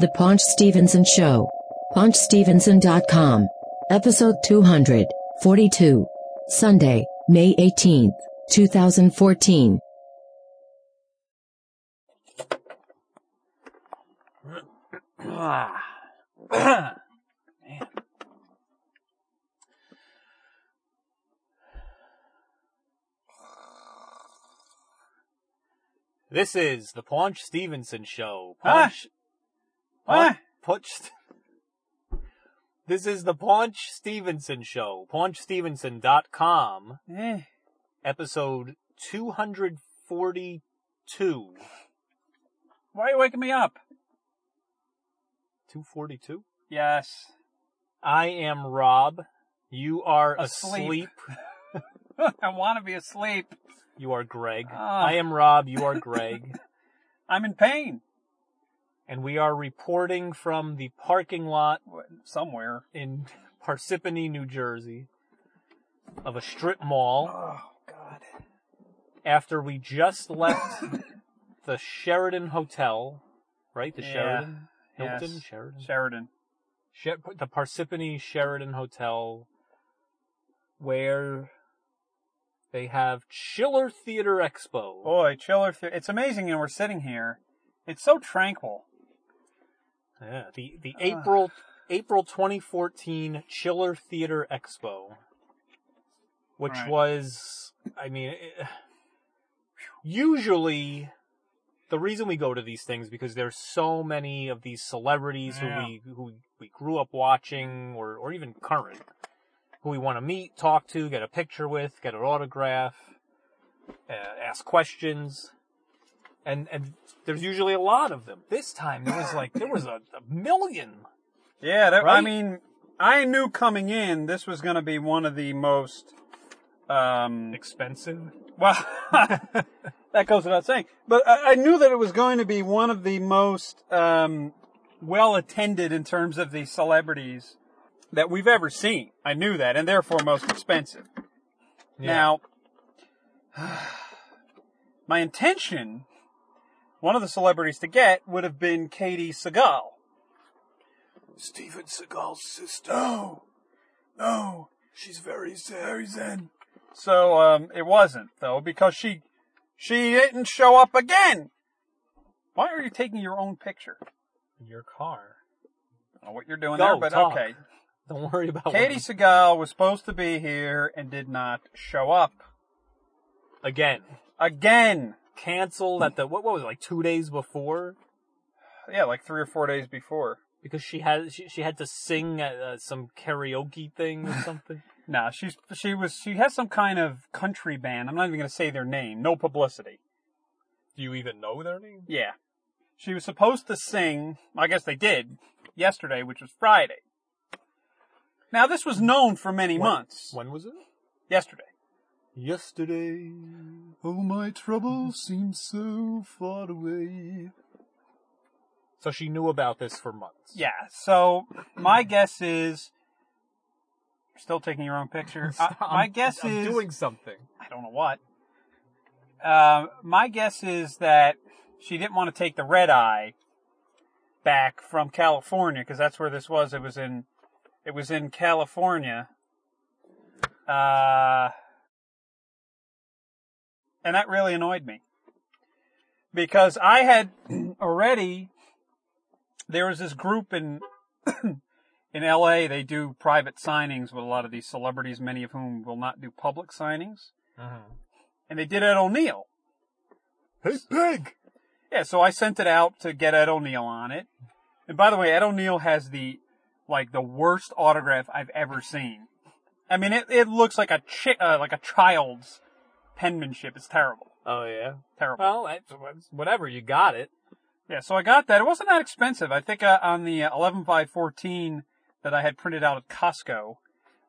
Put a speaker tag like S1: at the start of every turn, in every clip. S1: The Paunch Stevenson Show. PaunchStevenson.com. Episode 242. Sunday, May 18th, 2014.
S2: Oh,
S3: Ah. Man. This is the Paunch Stevenson Show.
S4: Ah.
S3: Paunch.
S4: Ah.
S3: Paunch. St- This is the Paunch Stevenson Show. PaunchStevenson.com,
S4: Eh,
S3: episode 242.
S4: why are you waking me up?
S3: 242?
S4: Yes.
S3: I am Rob. You are
S4: Asleep.
S3: asleep.
S4: I want to be asleep.
S3: You are Greg.
S4: Ah.
S3: I am Rob. You are Greg.
S4: I'm in pain.
S3: and we are reporting from the parking lot
S4: Wh- Somewhere.
S3: in Parsippany, New Jersey, of a strip mall
S4: Oh, God.
S3: after we just left the Sheridan Hotel, right? The
S4: Yeah.
S3: Sheridan? Hilton?
S4: Yes.
S3: Sheridan?
S4: Sheridan.
S3: Sher- the Parsippany Sheridan Hotel, where they have Chiller Theater Expo.
S4: Boy, chiller. Th- it's amazing, and we're sitting here. It's so tranquil.
S3: Yeah, the the
S4: Ah.
S3: April April 2014 Chiller Theater Expo, which
S4: Right.
S3: was, I mean, it- usually the reason we go to these things because there's so many of these celebrities
S4: Yeah.
S3: who we who we grew up watching or or even current who we want to meet, talk to, get a picture with, get an autograph, uh, ask questions. And, and there's usually a lot of them. This time there was like, there was a, a million.
S4: Yeah, that, I
S3: Right?
S4: mean, I knew coming in this was going to be one of the most. Um,
S3: Expensive.
S4: well, that goes without saying. But I, I knew that it was going to be one of the most um, well attended in terms of the celebrities that we've ever seen. I knew that, and therefore most expensive. Now, my intention, one of the celebrities to get would have been Katie Seagal.
S3: Steven Seagal's sister. No. No. She's very zen. Very zen.
S4: So um, it wasn't though because she she didn't show up again. Why are you taking your own picture?
S3: Your car.
S4: I don't know what you're doing
S3: Go,
S4: there, but
S3: talk.
S4: okay.
S3: Don't worry about
S4: Katie
S3: what-
S4: Seagal was supposed to be here and did not show up
S3: Again.
S4: again.
S3: Canceled at the, what, what was it, like two days before?
S4: Yeah, like three or four days before.
S3: Because she had, she, she had to sing at uh, some karaoke thing or something.
S4: Nah, she's she was she has some kind of country band. I'm not even gonna say their name. No publicity.
S3: Do you even know their name?
S4: Yeah. She was supposed to sing, I guess they did, yesterday, which was Friday. Now, this was known for many
S3: When-
S4: months.
S3: When was it?
S4: Yesterday.
S3: Yesterday, oh my trouble seems so far away. So she knew about this for months.
S4: Yeah, so my guess is. Still taking your own picture? I, my
S3: I'm-
S4: guess
S3: I'm
S4: is.
S3: doing something.
S4: I don't know what. Um, my guess is that she didn't want to take the red eye back from California because that's where this was. It was in, it was in California. Uh, and that really annoyed me because I had already. There was this group in in LA. They do private signings with a lot of these celebrities, many of whom will not do public signings and they did Ed O'Neill.
S3: Hey, Peg!
S4: Yeah, so I sent it out to get Ed O'Neill on it. And by the way, Ed O'Neill has the like the worst autograph I've ever seen. I mean, it, it looks like a chi- uh, like a child's penmanship. It's terrible,
S3: Oh, yeah.
S4: terrible.
S3: Well, that's- whatever, you got it.
S4: yeah, so I got that. It wasn't that expensive. I think uh, on the eleven by fourteen that I had printed out at Costco,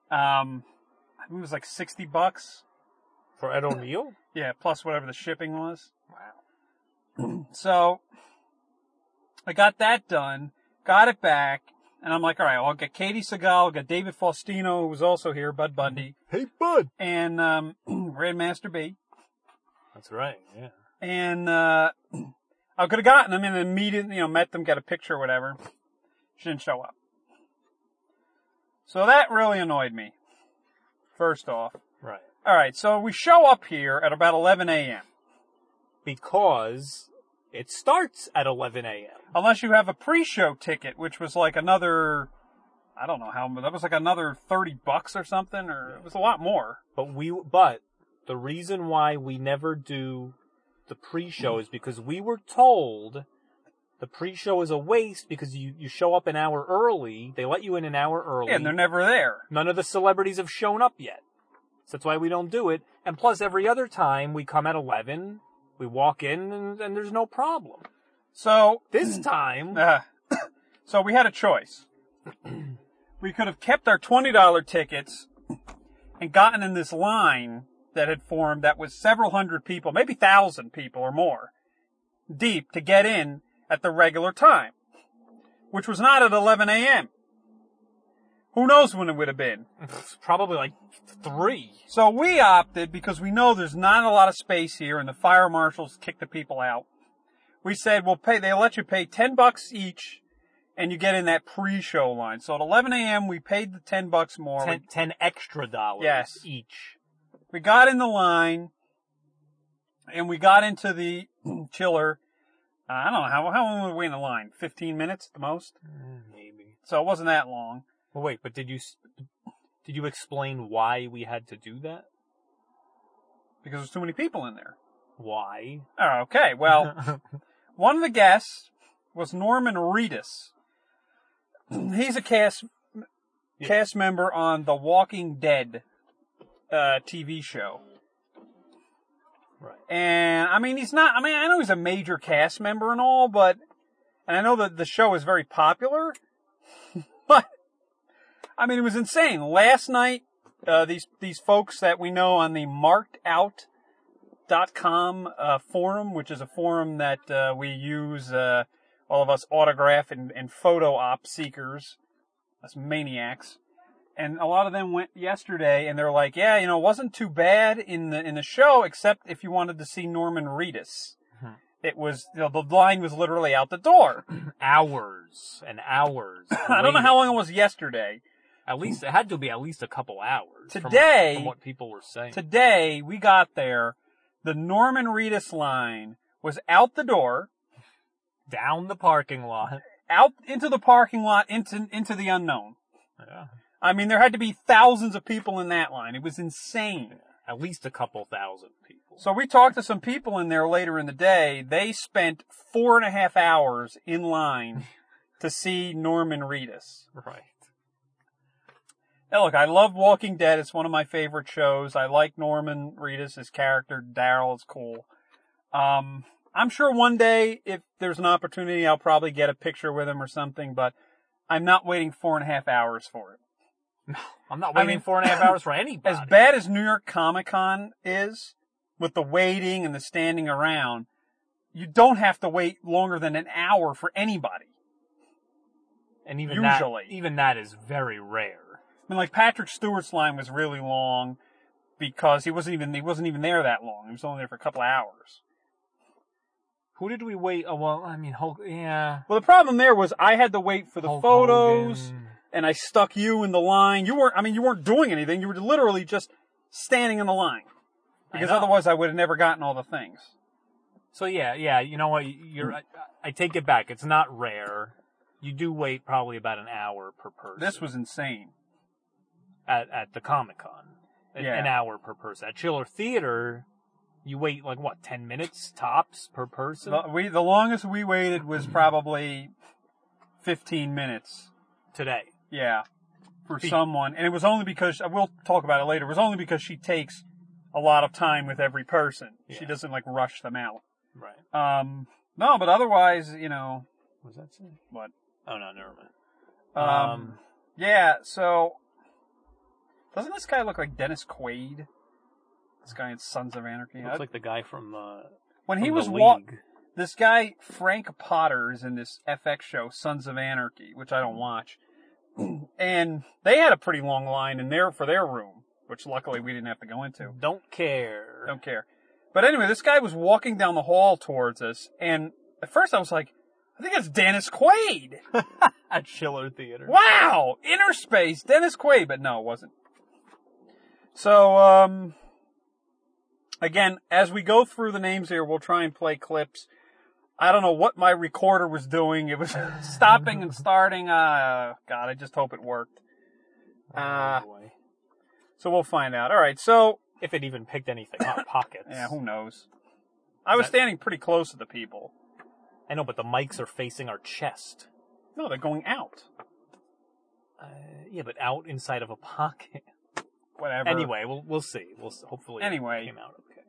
S4: um, I think it was like sixty bucks.
S3: For Ed O'Neill?
S4: Yeah, plus whatever the shipping was.
S3: wow.
S4: So I got that done, got it back, and I'm like, all right, well, I'll get Katie Seagal, I'll get David Faustino, who was also here, Bud Bundy,
S3: Hey, Bud!
S4: and um, Grandmaster B.
S3: That's right, yeah.
S4: And uh, I could have gotten them and immediately, you know, met them, got a picture or whatever. She didn't show up. So that really annoyed me. First off.
S3: Right.
S4: All right. So we show up here at about 11 a.m.
S3: Because it starts at 11 a.m.
S4: Unless you have a pre-show ticket, which was like another, I don't know how much, that was like another 30 bucks or something, or it was a lot more.
S3: But we, but the reason why we never do the pre-show is because we were told the pre-show is a waste because you, you show up an hour early. They let you in an hour early.
S4: Yeah, and they're never there.
S3: None of the celebrities have shown up yet. So that's why we don't do it. And plus every other time we come at 11, we walk in and, and there's no problem.
S4: So
S3: This time,
S4: Uh, so we had a choice. we could have kept our $20 tickets and gotten in this line that had formed that was several hundred people, maybe thousand people or more deep to get in at the regular time, which was not at 11 a.m. Who knows when it would have been.
S3: it's probably like three.
S4: So we opted because we know there's not a lot of space here and the fire marshals kick the people out. We said we'll pay, they let you pay 10 bucks each and you get in that pre-show line. So at 11 a.m. we paid the 10 bucks more.
S3: Ten,
S4: We,
S3: ten extra dollars
S4: Yes.
S3: each.
S4: we got in the line and we got into the chiller. Uh, I don't know how, how long were we in the line? 15 minutes at the most.
S3: Mm, Maybe.
S4: So it wasn't that long.
S3: Well, wait, but did you s- did you explain why we had to do that?
S4: because there's too many people in there.
S3: Why?
S4: Oh, okay. Well, one of the guests was Norman Reedus. He's a cast cast member on The Walking Dead uh, TV show,
S3: Right.
S4: and I mean he's not. I mean I know he's a major cast member and all, but and I know that the show is very popular, but I mean it was insane. Last night, uh, these these folks that we know on the Marked Out dot com uh, forum, which is a forum that uh, we use uh, all of us autograph and, and photo op seekers, us maniacs. And a lot of them went yesterday, and they're like, "Yeah, you know, it wasn't too bad in the in the show, except if you wanted to see Norman Reedus, it was you know, the line was literally out the door.
S3: Hours and hours.
S4: I don't know how long it was yesterday.
S3: At least it had to be at least a couple hours. from-
S4: Today-
S3: from, what people were saying.
S4: Today we got there, the Norman Reedus line was out the door,
S3: Down the parking lot.
S4: out into the parking lot, into into the unknown.
S3: Yeah.
S4: I mean, there had to be thousands of people in that line. It was insane.
S3: At least a couple thousand people.
S4: So we talked to some people in there later in the day. They spent four and a half hours in line to see Norman Reedus.
S3: right.
S4: Now, look, I love Walking Dead. It's one of my favorite shows. I like Norman Reedus, his character. Daryl is cool. Um, I'm sure one day, if there's an opportunity, I'll probably get a picture with him or something, but I'm not waiting four and a half hours for it.
S3: I'm not
S4: I
S3: waiting
S4: mean-
S3: four and a half hours for anybody.
S4: as bad as New York Comic Con is, with the waiting and the standing around, you don't have to wait longer than an hour for anybody.
S3: and even that-
S4: usually.
S3: even that is very rare.
S4: I mean, like Patrick Stewart's line was really long because he wasn't even he wasn't even there that long. He was only there for a couple of hours.
S3: Who did we wait? Oh, well, I mean, Hulk. Yeah.
S4: Well, the problem there was I had to wait for the
S3: Hulk
S4: photos,
S3: Hogan.
S4: and I stuck you in the line. You weren't. I mean, you weren't doing anything. You were literally just standing in the line because
S3: know.
S4: otherwise I would have never gotten all the things.
S3: So yeah, yeah, you know what? You're. I, I take it back. It's not rare. You do wait probably about an hour per person.
S4: This was insane.
S3: at at the Comic Con. An-
S4: Yeah.
S3: An hour per person. At Chiller Theater, you wait like what, ten minutes tops per person
S4: The, we the longest we waited was probably fifteen minutes.
S3: today.
S4: Yeah, for
S3: Be-
S4: someone, and it was only because we'll talk about it later. It was only because she takes a lot of time with every person. She
S3: Yeah.
S4: doesn't like rush them out.
S3: Right.
S4: Um, no, but otherwise, you know,
S3: What was that say?
S4: what?
S3: Oh no, never mind.
S4: Um,
S3: Um,
S4: yeah. So, doesn't this guy look like Dennis Quaid? This guy in Sons of Anarchy.
S3: Looks like the guy from uh
S4: when
S3: from
S4: he
S3: the
S4: was walking.
S3: league.
S4: this guy Frank Potter is in this FX show Sons of Anarchy, which I don't watch. And they had a pretty long line in there for their room, which luckily we didn't have to go into.
S3: Don't care.
S4: Don't care. But anyway, this guy was walking down the hall towards us and At first, I was like, I think it's Dennis Quaid.
S3: At Schiller Theater.
S4: Wow, Inner Space, Dennis Quaid, but no, it wasn't. So, um, again, as we go through the names here, we'll try and play clips. I don't know what my recorder was doing. It was stopping and starting. Uh, God, I just hope it worked. Uh,
S3: Oh, boy.
S4: so we'll find out. All right. So,
S3: if it even picked anything up, pockets.
S4: yeah, who knows? I was
S3: That-
S4: standing pretty close to the people.
S3: I know, but the mics are facing our chest.
S4: No, they're going out.
S3: Uh, yeah, but out inside of a pocket.
S4: Whatever.
S3: Anyway, we'll we'll see. We'll s- hopefully. it
S4: Anyway.
S3: came out okay.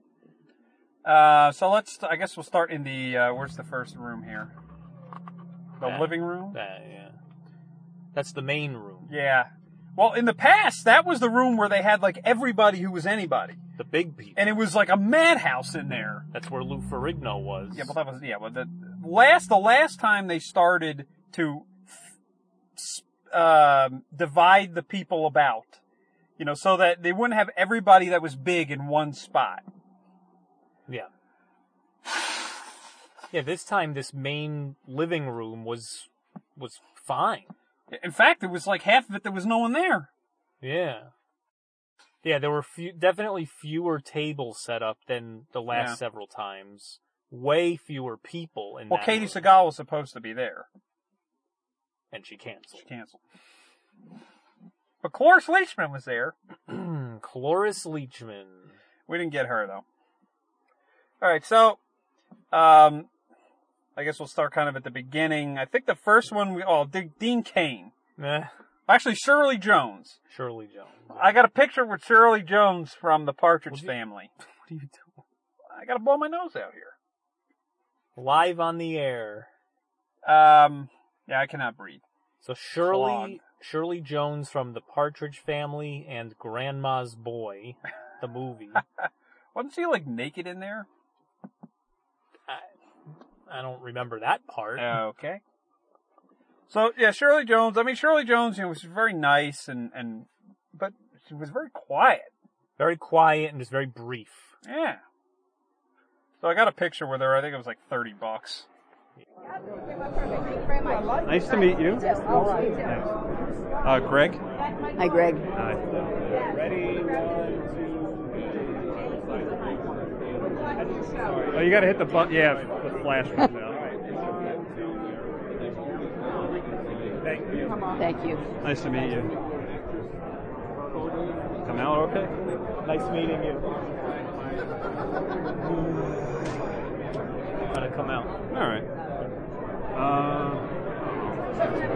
S4: Uh, so let's. I guess we'll start in the. Uh, where's the first room here? The
S3: Yeah.
S4: living room.
S3: Uh, yeah, that's the main room.
S4: Yeah. Well, in the past, that was the room where they had like everybody who was anybody,
S3: The big people.
S4: and it was like a madhouse in there.
S3: that's where Lou Ferrigno was.
S4: Yeah, but that was yeah. But the last, the last time they started to s- um, divide the people about, you know, so that they wouldn't have everybody that was big in one spot.
S3: yeah. Yeah, This time, this main living room was was fine.
S4: In fact, it was like half of it there was no one there.
S3: Yeah. Yeah, there were few, definitely fewer tables set up than the last
S4: Yeah.
S3: several times. Way fewer people in
S4: Well,
S3: that
S4: Katie
S3: room.
S4: Segal was supposed to be there.
S3: and she canceled.
S4: She canceled. But Cloris Leachman was there.
S3: Cloris Leachman.
S4: We didn't get her though. All right, so um, I guess we'll start kind of at the beginning. I think the first one we oh De- Dean Kane,
S3: Eh,
S4: actually Shirley Jones.
S3: Shirley Jones.
S4: I got a picture with Shirley Jones from the Partridge
S3: Would you-
S4: Family.
S3: What are you doing?
S4: I got to blow my nose out here.
S3: Live on the air.
S4: Um, yeah, I cannot breathe.
S3: So Shirley
S4: Clog.
S3: Shirley Jones from the Partridge Family and Grandma's Boy, the movie.
S4: Wasn't she like naked in there?
S3: I don't remember that part.
S4: Okay. So yeah, Shirley Jones. I mean, Shirley Jones, you know, was very nice and and, but she was very quiet.
S3: Very quiet and just very brief.
S4: Yeah. So I got a picture with her. I think it was like 30 bucks.
S2: Nice to meet you. Uh, Greg?
S5: Hi, Greg.
S2: Hi. Oh, you gotta hit the button. Yeah, the flash comes out. Thank you.
S5: Thank you.
S2: Nice to meet you. Come out okay? Nice meeting you.
S3: Gonna come out.
S2: Alright. Uh,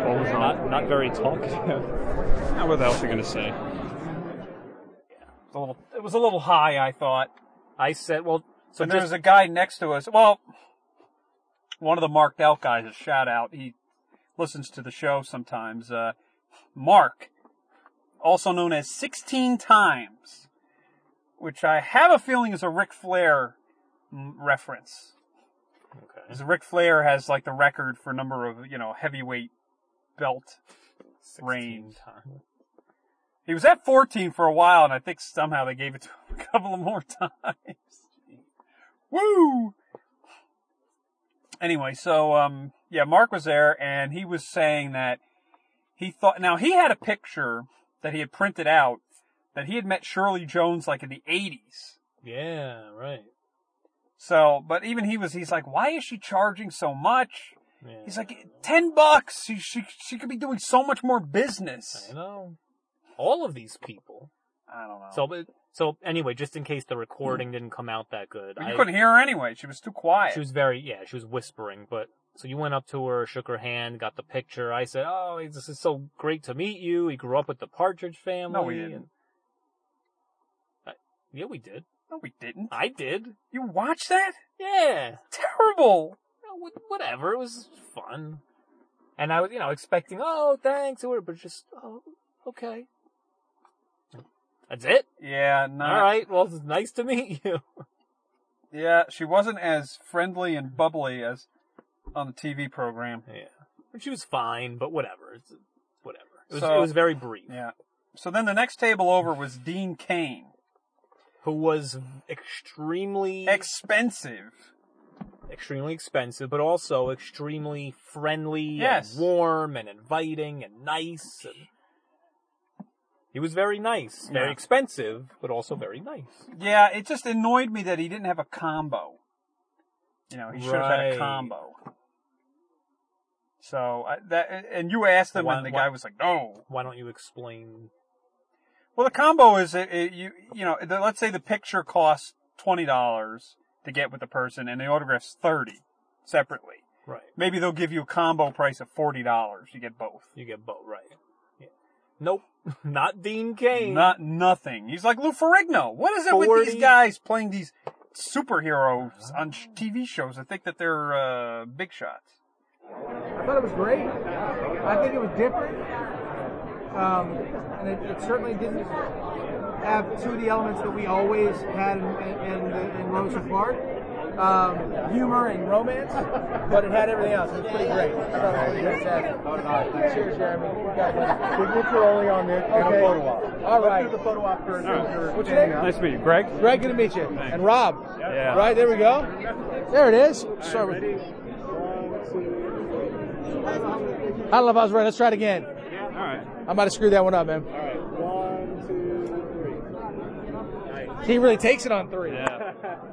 S2: what was
S3: Not
S2: on?
S3: not very talkative.
S2: Now what else are you gonna say?
S4: It's a little, it was a little high, I thought.
S3: I said, well, so
S4: and there was
S3: just
S4: a guy next to us. Well, one of the marked out guys, a shout out. He listens to the show sometimes. Uh, Mark, also known as 16 Times, which I have a feeling is a Ric Flair mm, reference.
S3: okay.
S4: Because Ric Flair has like the record for number of, you know, heavyweight belt
S3: 16
S4: reigned.
S3: times.
S4: He was at 14 for a while, and I think somehow they gave it to him a couple of more times. Woo! Anyway, so um, yeah, Mark was there, and he was saying that he thought. Now he had a picture that he had printed out that he had met Shirley Jones like in the 80s.
S3: Yeah, right.
S4: So, but even he was, he's like, why is she charging so much?
S3: Yeah.
S4: He's like, ten bucks. She she she could be doing so much more business.
S3: I know. All of these people.
S4: I don't know.
S3: So, but, so anyway, just in case the recording didn't come out that good,
S4: But
S3: I-
S4: you couldn't hear her anyway. She was too quiet.
S3: She was very, yeah, she was whispering, but, so you went up to her, shook her hand, got the picture. I said, oh, this is so great to meet you. He grew up with the Partridge family.
S4: we
S3: and-
S4: didn't.
S3: I- yeah, we did.
S4: no, we didn't.
S3: I did.
S4: You watched that?
S3: Yeah.
S4: Terrible.
S3: No, wh- Whatever. It was fun. And I was, you know, expecting, oh, thanks, or, but just, oh, okay. That's it.
S4: Yeah, no.
S3: All right. Well, it's nice to meet you.
S4: Yeah, she wasn't as friendly and bubbly as on the TV program.
S3: Yeah. And she was fine, but whatever. It's, whatever. It was,
S4: So-
S3: it was very brief.
S4: Yeah. So then the next table over was Dean Kane.
S3: Who was extremely
S4: Expensive.
S3: extremely expensive, but also extremely friendly, and
S4: Yes.
S3: warm, and inviting, and nice. And he was very nice, very
S4: Yeah.
S3: expensive, but also very nice.
S4: Yeah, it just annoyed me that he didn't have a combo. You know, he should have had a
S3: Right.
S4: combo. So I, that, and you asked him,
S3: Why-
S4: and the
S3: why-
S4: guy was like, "No."
S3: Why don't you explain?
S4: Well, the combo is it, it, you you know, the, let's say the picture costs twenty dollars to get with the person, and the autograph's thirty separately.
S3: Right,
S4: Maybe they'll give you a combo price of forty dollars. You get both.
S3: you get both right. Yeah. Nope, not Dean Kane.
S4: Not nothing. He's like Lou Ferrigno. What is it with
S3: 40?
S4: these guys playing these superheroes on sh- TV shows that think that they're uh, big shots?
S6: I thought it was great. I think it was different. Um, and it, it certainly didn't have two of the elements that we always had in, in, in, in Rose and Clark. Um, humor and romance, but it had everything else. It was pretty great. I thought it was fantastic. Cheers, Jeremy. You got one.
S7: Signature only on this and
S6: Okay.
S7: a photo op.
S6: All right.
S7: Let's do the photo op first.
S6: What's your name?
S8: Nice to meet you, Greg.
S6: Greg, good to meet you. And Rob.
S8: Yeah.
S6: Right, there we go. There it is. Start with. I don't know if I was right. Let's try it again.
S8: All right.
S6: I might have screwed that one up, man. He really takes it on three. Uh,
S8: Yeah.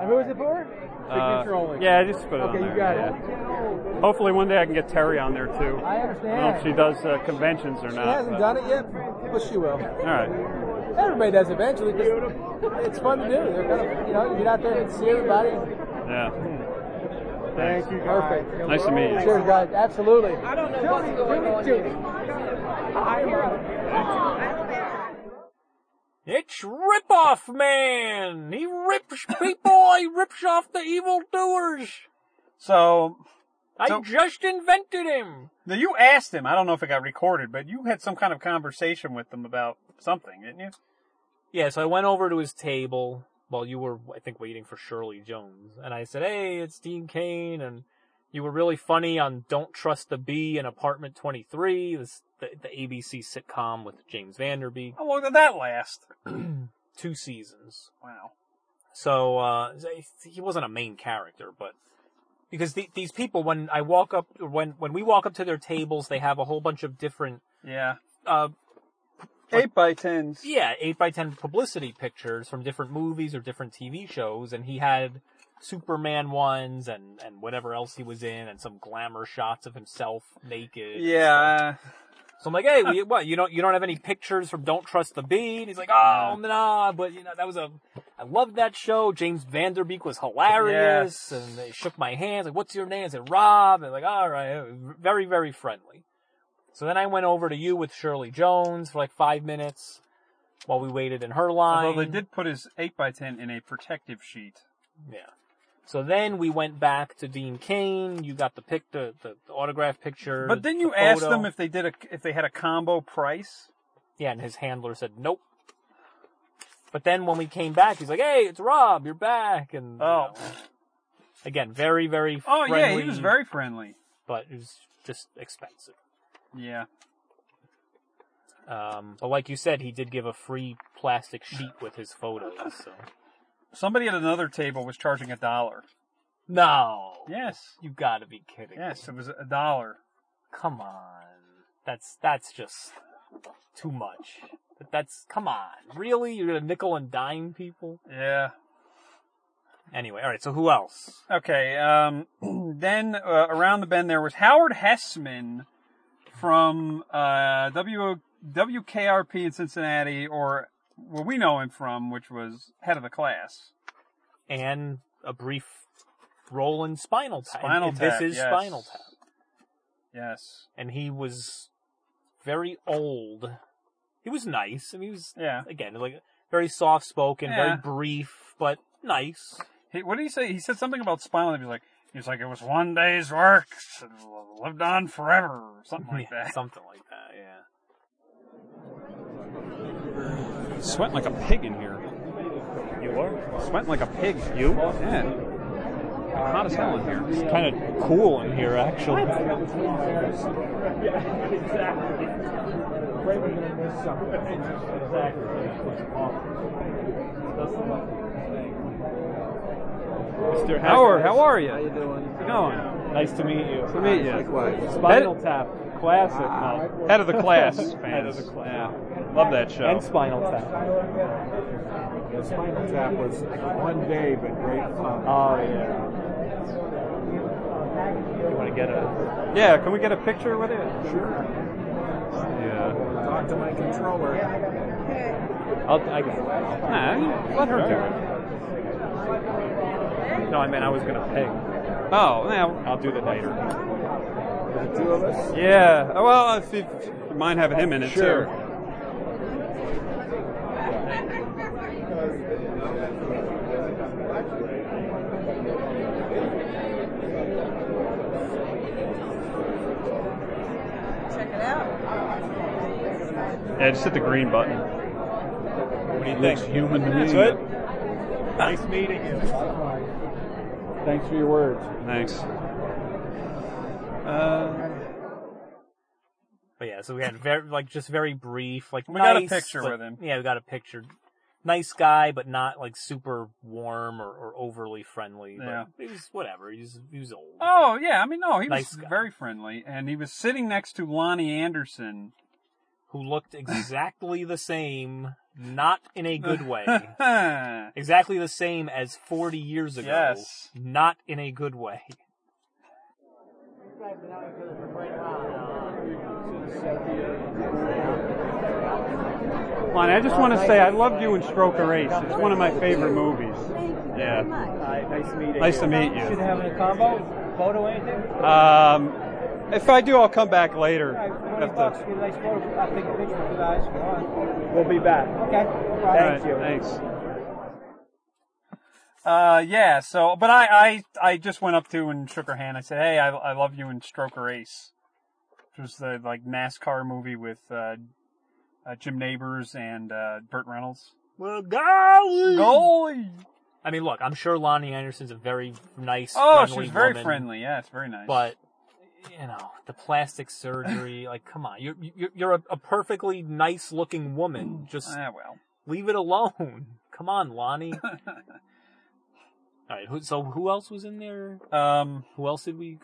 S6: And who is it for?
S8: Signature only. Yeah, just put it on
S6: Okay,
S8: there.
S6: you got it.
S8: Yeah. Hopefully one day I can get Terry on there too.
S6: I
S8: I don't know if she
S6: understand.
S8: does uh, conventions or
S6: She
S8: not.
S6: hasn't
S8: but-
S6: done it yet, but she will.
S8: All right.
S6: Everybody does eventually. 'cause It's fun to do. They're kind of, you know, you get out there and see everybody.
S8: Yeah.
S7: Thank you, guys.
S6: Perfect.
S8: Nice to meet you.
S6: Cheers, guys. Absolutely. I don't know what's going on uh,
S3: It's Ripoff Man! He rips people, he rips off the evildoers!
S4: So
S3: I
S4: So-
S3: just invented him!
S4: now you asked him. I don't know if it got recorded, but you had some kind of conversation with him about something, didn't you?
S3: Yeah, so I went over to his table while you were, I think, waiting for Shirley Jones. And I said, hey, it's Dean Kane, and you were really funny on Don't Trust the Bee in Apartment 23, this, the, the ABC sitcom with James Vanderbeek.
S4: How long did that last?
S3: Two seasons.
S4: Wow.
S3: So uh, he wasn't a main character, but because the, these people, when I walk up, when when we walk up to their tables, they have a whole bunch of different,
S4: Yeah.
S3: uh,
S4: Eight by tens.
S3: yeah, eight by ten publicity pictures from different movies or different TV shows, and he had Superman ones and and whatever else he was in, and some glamour shots of himself naked. and
S4: Yeah.
S3: So I'm like, hey, we, what? You don't you don't have any pictures from Don't Trust the Bee? And he's like, oh nah, but you know that was a, I loved that show. James Vanderbeek was
S4: Yes.
S3: hilarious, and they shook my hands. Like, what's your name? I said Rob. And like, all right, very very friendly. So then I went over to you with Shirley Jones for like five minutes while we waited in her line.
S4: Although they did put his eight by ten in a protective sheet.
S3: Yeah. So then we went back to Dean Kane. You got the pic, the, the autograph picture.
S4: But then
S3: the
S4: you asked
S3: photo.
S4: them if they did a if they had a combo price.
S3: Yeah, and his handler said nope. But then when we came back, he's like, "Hey, it's Rob. You're back." And you
S4: Oh.
S3: know, again, very, very.
S4: Oh yeah,
S3: friendly,
S4: he was very friendly.
S3: but it was just expensive.
S4: Yeah.
S3: Um, but like you said, he did give a free plastic sheet with his photos. So.
S4: Somebody at another table was charging a dollar.
S3: No.
S4: Yes.
S3: You got to be kidding. me.
S4: Yes, it was a dollar.
S3: Come on. That's that's just too much. But that's come on. Really, you're gonna nickel and dime people?
S4: Yeah.
S3: Anyway, all right. So who else?
S4: Okay. Um, then uh, around the bend there was Howard Hessman from uh, w- WKRP in Cincinnati, or where we know him from, which was head of the class.
S3: and a brief role in Spinal Tap.
S4: Spinal
S3: And
S4: Tap,
S3: This is
S4: yes.
S3: Spinal Tap,
S4: Yes.
S3: and he was very old. He was nice. I mean, he was
S4: Yeah.
S3: again like very soft spoken,
S4: Yeah.
S3: very brief, but nice.
S4: He, what did he say? He said something about spinal. He was like, he was like, it was one day's work, and lived on forever, or something like
S3: Yeah,
S4: that.
S3: something like that. Yeah.
S8: Sweating like a pig in here. You are? Sweating like a pig. You? Yeah. Hot as hell in here. It's kind of cool in here, actually.
S2: Mr. Heck,
S4: Howard, how are
S9: How
S4: you?
S9: you doing?
S4: Going.
S2: Nice to meet you.
S4: To meet you.
S9: Likewise.
S2: Spinal Tap, classic. no.
S4: Head of the class. Fans.
S2: Head of the class.
S4: Yeah. Love that show.
S2: And Spinal Tap.
S7: The Spinal Tap was one day, but great fun.
S2: Oh yeah. You want to get a?
S4: Yeah, can we get a picture with it?
S7: sure.
S2: Yeah.
S7: Talk to my controller.
S2: I'll, I got it.
S4: Nah, let her do
S2: No, I meant I was gonna peg.
S4: it. Oh, yeah.
S2: I'll do the later.
S7: The two of us.
S4: Yeah. Oh, Well, if you if you mind having him in it
S7: Sure.
S4: too. Yeah, just hit the green button.
S2: What do you
S7: Looks
S2: think?
S7: human to
S2: That's
S7: me.
S2: it. Nice meeting you.
S7: Thanks for your words.
S4: Thanks. Uh,
S3: But yeah, so we had very like just very brief like
S4: We got a
S3: nice,
S4: picture
S3: but-
S4: with him.
S3: Yeah, we got a picture. Nice guy, but not like super warm or, or overly friendly. but
S4: Yeah.
S3: he was whatever. He was he was old.
S4: oh yeah, I mean no, he
S3: Nice
S4: was
S3: guy.
S4: very friendly, and he was sitting next to Lonnie Anderson.
S3: Who looked exactly the same, not in a good way.
S4: yeah,
S3: exactly the same as 40 years ago.
S4: Yes.
S3: Not in a good way.
S10: Lon, I just want to say I loved you in Stroke a Race. It's one of my favorite movies.
S9: nice meeting
S4: nice to meet you.
S9: having a combo? Photo anything?
S4: Um, if I do, I'll come back later. Have to-
S9: get a nice photo. I'll take a picture with you guys. We'll be back. Okay.
S4: Alright, Thanks. Uh, yeah. So, but I, I, I just went up to and shook her hand. I said, "Hey, I, I love you in Stroker Ace," which was the like NASCAR movie with uh, uh, Jim Neighbors and uh, Burt Reynolds.
S3: Well, golly.
S4: Goalie.
S3: I mean, look, I'm sure Lonnie Anderson's a very nice,
S4: Oh, she
S3: friendly
S4: was very
S3: woman,
S4: friendly. Yeah, it's very nice.
S3: But, you know, the plastic surgery, like, come on. You're, you're, you're a, a perfectly nice looking woman. Just
S4: ah, well,
S3: leave it alone. Come on, Lonnie. All right, who, so who else was in there?
S4: um,
S3: Who else did we?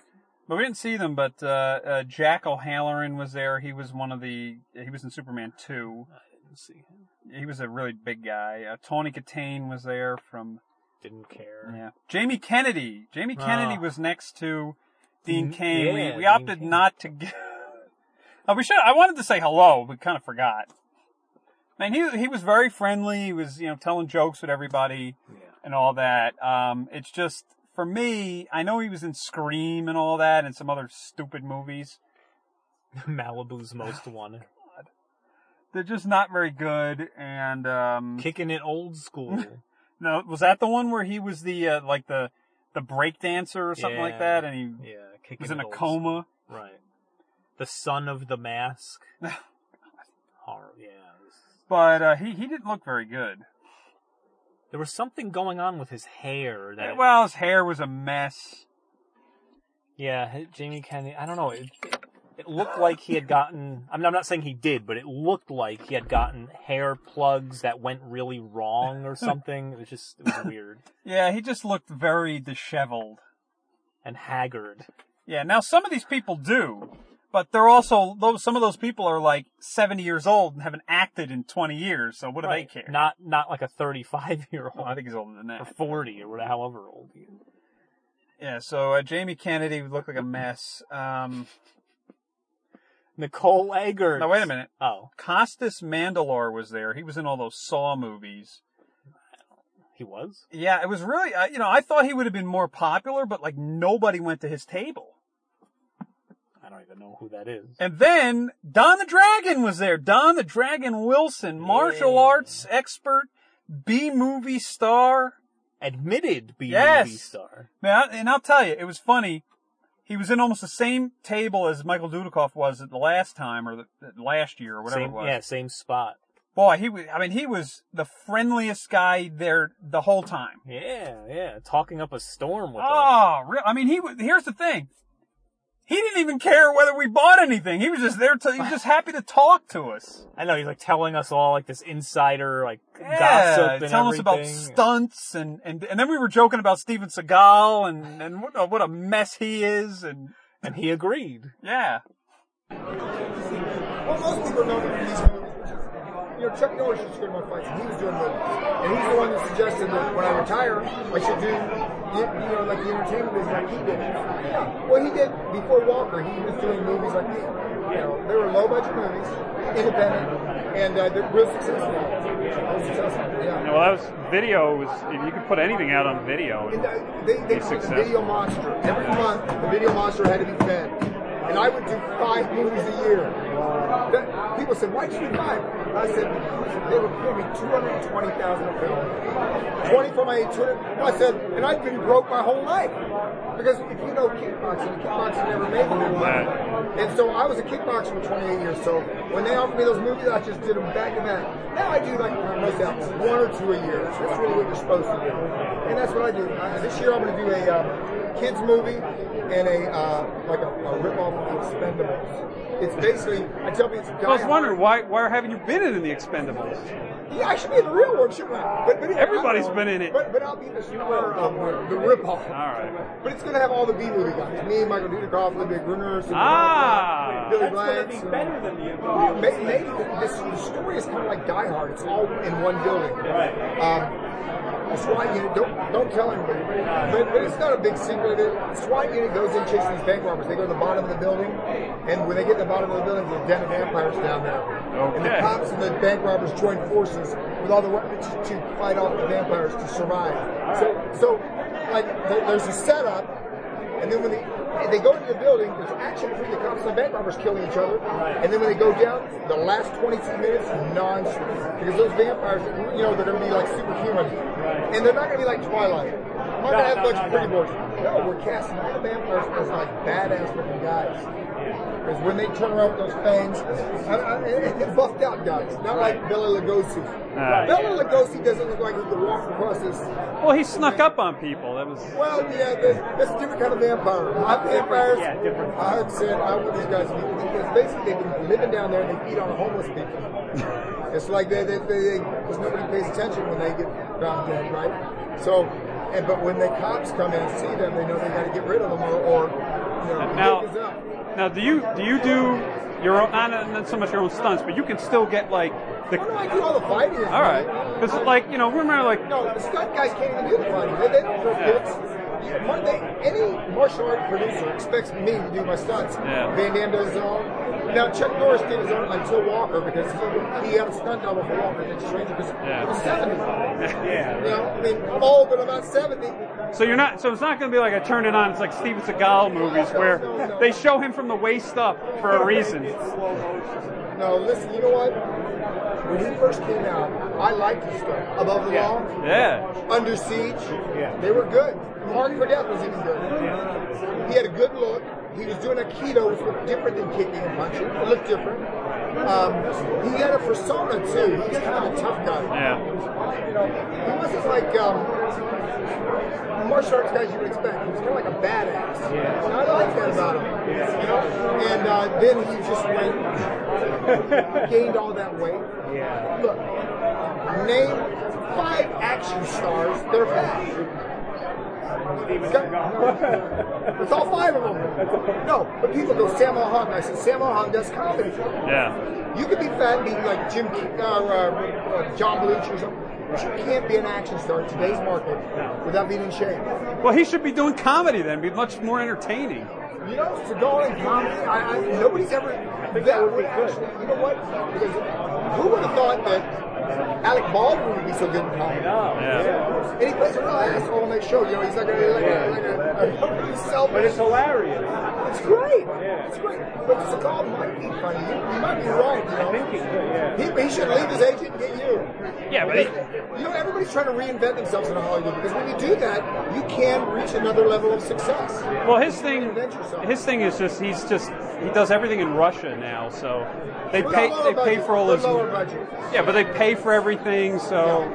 S4: but we didn't see them. But uh, uh, Jack O'Halloran was there. He was one of the. He was in Superman two.
S3: I didn't see.
S4: He was a really big guy. Uh, Tony Katane was there from
S3: Didn't care.
S4: Yeah. Jamie Kennedy. Jamie
S3: Ah.
S4: Kennedy was next to Dean
S3: Mm,
S4: Kane.
S3: yeah,
S4: we, we
S3: Dean
S4: opted
S3: Cain.
S4: not to get. Oh, we should. I wanted to say hello, but kind of forgot. Man, he he was very friendly. He was you know telling jokes with everybody and all that. Um, it's just for me. I know he was in Scream and all that and some other stupid movies. Oh,
S3: Malibu's most wanted.
S4: They're just not very good. And um,
S3: Kicking it old school.
S4: no, was that the one where he was the uh, like the the break dancer or something like
S3: Yeah.
S4: that, and he
S3: Yeah, kicking
S4: was in
S3: it
S4: a
S3: old
S4: coma.
S3: school. Right. The son of the mask. Horror. Yeah. it was-
S4: But uh, he he didn't look very good.
S3: There was something going on with his hair that.
S4: Well, his hair was a mess.
S3: yeah, Jamie Kennedy. I don't know. It, it looked like he had gotten. I mean, I'm not saying he did, but it looked like he had gotten hair plugs that went really wrong or something. It was just it was weird
S4: Yeah, he just looked very disheveled.
S3: and haggard.
S4: Yeah, now some of these people do, but they're also those some of those people are like 70 years old and haven't acted in 20 years, so what do
S3: Right.
S4: they care?
S3: Not not like a 35 year
S4: Well,
S3: old
S4: I think he's older than
S3: or
S4: that.
S3: 40 or whatever, however old he is.
S4: Yeah, so uh, Jamie Kennedy looked like a mess. Um,
S3: Nicole Eggert.
S4: now wait a minute.
S3: Oh,
S4: Costas Mandalore was there. He was in all those Saw movies.
S3: he was.
S4: Yeah, it was really, uh, you know, I thought he would have been more popular, but like nobody went to his table.
S3: I don't even know who that is.
S4: And then Don the Dragon was there. Don the Dragon Wilson, martial
S3: Yeah.
S4: arts expert, B movie star.
S3: Admitted B
S4: Yes.
S3: movie star.
S4: Man, I- and I'll tell you, it was funny. He was in almost the same table as Michael Dudikoff was at the last time or the, the last year or whatever
S3: Same,
S4: it was.
S3: yeah, same spot.
S4: Boy, he was, I mean, he was the friendliest guy there the whole time.
S3: Yeah, yeah. Talking up a storm with us.
S4: Ah! Oh, real, I mean, he was, here's the thing. He didn't even care whether we bought anything. He was just there. To, he was just happy to talk to us.
S3: I know he's like telling us all like this insider like
S4: Yeah,
S3: gossip and
S4: telling us about
S3: everything.
S4: stunts and, and and then we were joking about Steven Seagal and and what a, what a mess he is and
S3: and he agreed.
S4: yeah.
S11: Well, most people know that these movies. You know, Chuck Norris used to go to my fights, and he was doing movies. And he's the one that suggested that when I retire, I should do, you you know, like the entertainment movies like he did. Yeah. Well, he did, before Walker, he was doing movies like me. You know, they were low-budget movies, independent, and uh, they're real successful. Real successful, yeah.
S2: Yeah, well, that was video. Was if you could put anything out on video.
S11: And
S2: And,
S11: uh, they, they
S2: He's
S11: called it the
S2: successful.
S11: video monster. Every month, the video monster had to be fed. And I would do five movies a year. That, people said, why'd you do five? I said, because they were paying me 220000 a film. 20 for my 200. I said, and I've been broke my whole life. Because if you know kickboxing, kickboxing never made any money. And so I was a kickboxer for 28 years. So when they offered me those movies, I just did them back to back. Now I do like most albums, one or two a year. That's really what you're supposed to do. And that's what I do. Uh, this year I'm going to do a uh, kids movie and a uh, like a, a rip-off of Expendables. It's basically I tell me it's.
S10: I was wondering why why haven't you been in the Expendables?
S11: Yeah, I should be in the real one, shouldn't I? But, but
S10: Everybody's been in it.
S11: But, but I'll be the star of the, the rip-off.
S10: All right.
S11: But it's going to have all the B-movie guys. Me, Michael Dudikoff, Olivia Gruner, Cinderella,
S10: Ah.
S11: Billy
S9: That's going to
S11: Blanks,
S9: be
S11: uh,
S9: better than the
S11: Well,
S9: MW.
S11: Maybe, maybe the, this, the story is kind of like Die Hard. It's all in one building. Um, a SWAT unit. Don't don't tell anybody. But, but it's not a big secret. The SWAT unit goes in chasing these bank robbers. They go to the bottom of the building, and when they get to the bottom of the building, there's a den of vampires down there. And the
S2: Okay.
S11: cops and the bank robbers join forces with all the weapons to to fight off the vampires to survive. So so like there- there's a setup. And then when they, they go into the building, there's action between the cops and the bank robbers killing each other. And then when they go down, the last 22 minutes, nonsense. Because those vampires, you know, they're going to be like superhuman. And they're not going to be like Twilight. I'm not going to have a bunch of pretty boys. No, we're casting all the vampires as like badass looking guys. Because when they turn around with those fangs, I, I, they're buffed out guys, not like Bella Lugosi. Bella Lugosi doesn't look like he could walk across this
S10: Well, he snuck up on people. That was
S11: well, yeah, that- that's a different kind of vampire. I'm vampires.
S9: yeah, different.
S11: I've said I want these guys to be because basically they've been living down there and they feed on homeless people. it's like they they they because nobody pays attention when they get found dead, right? So, and but when the cops come in and see them, they know they got to get rid of them or, or you know,
S10: now-
S11: the gig is up.
S10: now. Do you do you do your own? Not, not so much your own stunts, but you can still get like the.
S11: Oh, no, I do all the fighting.
S10: All right. Because like you know, remember like
S11: No, the stunt guys can't even do the fighting. They, they don't throw kicks. Mar- they- any martial art producer expects me to do my stunts.
S10: Yeah.
S11: Van Damme does his own. Now Chuck Norris did his own until Walker because he, he had a stunt double for Walker and it's strange because
S10: Yeah.
S11: he was 70. You know, I mean, I'm old, but I'm not 70.
S10: So you're not. So it's not going to be like I turned it on. It's like Steven Seagal movies where they show him from the waist up for a reason.
S11: No, listen, you know what? When he first came out, I liked his stuff. Above the Law,
S10: Yeah.
S11: Under Siege, they were good. Mark for Death was even good. He had a good look. He was doing aikido, which was different than kicking and punching. It looked different. Um, he had a persona too. He was kind of a tough guy.
S10: Yeah.
S11: You know, he wasn't like um, martial arts guys you would expect. He was kind of like a badass. And I liked that about him. You know, and uh, then he just went gained all that weight. Yeah. Look, name five action stars that are fat. Got- It's all five of them. No, but people go Sammo Hung. I said Sammo Hung does comedy.
S10: Yeah.
S11: You could be fat and be like Jim Ke- uh, uh, uh, John Belushi or something. But you can't be an action star in today's market without being in shape.
S10: Well, he should be doing comedy then. Be much more entertaining.
S11: You know, Seagal and comedy, I, I, nobody's ever. That, would actually, you know what? Because who would have thought that Alec Baldwin would be so good in comedy?
S10: Yeah.
S11: And he plays a real asshole on that show. You know, he's like a, like a, like a, a, he's selfish.
S9: But it's hilarious.
S11: It's great. It's great. But Seagal might be funny. You, you might be right. You know? he, he should leave his agent and get you.
S10: Yeah, but
S11: you know everybody's trying to reinvent themselves in Hollywood because when you do that, you can reach another level of success.
S10: Well, his thing. His thing is just he's just he does everything in Russia now. So they
S11: We're
S10: pay
S11: lower
S10: they pay
S11: budget.
S10: for all
S11: We're
S10: his.
S11: lower budget.
S10: Yeah, but they pay for everything. So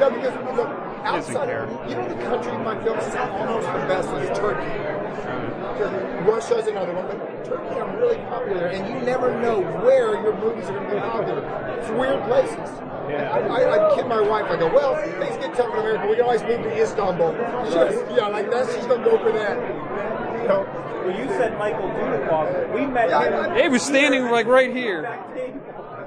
S11: No, because look,
S10: Doesn't
S11: outside,
S10: care.
S11: you know, the country my films is almost the best is Turkey. 'Cause Russia's another one, but Turkey, I'm really popular, and you never know where your movies are going to be popular. It's weird places. I, I, I kid my wife. I go, well, things get tough in America. We can always move to Istanbul. She goes, yeah, like that. She's gonna go for that. You know,
S9: Well, you said Michael Dudikoff. We met
S11: Yeah, I-
S9: him.
S11: I-
S10: He was standing like right here.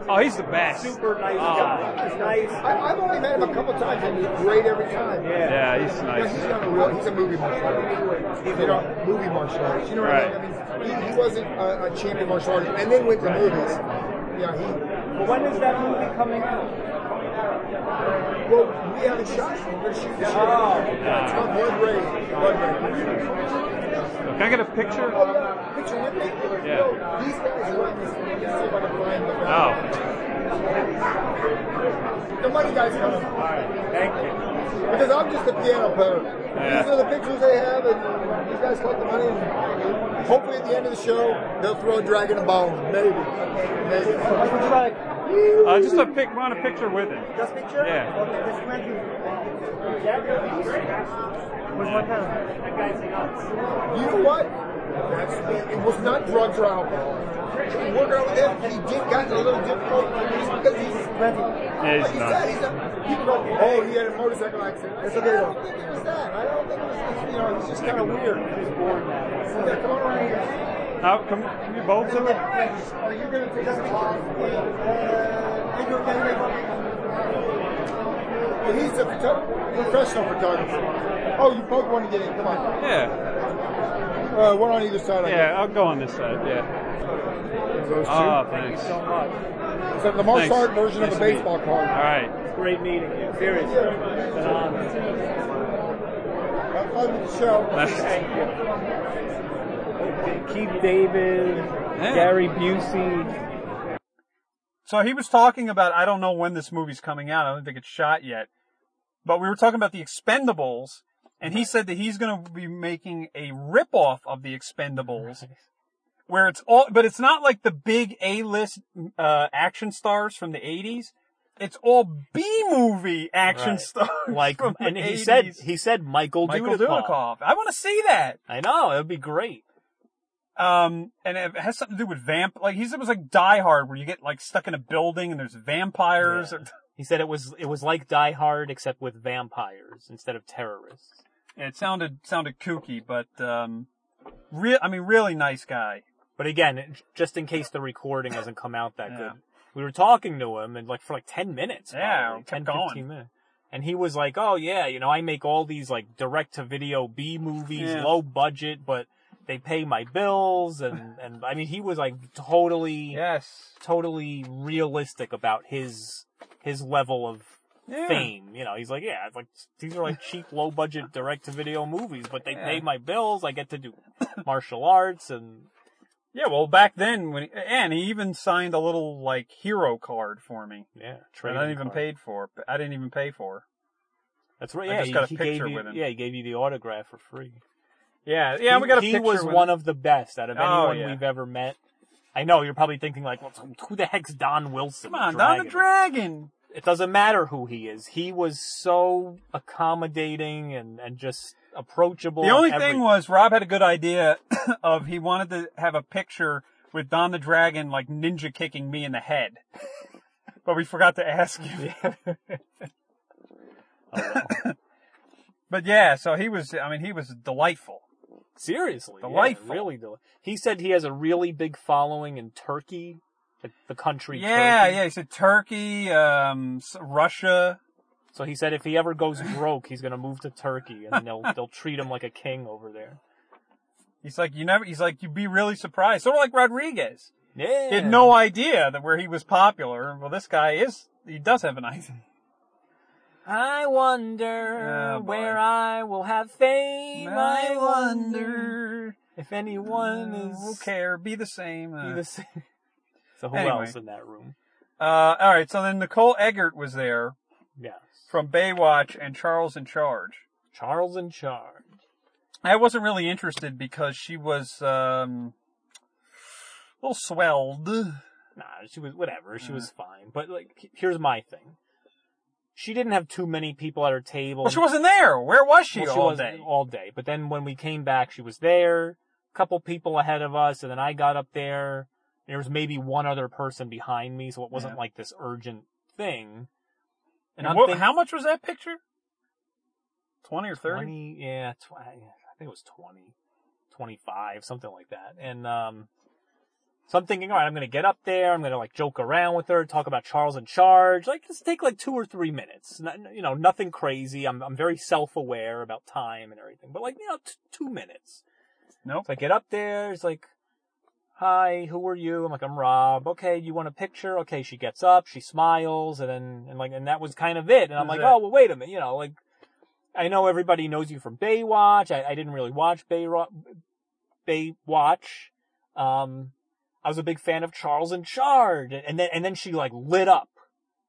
S10: Oh, he's the best.
S9: Super nice
S10: Ah.
S9: guy. Nice.
S11: I, I've only met him a couple times, and he's great every time.
S10: Yeah, he's
S11: You know, he's
S10: nice.
S11: not a real. He's a movie martial artist. He's a movie martial artist. You know what I mean? I mean, he, he wasn't a, a champion martial artist, and then went to movies. Yeah, he.
S9: But when is that movie coming out?
S11: Well, we haven't shot. it. We're gonna shoot this year.
S9: Oh.
S11: It's called Blood Rain. Blood Rain.
S10: Can I get a picture?
S11: Oh, yeah. Picture with me.
S10: Yeah.
S11: These guys are like this. Let me see if I can find them.
S10: Oh,
S11: The money guys come.
S9: Thank you.
S11: Because I'm just a piano player. These are the pictures they have, and these guys collect the money. And hopefully, at the end of the show, they'll throw a dragon a bone. Maybe. Maybe.
S9: Like, would you like
S10: uh, just a pic. Want a picture with him?
S9: this picture?
S10: Yeah.
S9: Okay, this one you. Where's my pen? That guy's nuts.
S11: You know what? That's, it was not drugs or alcohol. Working out with him, he did got a little difficult just because he's
S10: Yeah,
S11: like
S10: he's
S11: he
S10: nuts.
S11: said, he's a, people go, oh, he had a motorcycle accident. I, said, I don't think it was that. I don't think it was, you know, he's just kind of weird. Yeah, come on around here.
S10: Oh, come, can you both do it?
S11: Are you going to take this off? He's a photo- professional photographer. Oh, you both want to get in. Come on.
S10: Yeah,
S11: Uh, one on either side. I guess.
S10: yeah. I'll go on this side. Yeah.
S11: Those two.
S10: Oh, thanks. All
S11: It's like the martial
S10: Thanks.
S11: art version
S10: Nice
S11: of
S10: to
S11: a
S10: meet you.
S11: baseball card.
S10: right.
S9: Great meeting you. Seriously. It's an honor.
S11: Have fun with the show.
S10: That's-
S9: Keith David,
S10: Yeah.
S9: Gary Busey.
S4: So he was talking about, I don't know when this movie's coming out. I don't think it's shot yet. But we were talking about the Expendables, and he said that he's going to be making a ripoff of the Expendables. Where it's all, but it's not like the big A-list, uh, action stars from the 80s. It's all B-movie action
S3: Right.
S4: stars.
S3: Like,
S4: from the
S3: and he
S4: 80s.
S3: said he said Michael,
S4: Michael
S3: Dudikoff.
S4: Dudikoff. I want to see that.
S3: I know it would be great.
S4: Um, and it has something to do with vamp. Like he said, it was like Die Hard, where you get like stuck in a building and there's vampires.
S3: Yeah. He said it was it was like Die Hard except with vampires instead of terrorists.
S4: Yeah, it sounded sounded kooky, but um, real. I mean, really nice guy.
S3: But again, it- just in case the recording doesn't come out that
S4: Yeah.
S3: good, we were talking to him and like for like 10 minutes.
S4: Yeah,
S3: probably,
S4: we kept
S3: 10,
S4: going.
S3: 15 minutes. And he was like, oh yeah, you know, I make all these like direct to video B movies,
S4: Yeah.
S3: low budget, but they pay my bills. And, and I mean, he was like totally,
S4: Yes.
S3: totally realistic about his, his level of
S4: Yeah.
S3: fame. You know, he's like, yeah, it's like these are like cheap, low budget, direct to video movies, but they
S4: Yeah.
S3: pay my bills. I get to do martial arts and
S4: Yeah. Well, back then when he, and he even signed a little like hero card for me.
S3: yeah,
S4: That I
S3: trading
S4: didn't even
S3: card.
S4: pay for. but I didn't even pay for.
S3: That's right.
S4: I
S3: Yeah,
S4: just
S3: he,
S4: got a
S3: he
S4: picture
S3: gave you,
S4: with him.
S3: Yeah, he gave you the autograph for free.
S4: Yeah. Yeah.
S3: he,
S4: we got a
S3: He
S4: picture
S3: was
S4: with
S3: one
S4: him.
S3: of the best out of
S4: Oh,
S3: anyone
S4: yeah.
S3: we've ever met. I know you're probably thinking like, well, who the heck's Don Wilson?
S4: Come on,
S3: the
S4: Don the
S3: Dragon?
S4: Dragon.
S3: It doesn't matter who he is. He was so accommodating and and just approachable.
S4: The
S3: and
S4: only
S3: everything.
S4: thing was Rob had a good idea of he wanted to have a picture with Don the Dragon like ninja kicking me in the head. But we forgot to ask him. but yeah, so he was I mean he was delightful.
S3: Seriously. yeah,
S4: Delightful.
S3: really delightful. He said he has a really big following in Turkey, the, the country
S4: Yeah,
S3: Turkey.
S4: yeah, he said Turkey, um s- Russia.
S3: So he said if he ever goes broke, he's going to move to Turkey and they'll, they'll treat him like a king over there.
S4: He's like you never he's like you'd be really surprised. Sort of like Rodriguez.
S3: Yeah.
S4: He had no idea that where he was popular. Well this guy is he does have an idea.
S3: I wonder
S4: Oh, boy.
S3: where I will have fame. I wonder if anyone
S4: Who
S3: is
S4: care? Be the same.
S3: be
S4: uh,
S3: the same. So who
S4: Anyway.
S3: else in that room?
S4: uh, all right. So then Nicole Eggert was there
S3: Yes.
S4: from Baywatch and Charles in Charge.
S3: Charles in charge.
S4: I wasn't really interested because she was um, a little swelled.
S3: Nah, she was whatever. She was fine. But like, here's my thing. She didn't have too many people at her table.
S4: Well, she wasn't there. Where was she
S3: Well,
S4: all
S3: was
S4: day?
S3: all day. But then when we came back, she was there. couple people ahead of us, and then I got up there. There was maybe one other person behind me, so it wasn't like this urgent thing.
S4: And
S3: I'm
S4: what,
S3: think-
S4: how much was that picture? 20 or 30?
S3: 20, yeah, tw- I think it was 20, 25, something like that. And, um, so I'm thinking, all right, I'm going to get up there. I'm going to like joke around with her, talk about Charles in charge. Like just take like two or three minutes. Not, you know, nothing crazy. I'm, I'm very self-aware about time and everything, but like, you know, t- two minutes.
S4: Nope.
S3: So I get up there. It's like, hi, who are you? I'm like, I'm Rob. Okay. You want a picture? Okay. She gets up, she smiles and then, and like, and that was kind of it. And I'm
S4: That was
S3: like,
S4: it.
S3: oh, well, wait a minute. You know, like, I know everybody knows you from Baywatch. I, I didn't really watch Bayro- Baywatch. Um, I was a big fan of Charles in Charge, and, and then and then she like lit up,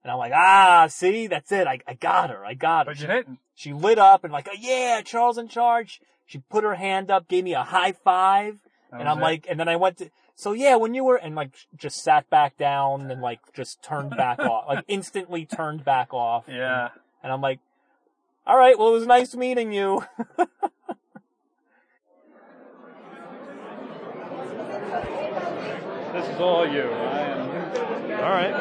S3: and I'm like, ah, see, that's it. I I got her. I got her.
S4: But you didn't.
S3: She lit up and like, oh, yeah, Charles in Charge. She put her hand up, gave me a high five,
S4: That
S3: and
S4: was
S3: I'm
S4: it.
S3: like, and then I went to. So yeah, when you were and like just sat back down and like just turned back off, like instantly turned back off.
S4: yeah.
S3: And I'm like, all right, well, it was nice meeting you.
S2: This is all you. I am.
S6: All right.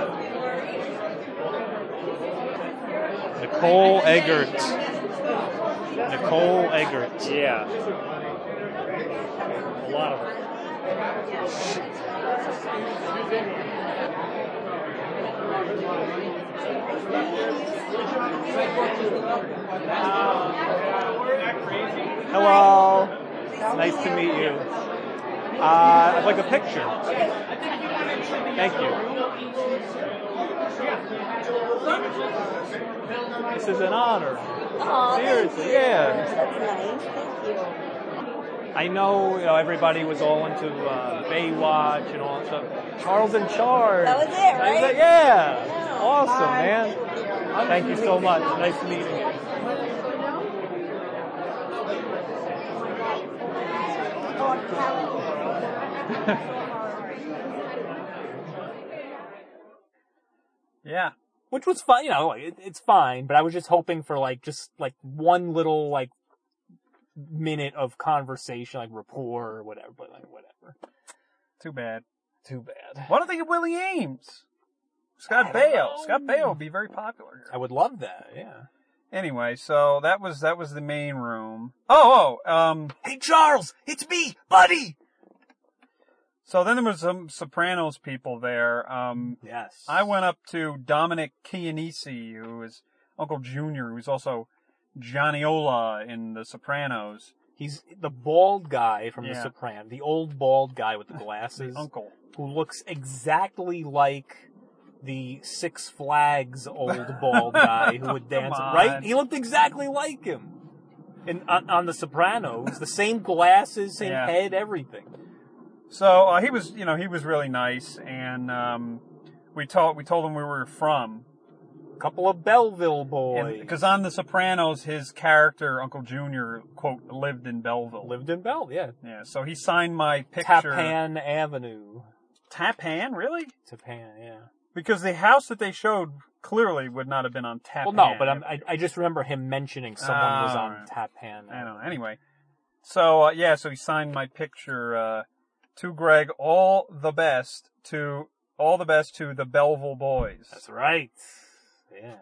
S6: Nicole Eggert. Nicole Eggert.
S2: Yeah. A lot of them.
S6: Hello. Nice to meet you. Uh, I'd like a picture. Thank you. This is an honor. Seriously, yeah. I know, you know, everybody was all into uh, Baywatch and all that stuff. Charles in Charge.
S12: That was it, right?
S6: yeah.
S12: Yeah.
S6: Awesome,
S12: Hi.
S6: man. Thank you so much. Nice meeting you.
S4: Yeah.
S3: Which was fine, you know, like, it, it's fine, but I was just hoping for like, just like one little, like, minute of conversation, like rapport or whatever, but like, whatever.
S4: Too bad.
S3: Too bad.
S4: Why don't they get Willie Ames? Scott Baio. Scott Baio would be very popular.
S3: I would love that, yeah.
S4: Anyway, so that was that was the main room. Oh, oh, um,
S3: Hey, Charles, it's me, buddy!
S4: so then there was some Sopranos people there. Um,
S3: Yes.
S4: I went up to Dominic Chianese, who is Uncle Junior, who's also Johnny Ola in The Sopranos.
S3: He's the bald guy from The
S4: Yeah.
S3: Sopranos, the old bald guy with the glasses,
S4: Uncle.
S3: who looks exactly like the Six Flags old bald guy who would
S4: Come
S3: dance,
S4: on.
S3: right? He looked exactly like him. And uh, on, on The Sopranos, the same glasses, same
S4: Yeah.
S3: head, everything.
S4: So uh, he was, you know, he was really nice, and um, we told we told him where we were from,
S3: Couple of Belleville boys.
S4: because on The Sopranos, his character Uncle Junior quote lived in Belleville.
S3: lived in Bell, yeah.
S4: Yeah, so he signed my picture.
S3: Tapan Avenue.
S4: Tapan, really?
S3: Tapan, yeah.
S4: Because the house that they showed clearly would not have been on Tapan.
S3: Well, no, but I'm, I, I just remember him mentioning someone was
S4: Ah,
S3: on
S4: alright.
S3: Tapan.
S4: I don't know. Anyway, so uh, yeah, so he signed my picture uh, to Greg. All the best to all the best to the Belleville Boys.
S3: That's right. Yeah.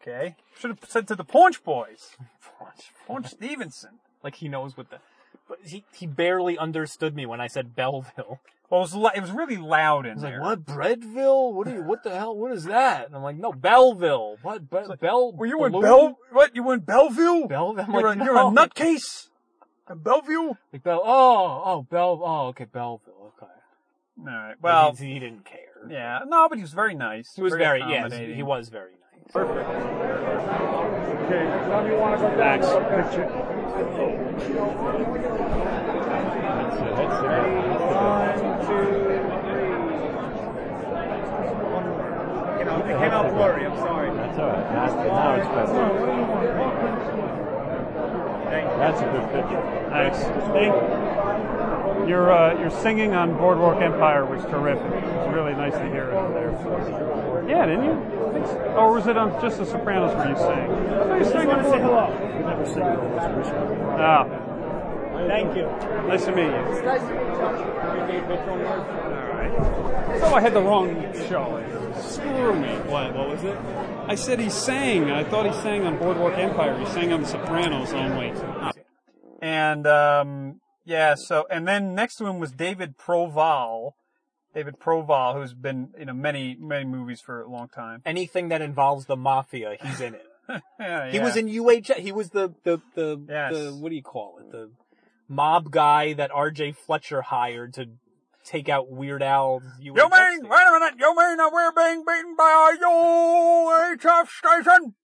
S4: Okay, should have said to the Paunch Boys. Paunch Stevenson.
S3: Like he knows what the. But he he barely understood me when I said Belleville.
S4: Well, it was lo- it was really loud in
S3: He's like,
S4: there.
S3: "What Breadville? What are you? What the hell? What is that?" And I'm like, "No, Belleville. What Bre- Bell?
S4: Were you in
S3: Balloon?
S4: Bell? What you in Belleville?
S3: Belleville? I'm
S4: You're,
S3: like,
S4: a, you're a
S3: no.
S4: nutcase. In Belleville.
S3: Like Bell? Oh, oh, Bell. Oh, okay, Belleville. Okay.
S4: All right. Well,
S3: he, he didn't care.
S4: yeah. No, but he was very nice.
S3: he was very. Yes,
S4: accommodating.
S3: he was very nice.
S13: Okay, now you want to go back to the picture.
S11: You know, it came out blurry. I'm sorry.
S8: That's all right. Now, now it's better. That's a good picture.
S2: Thanks. Thank you. Your, uh, your singing on Boardwalk Empire was terrific. It was really nice to hear it on there. Yeah, didn't you? I think so. Or was it on just The Sopranos where you sang? I thought you sang on Boardwalk.
S11: Hello.
S2: Ah.
S10: Thank you. Nice to meet you.
S11: It's nice to meet you.
S2: Oh, I had the wrong show. Screw me. What? What was it? I said he sang. I thought he sang on Boardwalk Empire. He sang on The Sopranos only.
S4: And um, yeah, so and then next to him was David Proval. David Proval, who's been in many many movies for a long time.
S3: Anything that involves the mafia, he's in it.
S4: Yeah,
S3: He
S4: yeah.
S3: was in UHF. He was the the the,
S4: Yes.
S3: the what do you call it? The mob guy that R.J. Fletcher hired to take out Weird Al's UHF.
S4: You mean, wait a minute, you mean that we're being beaten by a UHF station?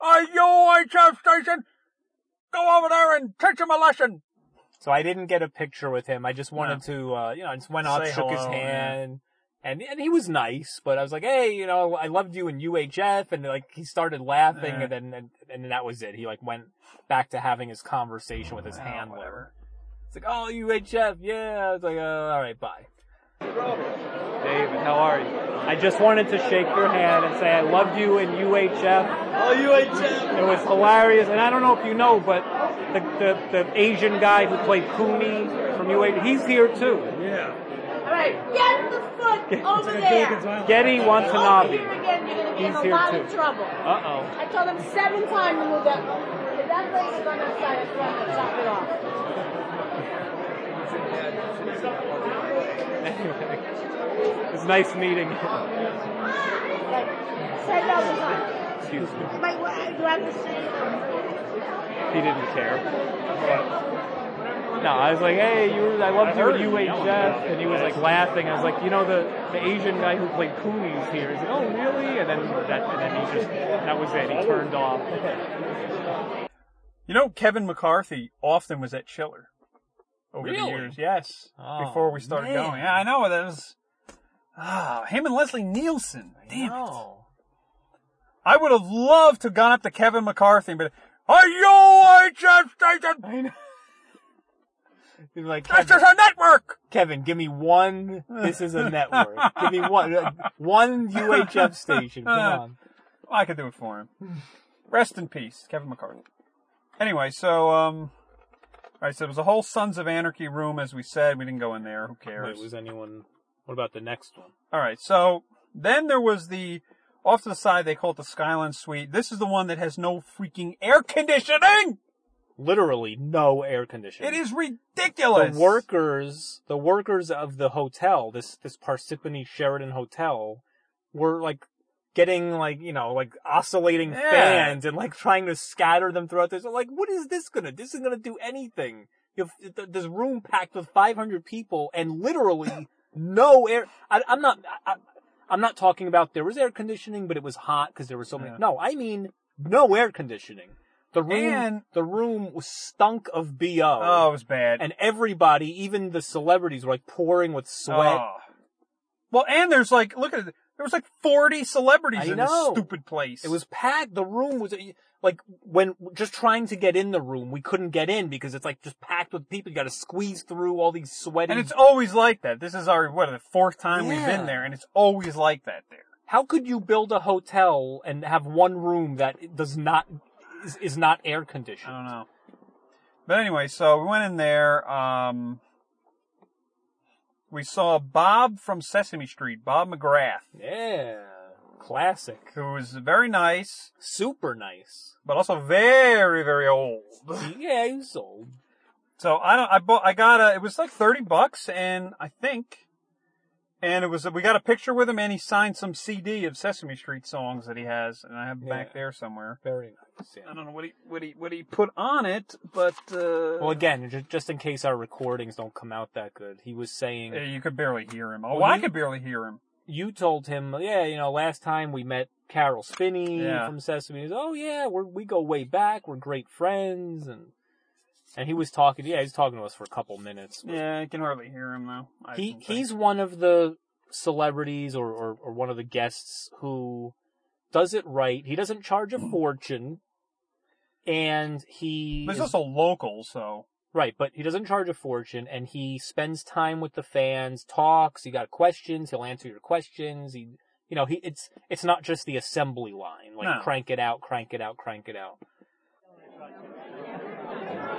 S4: A UHF station? Go over there and teach him a lesson.
S3: So I didn't get a picture with him. I just wanted to, uh, you know, I just went up,
S4: Say
S3: shook his
S4: hello, yeah.
S3: hand, and and he was nice. But I was like, hey, you know, I loved you in UHF, and like he started laughing,
S4: Yeah.
S3: and then and, and that was it. He like went back to having his conversation with his
S4: Oh,
S3: handler. It's like, oh, UHF, yeah. It's like, uh, all right, bye.
S14: David, how are you?
S15: I just wanted to shake your hand and say I loved you in UHF.
S14: Oh, you ain't Jeff.
S15: It was hilarious, and I don't know if you know, but the, the, the Asian guy who played Cooney from UHF, he's here too.
S14: Yeah.
S16: Alright, get the foot over
S15: It's
S16: there.
S15: Getty
S16: Over
S15: Watanabe.
S16: here again, you're gonna be
S15: He's
S16: in
S15: here
S16: a lot of
S15: too.
S16: trouble.
S15: Uh-oh.
S16: I told him seven times to move that if that lady's on that side of the front, I'll chop it off.
S15: It's nice meeting you.
S16: Say no to her.
S15: Excuse me.
S16: Am I- what- do I have to say?
S15: He didn't care. No, I was like, hey, you were, I
S14: I
S15: loved you
S14: heard
S15: at
S14: him yelling about
S15: UHF,
S14: it.
S15: and he was like laughing. I was like, you know, the, the Asian guy who played Cooney's here. He's like, oh, really? And then that, and then he just that was it. He turned off.
S4: You know, Kevin McCarthy often was at Chiller over the
S3: Really?
S4: years. Yes,
S3: Oh,
S4: before we started
S3: man.
S4: going. Yeah, I know that was. Ah, him and Leslie Nielsen. Damn it! I would have loved to have gone up to Kevin McCarthy, but are you HF station? I know.
S3: He's like,
S4: That's just a network.
S3: Kevin, give me one. This is a network. give me one, uh, one UHF station. Come on.
S4: Uh, I could do it for him. Rest in peace, Kevin McCarthy. Anyway, so um, all right. So it was a whole Sons of Anarchy room, as we said. We didn't go in there. Who cares?
S3: Wait, was anyone? What about the next one?
S4: All right. So then there was the off to the side. They call it the Skyline Suite. This is the one that has no freaking air conditioning.
S3: Literally no air conditioning.
S4: It is ridiculous.
S3: The workers, the workers of the hotel, this this Parsippany Sheridan Hotel, were like getting like you know like oscillating
S4: Yeah.
S3: fans and like trying to scatter them throughout this. Like, what is this gonna? This isn't gonna do anything. You have th- this room packed with 500 people and literally no air. I, I'm not. I, I- I'm not talking about there was air conditioning, but it was hot because there were so many. No, I mean no air conditioning. The room,
S4: And-
S3: the room was stunk of bo.
S4: Oh, it was bad.
S3: And everybody, even the celebrities, were like pouring with sweat.
S4: Oh. Well, and there's like, look at it. There was like 40 celebrities
S3: I
S4: in
S3: know.
S4: this stupid place.
S3: It was packed. The room was like when just trying to get in the room, we couldn't get in because it's like just packed with people. You got to squeeze through all these sweaty.
S4: and it's always like that. This is our, what, the fourth time we've
S3: Yeah.
S4: been there, and it's always like that there.
S3: How could you build a hotel and have one room that does not is, is not air conditioned?
S4: I don't know. But anyway, so we went in there. Um, we saw Bob from Sesame Street, Bob McGrath,
S3: Yeah, classic,
S4: who was very nice,
S3: super nice.
S4: but also very, very old.
S3: yeah, he was old.
S4: So I don't. I bought. I got a. It was like thirty bucks, and I think, and it was. We got a picture with him, and he signed some CD of Sesame Street songs that he has, and I have it
S3: Yeah.
S4: back there somewhere.
S3: Very nice. Yeah.
S4: I don't know what he what he what he put on it, but uh,
S3: Well, again, ju- just in case our recordings don't come out that good, he was saying
S4: eh, you could barely hear him. Oh,
S3: Well,
S4: I
S3: you-
S4: could barely hear him.
S3: you told him, yeah, you know, last time we met Carol Spinney
S4: Yeah.
S3: from Sesame. He's, oh yeah, we're, we go way back. We're great friends, and and he was talking. Yeah, he's talking to us for a couple minutes.
S4: Yeah, I can hardly hear him though. I
S3: he
S4: don't think.
S3: he's one of the celebrities or, or or one of the guests who does it right. He doesn't charge
S4: Hmm.
S3: a fortune, and he
S4: But he's
S3: is-
S4: also local, so
S3: Right, but he doesn't charge a fortune and he spends time with the fans, talks, he got questions, he'll answer your questions, he you know, he it's it's not just the assembly line, like
S4: No.
S3: crank it out, crank it out, crank it out.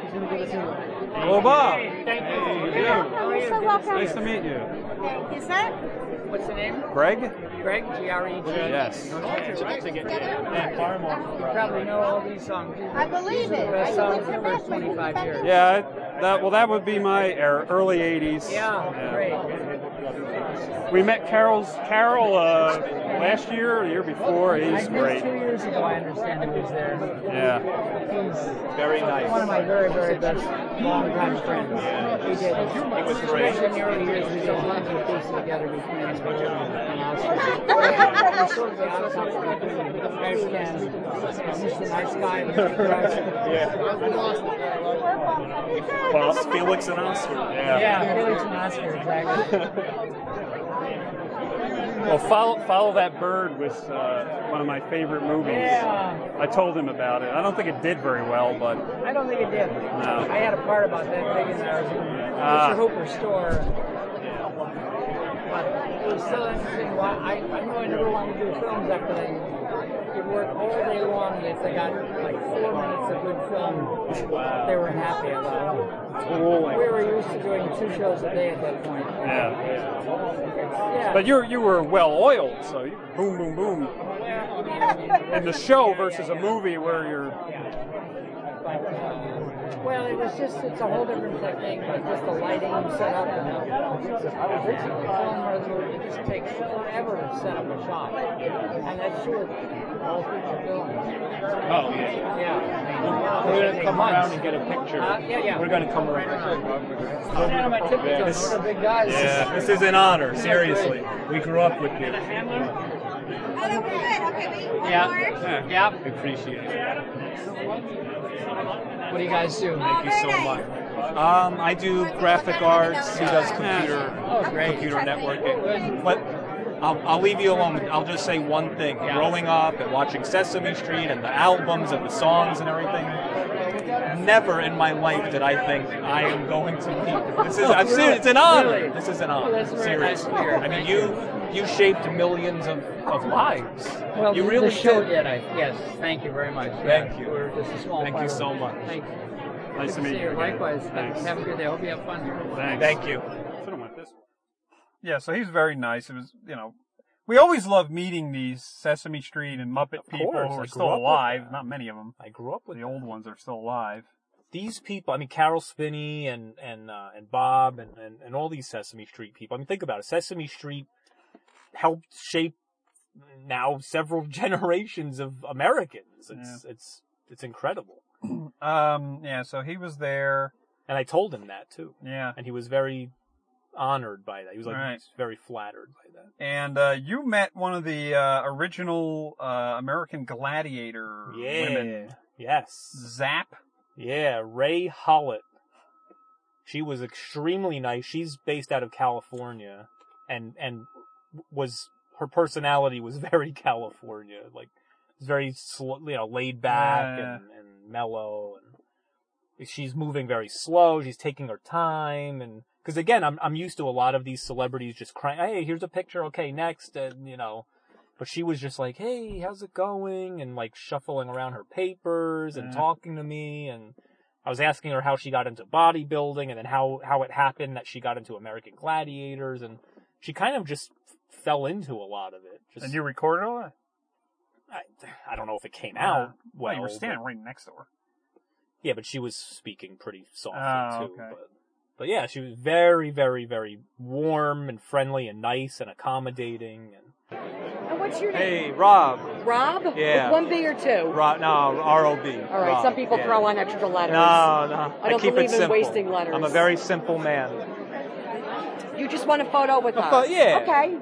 S6: He's going to give us a look.
S4: Hello, Bob.
S17: Thank you.
S4: Hey, you.
S17: How are you?
S4: You're so welcome. Nice to meet you.
S17: Thank you, sir. What's the name?
S4: Greg?
S17: Greg, E G-R-E-G.
S4: Yes.
S17: Matt Farmore. You probably know all these songs. I believe it.
S6: I
S17: Best
S6: believe
S17: songs in the first 25 years.
S4: Yeah, I- that well, that would be my era, early '80s.
S17: Yeah, great.
S4: We met Carol's Carol uh, last year, or the year before.
S6: I
S4: He's
S6: missed
S4: great.
S6: two years ago, I understand he was there.
S4: Yeah.
S6: He's
S4: Very
S6: one of my very, very best longtime friends. He did. He was great. In the early years, we did lots of things together between us. And I was I was sort of the outside of the great friend. He's a nice guy.
S4: Yeah.
S6: I lost it.
S11: Well, Felix and Oscar.
S6: Yeah, yeah Felix and Oscar, exactly.
S4: Well, follow follow that bird was uh, one of my favorite movies.
S6: Yeah.
S4: I told him about it. I don't think it did very well, but
S6: I don't think it did.
S4: No.
S6: I had a part about that thing in our
S4: Ah.
S6: Mr. Hooper's store. But it was so interesting. Why I, I know I never wanted to do films after they could work all day long, and if they got like four minutes of good film, they were happy about it.
S4: Rolling.
S6: We were used to doing two shows a day at that point.
S4: yeah.
S6: Yeah.
S4: But you you were well oiled, so you boom boom boom. In the show versus a movie where you're
S6: Well, it was just, it's a whole different technique, but just the lighting set up and the, I was thinking the film resolution, it just takes forever to set up a shot. And that's true with all feature films.
S11: Oh, yeah.
S6: Yeah.
S11: We're gonna
S6: It
S11: come
S6: takes
S11: around
S6: months.
S11: and get a picture.
S6: Uh, yeah, yeah.
S11: We're gonna come
S6: I'm standing on my
S11: around.
S6: tiptoes,
S11: This-
S6: I'm a big guy.
S11: yeah, this is an honor. Seriously,
S8: Oh,
S11: we grew up with you.
S17: Yeah.
S11: Yep. We appreciate it.
S6: What do you guys do?
S11: Thank you so much. Um, I do graphic arts. He does computer
S6: Oh,
S11: computer networking. But I'll, I'll leave you alone. I'll just say one thing: growing up and watching Sesame Street and the albums and the songs and everything. Never in my life did I think I am going to meet. This is I'm serious. It's an honor.
S6: Really?
S11: This is an
S6: Well,
S11: honor.
S6: that's very nice
S11: seriously.
S6: to hear.
S11: I mean,
S6: Thank
S11: you you shaped millions of, of lives.
S6: Well,
S11: you really
S6: the show
S11: did.
S6: did, I, yes, thank you very much.
S11: Thank you.
S6: We're just a small
S11: Thank
S6: part
S11: you
S6: of
S11: so
S6: it.
S11: much.
S6: Thank you.
S4: Nice to
S6: Good
S4: meet
S6: see
S4: you.
S6: Likewise.
S4: Thanks.
S6: Have a good day. Hope you have fun here.
S4: Thanks.
S11: Thank you.
S4: Should've went this way.
S18: Yeah, so he was very nice. It was, you know, we always love meeting these Sesame Street and Muppet people
S3: course,
S18: who
S3: I
S18: are
S3: grew
S18: still
S3: up with
S18: alive. Not many of them.
S3: I grew up with
S18: the old ones are still alive.
S3: these people, I mean, Carol Spinney and, and, uh, and Bob and, and, and all these Sesame Street people. I mean, think about it. Sesame Street helped shape now several generations of Americans. It's, it's, it's incredible.
S18: Um, yeah, so he was there.
S3: And I told him that too.
S18: Yeah.
S3: And he was very honored by that. He was like,
S18: Right.
S3: he's very flattered by that.
S18: And uh, you met one of the uh, original uh, American Gladiator
S3: Yeah.
S18: women.
S3: Yes.
S18: Zap.
S3: Yeah, Ray Hollett. She was extremely nice. She's based out of California and and was her personality was very California, like it's very sl- you know laid back
S18: Yeah.
S3: and, and mellow and she's moving very slow. She's taking her time and cuz again, I'm I'm used to a lot of these celebrities just crying, "Hey, here's a picture. Okay, next." And you know, but she was just like, "Hey, how's it going?" and like shuffling around her papers and
S18: Yeah.
S3: talking to me and I was asking her how she got into bodybuilding and then how how it happened that she got into American Gladiators and she kind of just f- fell into a lot of it. Just
S18: And you recorded all that?
S3: I, I don't know if it came out well.
S18: Uh, Well, you were standing
S3: but-
S18: right next to her.
S3: yeah, but she was speaking pretty softly
S18: Oh,
S3: too.
S18: okay.
S3: But, but yeah, she was very, very, very warm and friendly and nice and accommodating. And
S17: And what's your
S3: Hey,
S17: name?
S3: Rob.
S17: Rob?
S3: Yeah.
S17: With one B or two?
S3: Ro-
S8: no, R.O.B.
S17: All right, some people throw on extra letters.
S8: No, no.
S17: I don't
S8: keep
S17: believe
S8: it
S17: in
S8: simple.
S17: wasting letters.
S8: I'm a very simple man.
S17: You just want a photo with
S8: A
S17: us?
S8: pho- yeah.
S17: Okay.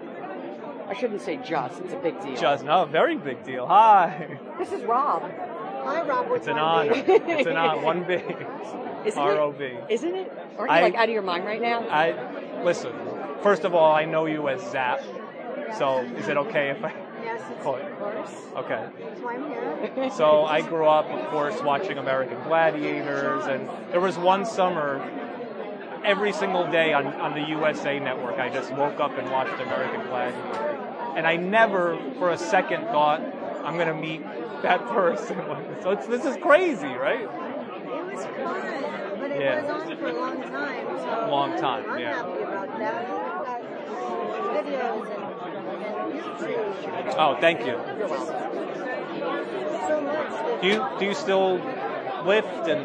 S17: I shouldn't say just. It's a big deal.
S8: Just no, very big deal. Hi.
S17: This is Rob. Hi, Rob.
S8: It's an honor. It's an honor. One big.
S17: Isn't it-
S8: R.O.B.
S17: Isn't it? Aren't you
S8: I-
S17: like out of your mind right now?
S8: I listen. First of all, I know you as Zap. So is it okay if I?
S17: Yes,
S8: Call it. Okay.
S17: That's why I'm here.
S8: So I grew up, of course, watching American Gladiators, and there was one summer, every single day on, on the USA Network, I just woke up and watched American Gladiator. And I never, for a second, thought, I'm going to meet that person. so it's, this is crazy, right?
S17: It was fun. But it
S8: Yeah.
S17: was on for a long time. So
S8: Long time,
S17: I'm
S8: yeah.
S17: happy about that. You guys, videos and, and YouTube.
S8: Oh, thank you.
S17: You're welcome. So much. that-
S8: Do you do you still lift and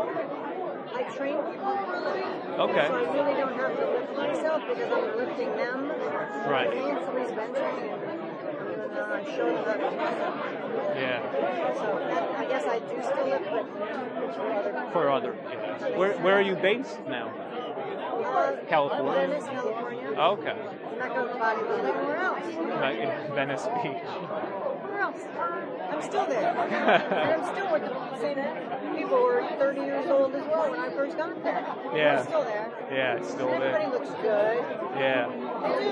S17: I train people for a living.
S8: Okay.
S17: So I really don't have to lift myself because I'm lifting them.
S8: Right.
S17: Me and somebody's mentoring and uh, I'm showing them how to do stuff.
S8: yeah
S17: So that, I guess I do still lift, but
S8: for
S17: for other
S8: other? yeah. Where where are you based now?
S17: Uh,
S8: California?
S17: Venice, California.
S8: Okay,
S17: I'm not going to bodybuilding. Where else?
S8: Like in Venice Beach.
S17: Where else? I'm still there. and I'm still with the same people who are 30 years old as well when I first got there.
S8: Yeah.
S17: I'm still there.
S8: Yeah, it's still
S17: And
S8: there.
S17: Everybody looks good.
S8: Yeah.
S17: They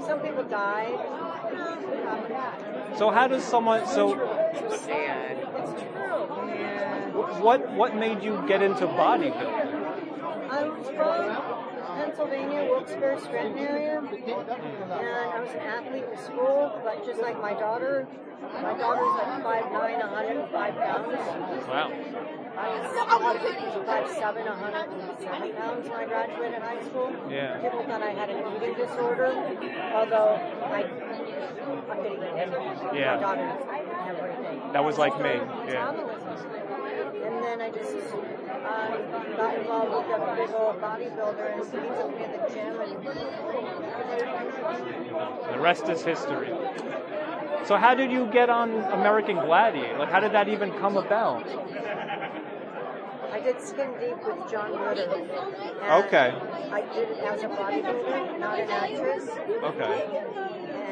S17: do. Some people die.
S8: So how does someone so
S17: It's sad. It's true.
S8: what what made you get into bodybuilding?
S17: I was from Pennsylvania, Wilkes-Barre, Scranton area, and I was an athlete in school, but just like my daughter. My daughter's like 5'9", 105 pounds.
S8: Wow.
S17: I was five seven, 107 pounds when I graduated high school.
S8: Yeah.
S17: People thought I had an eating disorder, although I, I'm getting it.
S8: Yeah.
S17: My daughter has everything.
S8: That was like me, yeah.
S17: Metabolism. And then I just um, got involved with a big old bodybuilder, and he took me to the gym, and
S8: The rest is history. So how did you get on American Gladiator? Like how did that even come about?
S17: I did skin deep with John Ritter. And
S8: Okay.
S17: I did it as a bodybuilder, not an actress.
S8: Okay.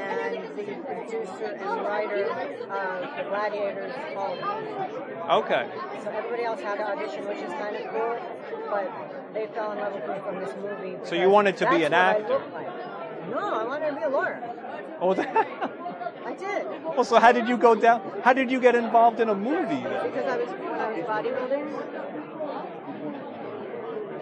S17: And the producer and writer of The Gladiators called me.
S8: Okay.
S17: So everybody else had to audition, which is kind of cool. But they fell in love with me from this movie.
S8: So you wanted to
S17: because
S8: be an
S17: that's
S8: actor.
S17: what I look like. No, I wanted to be a lawyer.
S8: Oh, that,
S17: I did.
S8: well, so how did you go down? How did you get involved in a movie then?
S17: Because I was when I was bodybuilding,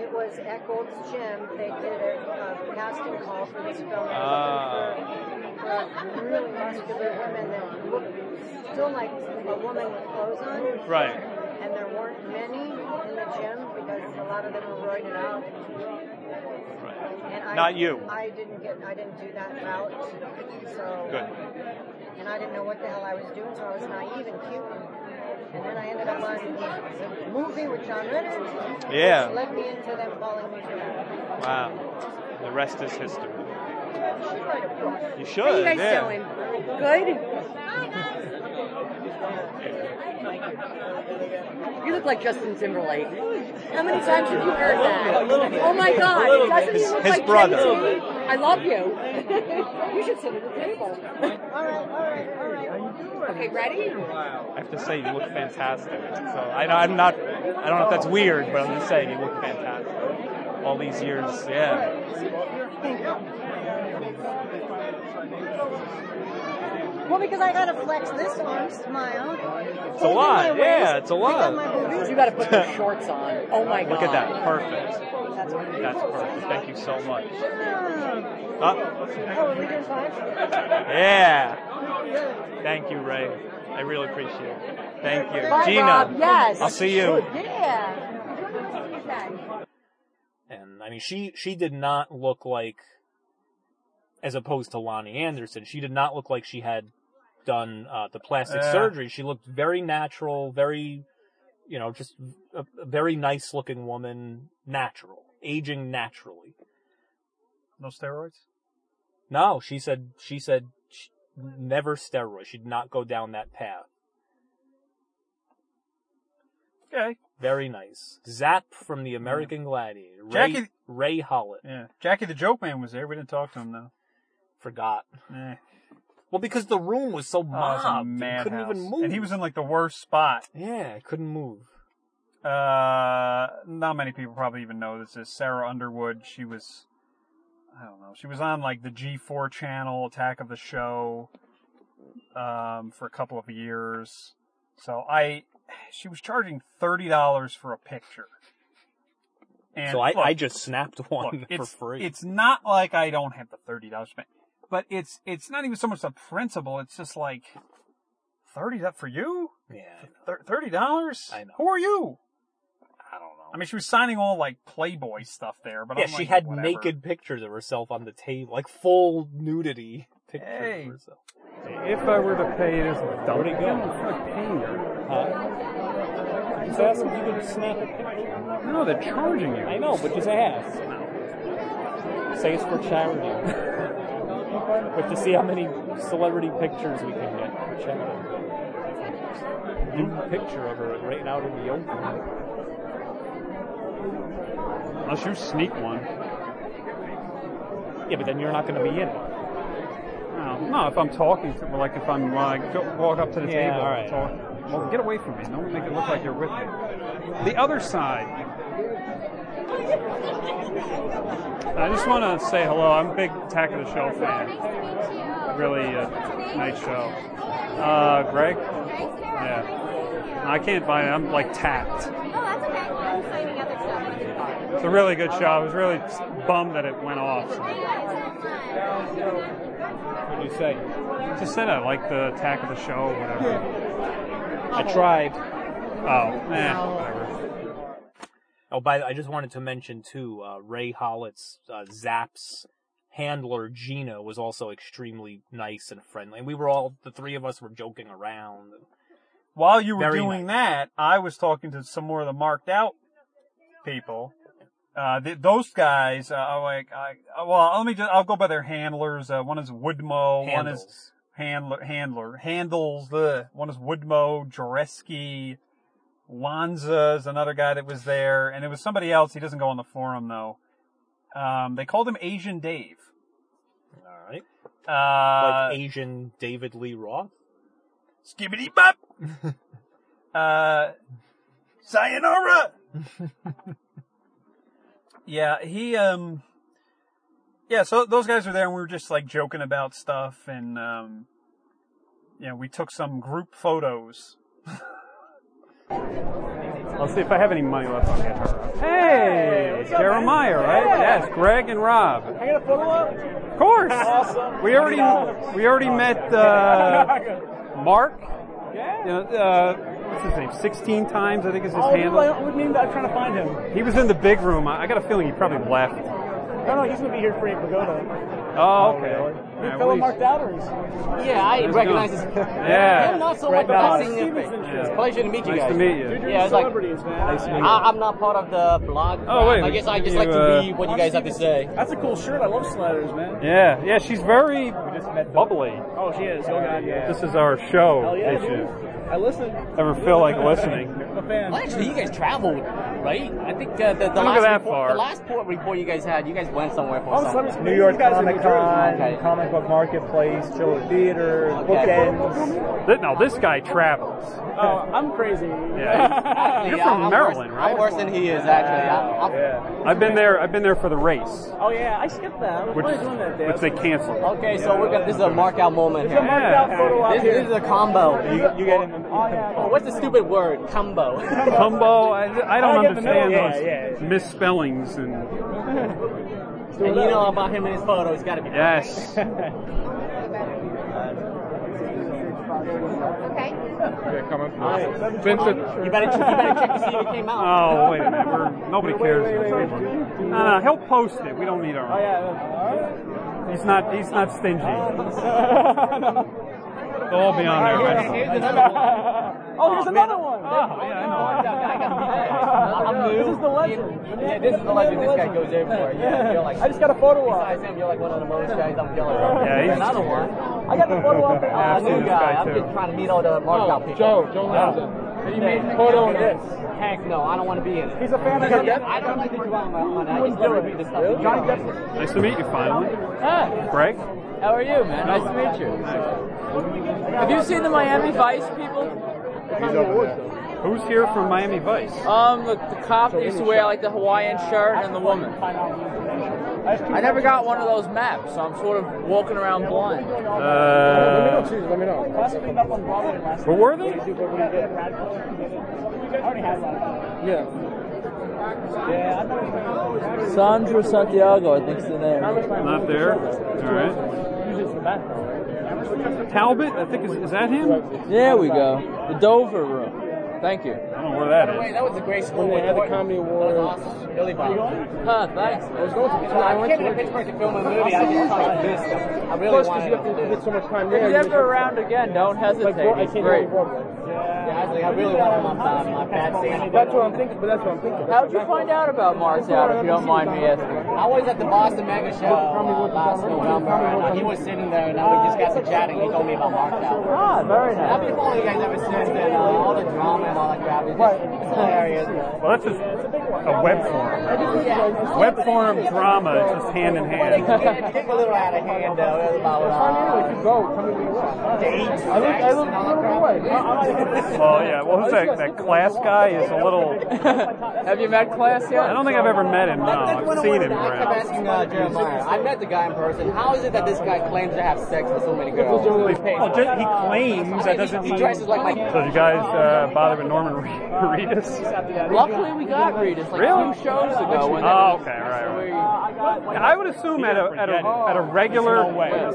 S17: it was at Gold's Gym. They did a, a casting call for this film. It
S8: Ah.
S17: was looking for, for really muscular women that looked still like a woman with clothes on.
S8: Right.
S17: And there weren't many in the gym because a lot of them were roided out. And I,
S8: Not you.
S17: I didn't get. I didn't do that route. So.
S8: Good.
S17: And I didn't know what the hell I was doing, so I was naive and cute. And then I ended up on the movie with John Ritter. which
S8: Yeah.
S17: led me into them calling me to
S8: Wow. The rest is history.
S17: should write a book.
S8: You should. yeah.
S19: Good. You look like Justin Timberlake. How many times have you heard that? Oh my
S8: A little
S19: God! Doesn't
S8: bit.
S19: he look
S8: His
S19: like
S8: brother.
S19: Jay-Z? I love you. you should sit at the table. Okay, ready?
S8: I have to say, you look fantastic. So I, I'm not. I don't know if that's weird, but I'm just saying you look fantastic. All these years, yeah.
S17: Well, because I gotta flex this arm, smile.
S8: It's a lot. Yeah, it's a lot.
S19: You got to put those shorts on. Oh my God!
S8: Look at that. Perfect. That's perfect. Thank you so much. Uh,
S17: Oh, are we doing five?
S8: yeah. Thank you, Ray. I really appreciate it. Thank you,
S19: Bye,
S8: Gina.
S19: Rob. Yes.
S8: I'll see you.
S19: Yeah.
S3: And I mean, she she did not look like, as opposed to Lonnie Anderson, she did not look like she had done uh, the plastic
S4: Yeah.
S3: surgery. She looked very natural, very, you know, just a, a very nice looking woman, natural, aging naturally.
S4: No steroids?
S3: No, she said she said she, never steroids. She'd not go down that path.
S4: Okay.
S3: Very nice. Zap from the American Gladiator. Ray,
S4: Jackie-
S3: Ray Hollett.
S4: Yeah. Jackie the Joke Man was there. We didn't talk to him though.
S3: Forgot.
S4: Eh.
S3: Well, because the room was so
S4: Oh, it was
S3: mobbed,
S4: a
S3: you couldn't
S4: madhouse.
S3: even move.
S4: And he was in like the worst spot.
S3: Yeah, couldn't move.
S4: Uh, not many people probably even know this is Sarah Underwood. She was, I don't know, she was on like the G4 channel, Attack of the Show, um, for a couple of years. So I, she was charging thirty dollars for a picture.
S3: so I,
S4: look,
S3: I just snapped one
S4: look, it's,
S3: for free.
S4: It's not like I don't have the thirty dollars spent, but it's it's not even so much the principle. It's just like thirty that for you.
S3: Yeah.
S4: Thirty dollars?
S3: I know.
S4: Who are you?
S3: I don't know.
S20: I mean, she was signing all like Playboy stuff there, but
S3: yeah,
S20: I'm
S3: she
S20: like,
S3: had
S20: whatever.
S3: naked pictures of herself on the table, like full nudity pictures
S20: Hey.
S3: of herself.
S4: If I were to pay this
S3: Where'd
S4: dummy,
S3: it go?
S4: I don't feel like paying her.
S8: Just ask if you could snap a picture.
S4: No, they're charging you.
S8: I know, but just ask. Say it's for charity. but to see how many celebrity pictures we can get for charity. New picture of her right out in the open.
S4: Unless you sneak one.
S8: Yeah, but then you're not going to be in it.
S4: No, Oh, no, if I'm talking to, like if I'm like go, walk up to the
S8: Yeah,
S4: table
S8: all
S4: and
S8: right,
S4: talk. Well, get away from me. Don't make it look like you're with me. The other side. I just want to say hello. I'm a big Attack of the Show fan. Really uh, nice show. Uh, Greg? Yeah. I can't find it. I'm like tapped.
S16: Oh, that's okay. I'm signing other stuff.
S4: It's a really good show. I was really bummed that it went off. So.
S8: What'd you say?
S4: Just said I like the attack of the show, or whatever.
S8: I tried.
S4: Oh, eh, whatever.
S3: Oh, by the I just wanted to mention too, uh, Ray Hollett's uh, Zaps handler Gina was also extremely nice and friendly, and we were all the three of us were joking around.
S20: While you were
S3: Very
S20: doing that, I was talking to some more of the marked out people. Uh, th those guys, uh, I like, I, uh, well, let me just, I'll go by their handlers. Uh, one is Woodmo, one is handler,
S3: Handles.
S20: handler, handles, the, one is Woodmo, Jareski, Lanza is another guy that was there, and it was somebody else. He doesn't go on the forum though. Um, they called him Asian Dave.
S3: All right,
S20: Uh,
S3: like Asian David Lee Roth.
S20: Skibbity bop. uh, sayonara. yeah, he um, yeah. So those guys were there, and we were just like joking about stuff, and um, you know, we took some group photos.
S4: I'll see if I have any money left. I'll get her. Hey,
S15: what's up,
S4: Jeremiah,
S15: man?
S4: right?
S15: Yeah.
S4: Yes, Greg and Rob.
S15: I got a photo up?
S4: Of course.
S15: Awesome.
S4: We already
S15: $20.
S4: we already met uh, Mark. Yeah. uh, what's his name? Sixteen times, I think is his
S15: Oh,
S4: handle.
S15: I wouldn't even, I'm trying to find him.
S4: He was in the big room. I I got a feeling he probably left.
S15: No, no, he's going to be here for Ape Pagoda.
S4: Oh, okay.
S15: You
S4: Yeah,
S15: fellow
S4: well,
S15: marked out or is
S6: Yeah, I
S4: How's it
S6: recognize
S4: going?
S6: this.
S4: Yeah.
S6: Him not so
S4: Right
S6: much, but
S4: now.
S6: I've seen him. It's a pleasure to meet you
S4: Nice
S6: guys.
S4: to meet you. Dude, you're
S6: yeah, it's like,
S15: celebrities, man. Nice to meet you.
S6: I, I'm not part of the blog.
S4: Oh, wait,
S6: I guess I just
S4: you,
S6: like to
S4: uh,
S6: read what you guys have to say.
S15: That's a cool shirt. I love sliders, man.
S4: Yeah, yeah. She's very bubbly.
S15: Oh, she is. Oh, God, yeah.
S4: This is our
S8: oh,
S4: show
S15: Hell yeah,
S4: issue.
S15: dude. I listen.
S4: Ever feel like listening?
S15: I'm a fan.
S6: Well, actually, you guys traveled, right? I think uh, the, the,
S4: Don't
S6: last
S4: go that
S6: report,
S4: far.
S6: the last port report you guys had, you guys went somewhere for
S15: All the
S6: something.
S15: celebrities- New York Oh, you guys are Comic New Jersey. Con,
S6: comic
S21: book marketplace, Chiller Theater,
S4: bookends. Th- No, this guy travels.
S15: Oh, I'm crazy.
S4: Yeah. You're
S6: Yeah,
S4: from
S6: I'm
S4: Maryland,
S6: worse,
S4: right?
S6: I'm worse than he is, actually. I, I,
S4: I've been there. I've been there for the race,
S15: Oh yeah, I skipped that. I was
S4: which,
S15: planning on doing that, Dave.
S4: which they canceled.
S6: Okay, so we're gonna, this is a mark out moment
S15: This is
S6: here.
S15: a mark out photo op
S6: this,
S15: here.
S6: this is a combo.
S15: You- you get in
S6: the, oh, what's the stupid word? Combo.
S4: Combo. I, I don't
S6: get the middle.
S4: understand
S6: Yeah,
S4: those
S6: yeah, yeah.
S4: misspellings and
S6: And you know about him and his photo. It's got to be.
S4: yes.
S15: Yeah, coming
S4: Alright.
S6: You better, you better check to see if it came out.
S4: Oh wait a minute. We're, nobody cares. No, no. He'll post it. We don't need our.
S15: Oh yeah.
S4: He's not. He's not stingy.
S15: no.
S4: They'll all be on there.
S15: Alright,
S4: eventually.
S15: Oh, here's another one. Oh,
S6: I'm new.
S15: This is the legend.
S6: Yeah, this is the legend. This guy goes everywhere. Yeah, you're like.
S15: I just got a photo op.
S6: Besides him, you're like one of the most guys I'm dealing with.
S15: Yeah, he's-
S6: another one.
S15: I got the photo op.
S6: Uh,
S15: Uh,
S6: new
S15: new
S6: guy.
S15: guy,
S6: I'm
S15: too. Oh,
S6: just trying to meet all the marked out people.
S15: Joe, Joe Lanza.
S6: Hey,
S15: You made a photo of this.
S6: Hank, no, I don't want to be in it.
S15: He's a fan of
S6: Because
S15: Johnny Depp.
S6: I don't like the drama on that. I just don't read the stuff.
S15: Really? Johnny
S6: Depp.
S4: Nice to meet you finally.
S17: Hi,
S4: Greg.
S17: how are you, man? Nice to meet you. Have you seen the Miami Vice people?
S4: Who's here from Miami Vice?
S17: Um, the, the cop that used to wear like the Hawaiian shirt and the woman. I never got one of those maps, so I'm sort of walking around blind.
S4: Uh,
S15: Let me know.
S4: Where were they?
S17: Yeah. Sandra Santiago, I think is the name.
S4: Not there. All right. Talbot, I think is, is that him?
S17: There we go. The Dover room.
S6: Thank you.
S4: I don't know where that
S17: By the way, that was a great school.
S8: When they had the
S17: Gordon.
S8: comedy
S17: That
S8: awards.
S17: was awesome. Billy Bob.
S6: Huh, thanks.
S8: I was going to
S17: When I went to
S8: work-
S17: Pittsburgh to film a movie, I just thought I missed it. I
S8: Plus,
S17: really
S8: 'cause
S17: wanted
S8: you have to
S17: do
S8: get so much time
S6: If
S8: there.
S6: you're ever around again, don't hesitate.
S8: Like, I
S6: He's
S8: can't
S6: great.
S8: go to Broadway.
S17: Yeah, I, was like, I really want him on uh, my bad Santa.
S8: That's what I'm thinking, but that's what I'm thinking.
S6: How'd you find out about Mars Out, if you don't mind me asking?
S17: I was at the Boston Mega Show uh, last November, and uh, he was sitting there, and uh, we just got to chatting. He told me about Marked Out.
S6: Ah, very
S17: And I've been following you guys ever since, and uh, all the drama and all that crap. It's, just, it's hilarious.
S4: Well, that's just a web forum. Web forum drama is just hand in
S17: But it
S4: hand.
S17: can get a little out of hand, though. It was about uh,
S8: If you go, come to New York.
S17: dates,
S8: I look, I
S17: sex,
S8: look,
S17: and all
S8: I
S17: that
S8: look
S17: crap.
S8: away.
S4: Well, Oh, yeah. Well, who's that? That class guy is a little.
S6: Have you met Class yet?
S4: I don't think I've ever met him. No,
S17: Everyone
S4: I've seen
S17: wanted
S4: him
S17: to- I kept
S4: around.
S17: asking uh, Jeremiah. I met the guy in person. How is it that this guy claims to have sex with so many girls?
S4: Well, just, he claims that doesn't.
S17: He dresses like my.
S4: So you guys uh, bother with Norman Re- Reedus?
S6: Luckily, we got Reedus like
S4: Really?
S6: two shows ago. When
S4: Oh, okay, right, right. I would assume at a, at a, at a regular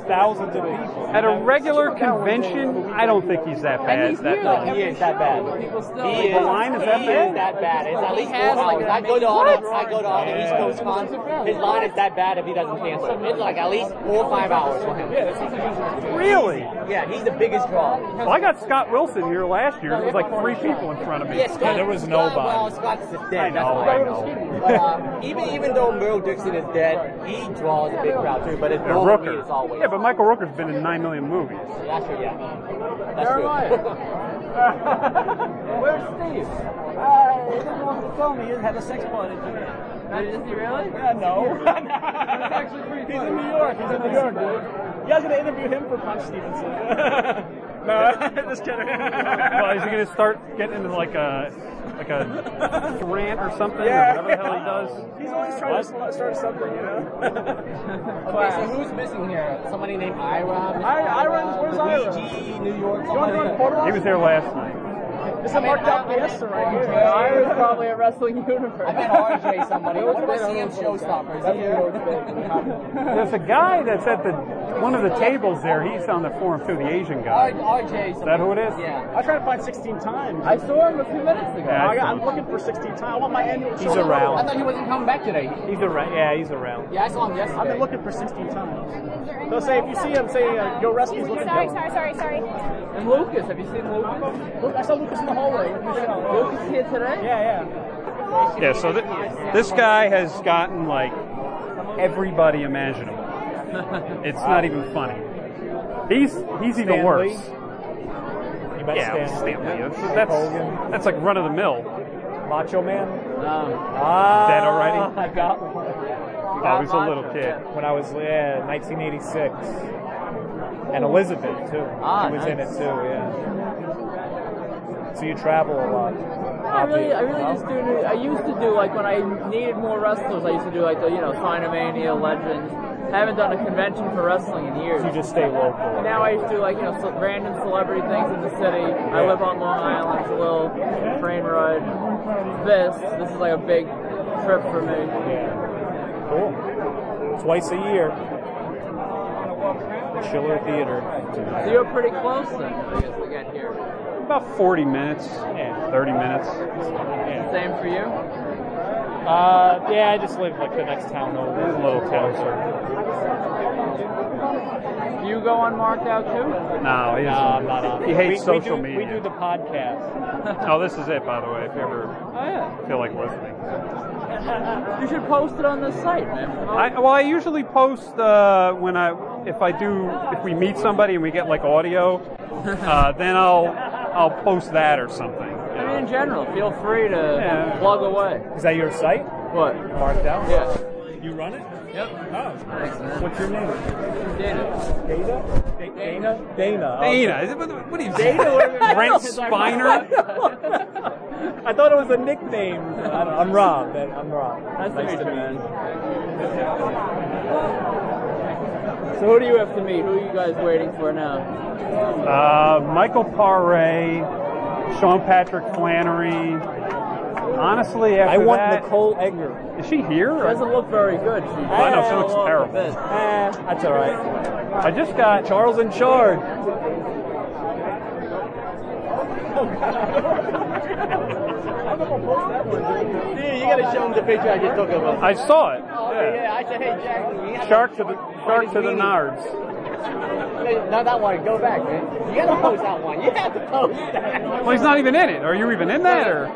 S8: thousands of people.
S4: at a regular convention, I don't think he's that bad.
S6: And he's
S4: that
S6: here like
S4: dumb.
S17: He
S6: every
S17: is that
S6: show,
S17: bad.
S6: but people still.
S17: He
S4: The
S17: is,
S4: line is that
S17: he
S4: bad?
S17: is that bad. It's at
S6: He
S17: least four
S6: has, like,
S17: hours. I go to all the I go to all the East
S4: Yeah.
S17: Coast cons. His line is that bad if he doesn't cancel. It's like at least four or five hours for him.
S4: Really?
S17: Yeah, he's the biggest draw.
S4: Well, I got Scott Wilson here last year. There was like three people in front of me.
S17: Yeah, Scott, Scott, Well, Scott's just dead.
S4: I
S17: that's
S4: know,
S17: why.
S4: I know.
S17: But, uh, even even though Merle Dixon is dead, he draws a big crowd too. But it's
S4: Yeah,
S17: Norman Reed is
S4: Rooker.
S17: always.
S4: Yeah, but Michael Rooker's been in nine million movies.
S17: That's true. Yeah. That's
S16: Where's Steve? Uh, he didn't want to tell me he had a sex party today.
S6: Is he really?
S16: Yeah, no. That's actually pretty He's in New York. He's in New York, dude. You guys gonna interview him for Punch Stevenson? no, just kidding.
S4: Well, is he going to start getting into like a like a rant or something? Or whatever the hell he does.
S16: He's always trying to start something, you know.
S17: true. Okay, so who's missing here? Somebody named Ira.
S16: I, I run. Where's Ira?
S17: Luigi, New York.
S16: You want to go to Porto?
S4: He was there last night.
S16: It's a marked out Fiesta right here.
S6: Ira's probably a wrestling universe.
S17: I met RJ somebody. What did I see him showstoppers?
S4: There's a guy that's at the one of the tables there. He's on the forum too. The Asian guy.
S17: RJ.
S4: Is that who it is?
S17: Yeah.
S16: I tried to find 16 times.
S6: I saw him a few minutes ago.
S4: Yeah, I
S16: I,
S4: saw
S16: I'm
S4: him.
S16: looking for 16 times. I want my annual.
S4: He's around.
S17: I thought he wasn't coming back today.
S4: He's around. Yeah, he's around.
S17: Yeah, I saw him yesterday.
S16: I've been looking for 16 times. So say if you see him, say uh, go rescue. Look at
S22: Sorry,
S16: him.
S22: sorry, sorry, sorry.
S6: And Lucas, have you seen Lucas?
S16: Look, I saw Lucas in the hallway with Michelle.
S6: Lucas here today?
S16: Yeah, yeah.
S4: Yeah. So th- this guy has gotten like everybody imaginable. It's not even funny. He's he's even
S8: Stan
S4: worse.
S8: Lee? You met
S4: Yeah,
S8: Stan
S4: Stanley.
S8: Lee.
S4: That's that's,
S8: Hogan.
S4: that's like run of the mill.
S8: Macho Man.
S6: Um,
S8: Ah,
S4: Dead already?
S8: I got one.
S4: Oh, he's a little kid.
S8: When I was yeah, 1986, and Elizabeth too.
S6: Ah,
S8: she was in it
S6: nice.
S8: too. Yeah. So you travel a lot.
S6: I really, I really just do. new- I used to do like when I needed more wrestlers. I used to do like the you know Sinomania, Legends. Haven't done a convention for wrestling in years.
S8: You just stay local.
S6: Now I just do like you know ce- random celebrity things in the city. I live on Long Island. It's a little train ride. This, this is like a big trip for me.
S8: Yeah. Cool. Twice a year. Schiller Theater.
S6: So you're pretty close then, I guess, to get here.
S4: About 40 minutes, 30 minutes.
S6: Same for you.
S8: Uh, yeah, I just live like the next town over. It's a little closer.
S6: Do you go on Marked Out too?
S4: No, he doesn't.
S8: No, I'm not on.
S4: He hates
S8: we,
S4: social
S8: we do,
S4: media.
S8: We do the podcast.
S4: Oh, this is it, by the way. If you ever
S6: Oh yeah.
S4: feel like listening.
S6: You should post it on this site, man.
S4: I, well, I usually post uh, when I if I do if we meet somebody and we get like audio, uh, then I'll I'll post that or something.
S6: I mean, in general, feel free to plug away.
S8: Is that your site?
S6: What?
S8: Marked out?
S6: Yeah.
S8: You run it?
S6: Yep.
S8: Oh.
S6: Thanks, man.
S8: What's your name?
S6: Data.
S8: Dana? Da- Dana? Dana. okay.
S4: Dana, is it- what, what are you
S8: Dana would have been-
S4: Brent Spiner.
S8: I thought it was a nickname. I don't know. I'm Rob. man. I'm Rob.
S6: Nice to meet you, man.
S8: you.
S6: So who do you have to meet? Who are you guys waiting for now?
S4: Uh, Michael Paré, Sean Patrick Flannery. Honestly, after
S8: I want
S4: that,
S8: Nicole Egger.
S4: is she here?
S6: She doesn't look very good. She
S4: I know, she looks
S6: fell off a
S4: terrible.
S6: bit.
S8: Eh, that's all right.
S4: I just got
S8: Charles in charge.
S2: Yeah, you gotta show him the picture I just took of him.
S4: I saw it.
S2: Oh, yeah. I said, hey, Jack. you gotta-
S4: Shark to the shark to the
S2: meeting.
S4: nards.
S2: No, not that one. Go back, man. You gotta post that one. You have to post that.
S4: Well, he's not even in it. Are you even in that or?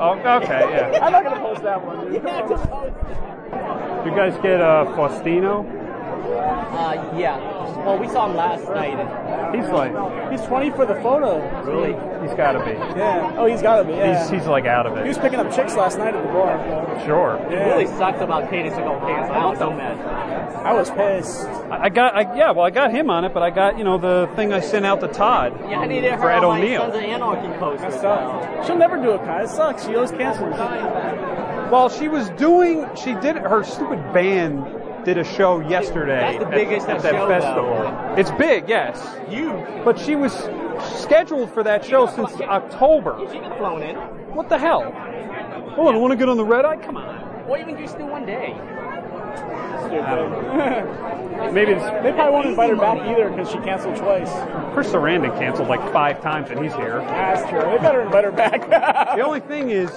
S4: Oh, okay, yeah.
S6: I'm not gonna post that one. Dude.
S4: You guys get uh, Faustino?
S2: Uh, yeah. Well, we saw him last night.
S4: He's like,
S6: He's 20 for the photo.
S4: really? He's got to be.
S6: Yeah. Oh, he's gotta be. Yeah.
S4: He's he's like out of
S6: he was
S4: it.
S6: picking up chicks last night at the bar.
S4: Sure.
S2: It really sucks about Cadence to go cancel. I was so mad.
S6: I was pissed.
S4: I I got, I, yeah, well, I got him on it, but I got, you know, the thing I sent out to Todd.
S2: Yeah, I needed her
S4: for Ed
S2: on my
S4: O'Neill.
S2: Sons of Anarchy poster.
S6: That sucks. She'll never do it, Kai. It sucks. She always cancels.
S4: Well, she was doing, she did her stupid band did a show yesterday
S2: That's the
S4: at-
S2: biggest
S4: at, that
S2: show, though.
S4: festival. It's big, yes. You. But she was scheduled for that show since October.
S2: She got flown in.
S4: What the hell? Oh, I don't want to get on the red eye. Come on.
S2: Or even just do one day.
S4: Maybe it's
S6: Um, They probably won't invite her back either because she canceled twice.
S4: Chris Sarandon canceled like five times, and he's here.
S6: That's true. They better invite her back.
S4: The only thing is,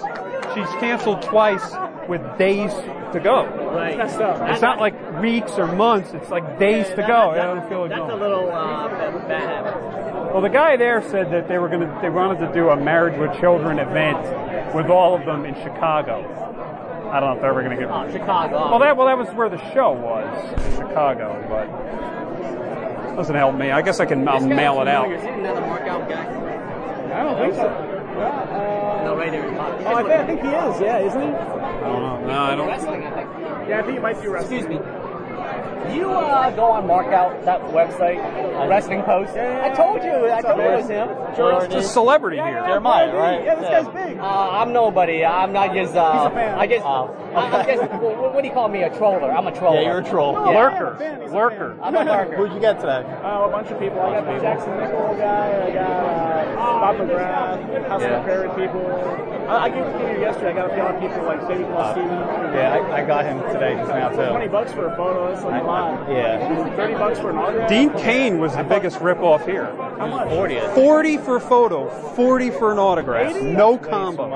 S4: she's canceled twice with days to go.
S2: Right.
S6: That's tough.
S4: It's not like weeks or months. It's like days to go. I don't feel like
S2: That's
S4: going.
S2: a little uh, bad, bad habit.
S4: Well, the guy there said that they were going to they wanted to do a marriage with children event with all of them in Chicago. I don't know if they're ever going to get.
S2: Oh, Chicago.
S4: Well, that well that was where the show was, in Chicago, but doesn't help me. I guess I can I'll mail it out.
S2: Is he another workout guy?
S6: I don't think so.
S2: No, right there.
S6: Oh, I, think, I think he is. Yeah, isn't he?
S4: I don't know. No, I don't.
S2: Wrestling, I think.
S6: Yeah, I think he might be wrestling.
S2: Excuse me. You uh, go on Markout, that website, Wrestling Post. I told you, I told you it was him.
S4: It's a celebrity here.
S2: Jeremiah, right?
S6: Yeah, this guy's big.
S2: Uh, I'm nobody. I'm not just. Uh,
S6: He's a fan.
S2: I guess. I, I guess. What, what do you call me? A troller? I'm a troller.
S8: Yeah, you're a troll.
S2: Yeah.
S4: Lurker, lurker.
S2: I'm a lurker.
S8: Who'd you get today?
S6: Oh, a bunch of people. I got the Jackson Nickel guy. I got uh, Papa Graf, House
S8: Yeah.
S6: of Favorite People. I, I gave it to you yesterday. I got a lot of people like Sadie Plus Steven.
S8: Yeah, I, I got him today just now too.
S6: 20 bucks for a photo. That's like a lot.
S8: Yeah.
S6: 30 bucks for an autograph.
S4: Dean Kane was the biggest ripoff here.
S6: How much?
S4: 40 for a photo, 40 for an autograph. No combo.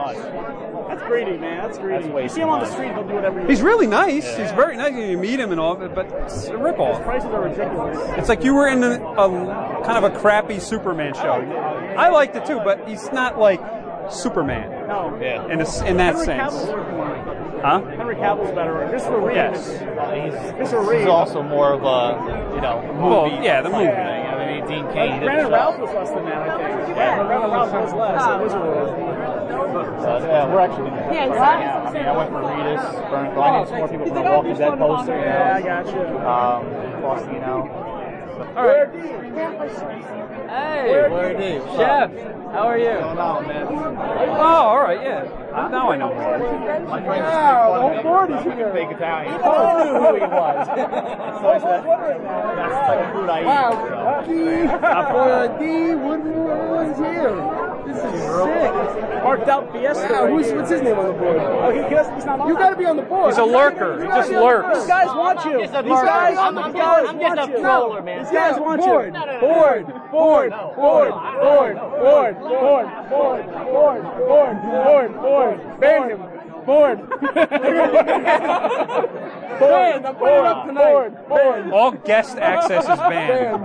S6: That's greedy, man. That's greedy.
S8: That's way
S6: you see
S8: too
S6: him on the
S8: much.
S6: street, he'll do whatever you
S4: He's
S6: want.
S4: really nice. He's very nice. You meet him and all, but but it's a ripoff.
S6: Prices are ridiculous.
S4: It's like you were in a, a kind of a crappy Superman show. I liked it too, but he's not like Superman
S6: No. Yeah.
S4: in, a s in that
S6: Henry
S4: sense.
S6: Cavill's worth more.
S4: Huh?
S6: Henry Cavill's better. Christopher Reeve.
S4: Yes.
S6: is-
S8: He's,
S6: Mr. Reed.
S8: he's also more of a you know
S4: Well,
S8: movie.
S4: yeah, the
S8: type
S4: movie.
S8: Thing. I mean, Dean Cain. did
S6: Uh, Brandon
S8: it.
S6: Ralph was less than that, I think. Yeah, Brandon Ralph was less. It was a little-
S8: So, Uh, yeah, we're actually doing that
S23: Yeah,
S8: right now. I mean, I went for Reedus, Burn Collins, more people
S11: Oh,
S8: from the Walking Dead poster. you know,
S6: Yeah, I got you.
S8: Um, Faustino.
S6: All right.
S24: Hey, Chef, how are you?
S4: Oh, all right, yeah. Now I know.
S6: Wow, the whole board is here.
S8: Big Italian.
S6: Oh, knew who he was. I was wondering
S8: That's like a food I eat.
S6: that. uh, D. Woodward is here. This is sick. Marked out Fiesta. Wow, who's, what's his name on the board? Oh, he, he doesn't- he's not on. You gotta be on the board.
S4: He's a lurker. He just lurks.
S6: These guys want you. These
S2: Just a lurker.
S6: guys,
S2: I'm-
S6: these
S2: I'm
S6: guys
S2: just- I'm just
S6: want
S2: a
S6: you.
S2: troller, man.
S6: These guys want you.
S2: Board.
S6: Board, board, board, board, board, board, board, board, board, board, board. Ban him. Board. Board. I'm putting up tonight. Board. Board.
S4: All guest access is banned.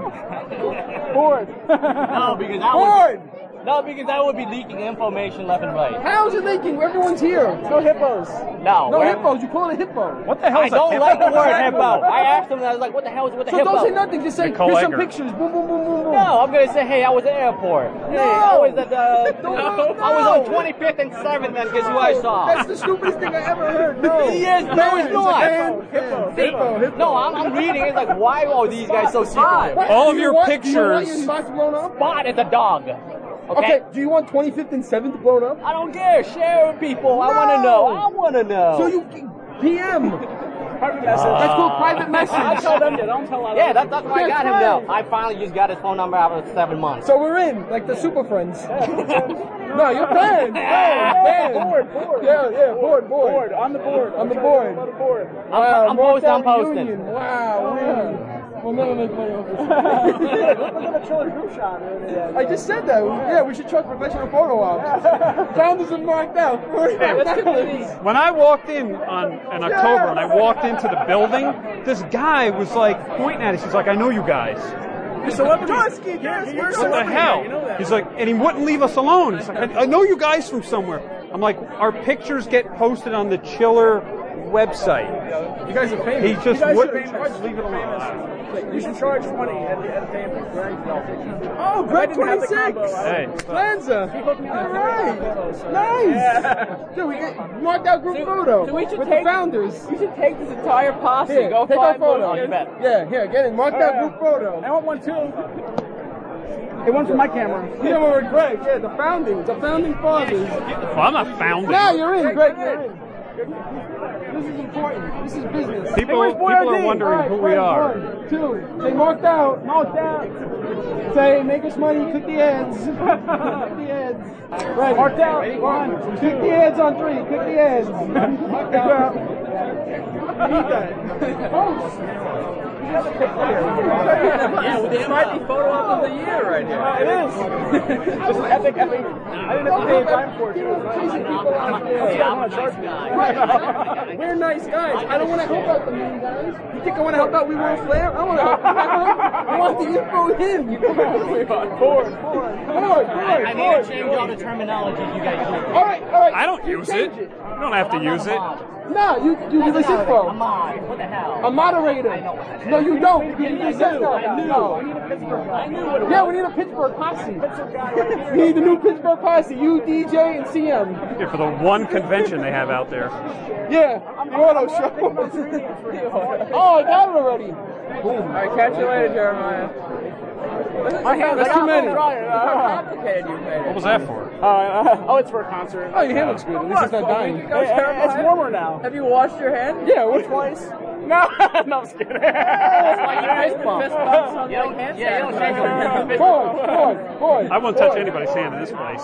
S6: Board.
S2: No, because I would. No, because I would be leaking information left and right.
S11: How's it leaking? Everyone's here.
S6: No hippos.
S2: No.
S11: No
S2: we're-
S11: hippos. You call it a hippo.
S4: What the hell
S2: I
S4: is a
S2: don't
S4: hippo?
S2: like the word hippo. I asked him, and I was like, "What the hell is with the
S11: So
S2: hippo?"
S11: don't say nothing. Just say
S4: Nicole
S11: here's some
S4: Egger.
S11: pictures. Boom, boom, boom, boom, boom.
S2: No, I'm gonna say, hey, I was at the airport. Hey, I was at the.
S11: No,
S2: I was
S11: no.
S2: on 25th and 7th, and guess who I saw?
S11: That's the stupidest thing I ever heard. No.
S2: Yes, no, it's not.
S11: Hippo.
S2: See, No, I'm, I'm reading. It's like, why are Oh, these guys so secretive?
S11: What?
S4: All
S11: Do
S4: of
S11: you
S4: your
S11: want- do you want
S4: pictures-
S11: your spots blown up?
S2: Bot is a dog.
S11: Okay.
S2: Okay.
S11: Do you want 25th and 7th blown up?
S2: I don't care. Share with people. I want to
S11: No.
S2: know. I want to know.
S11: So you PM. Private message. Let's go private
S2: I
S11: message.
S2: tell them that. Don't tell Yeah, that, that's why I got him now. I finally just got his phone number after seven months.
S11: So we're in, like the super friends. no, you're banned. Banned. Banned.
S6: Board, board.
S11: Yeah, yeah. Board. Board.
S6: On the board.
S11: On the board.
S6: On the board.
S2: I'm, I'm
S11: Marked
S2: posting. I'm
S11: out
S2: posting.
S11: Union. Wow. man.
S17: We'll never make money off
S6: this.
S17: We're gonna kill a group shot.
S6: I just said that. Yeah, we should trust professional photo ops. Founders are marked out.
S16: When I walked in on in October and I walked into the building, this guy was like pointing at us. He's like, "I know you guys."
S17: You're celebrities. yes, you're
S16: What the hell? He's like, and he wouldn't leave us alone. He's like, I, I know you guys from somewhere. I'm like, our pictures get posted on the Chiller website.
S17: You guys are famous.
S16: He just
S17: you guys
S16: wouldn't.
S17: Should charge, leave it alone. You should charge money at the at the famous.
S6: Oh, Greg
S17: If I didn't have the
S6: 26.
S17: combo, I
S16: Hey.
S17: would've-
S6: Lanza. All right. Nice.
S17: Yeah.
S6: Dude, we got marked out group photo
S8: so we should
S6: with
S8: take-
S6: the founders.
S8: You should take this entire posse.
S6: Here,
S8: go
S6: take our
S8: find
S6: photo.
S8: one.
S6: Yeah, here, get it. Marked out group photo.
S17: I want one too. Hey, one for my camera.
S6: Yeah, we're with Greg. Yeah, the founding, the founding fathers.
S16: Well, I'm not founding.
S6: Now you're in, Greg. You're in. This is important. This is business.
S16: People-
S6: where's Boy
S16: people are
S6: ID?
S16: wondering
S6: All
S16: who we
S6: Greg,
S16: are.
S6: One, two. They marked out. Marked out. Say, make us money. Click the ads. click the ads. Right. Marked out. One. Click the ads on three. Click the ads. marked out.
S8: yeah, well, this might be photo op of the year right here.
S17: it is. Just epic, epic. I didn't have to pay a dime for it. Yeah, I'm a charge
S6: Right. We're nice guys. I don't want to help out the mean guys. You think I want to help out We Will Flair? I want to help out. I want the info with him. You know what I'm doing. Board, board, board,
S11: I, I need
S6: board,
S11: to change all the terminology you guys use.
S6: All right, all right.
S16: I don't use it. You don't have to use it.
S6: No, you, you give us info.
S11: A mod. What the hell?
S6: A moderator. No, you don't. Because you just said that.
S11: I knew.
S6: No.
S11: I need a Pittsburgh. I knew what it was.
S6: Yeah, we need a Pittsburgh posse. we need the new Pittsburgh posse. You, DJ, and CM.
S16: Yeah, for the one convention they have out there.
S6: Yeah, the auto show. oh, I got it already.
S8: All right, catch you later, Jeremiah.
S6: My hand is
S8: Like,
S6: too
S8: how
S6: many.
S8: complicated- How complicated you made it.
S16: What was that for?
S17: oh, it's for a concert.
S6: Uh, Oh, your hand looks good. At least it's not dying.
S8: Go,
S17: Hey, hey,
S8: Jeremiah.
S17: it's warmer now.
S8: Have you washed your hand?
S6: Yeah, what-
S8: twice.
S17: No, no, I'm just kidding.
S8: Fist bump. Fist bumps on like hand
S17: yeah, you don't
S8: sanitizer.
S17: shake
S6: boy, boy.
S16: I won't touch anybody's hand in this place.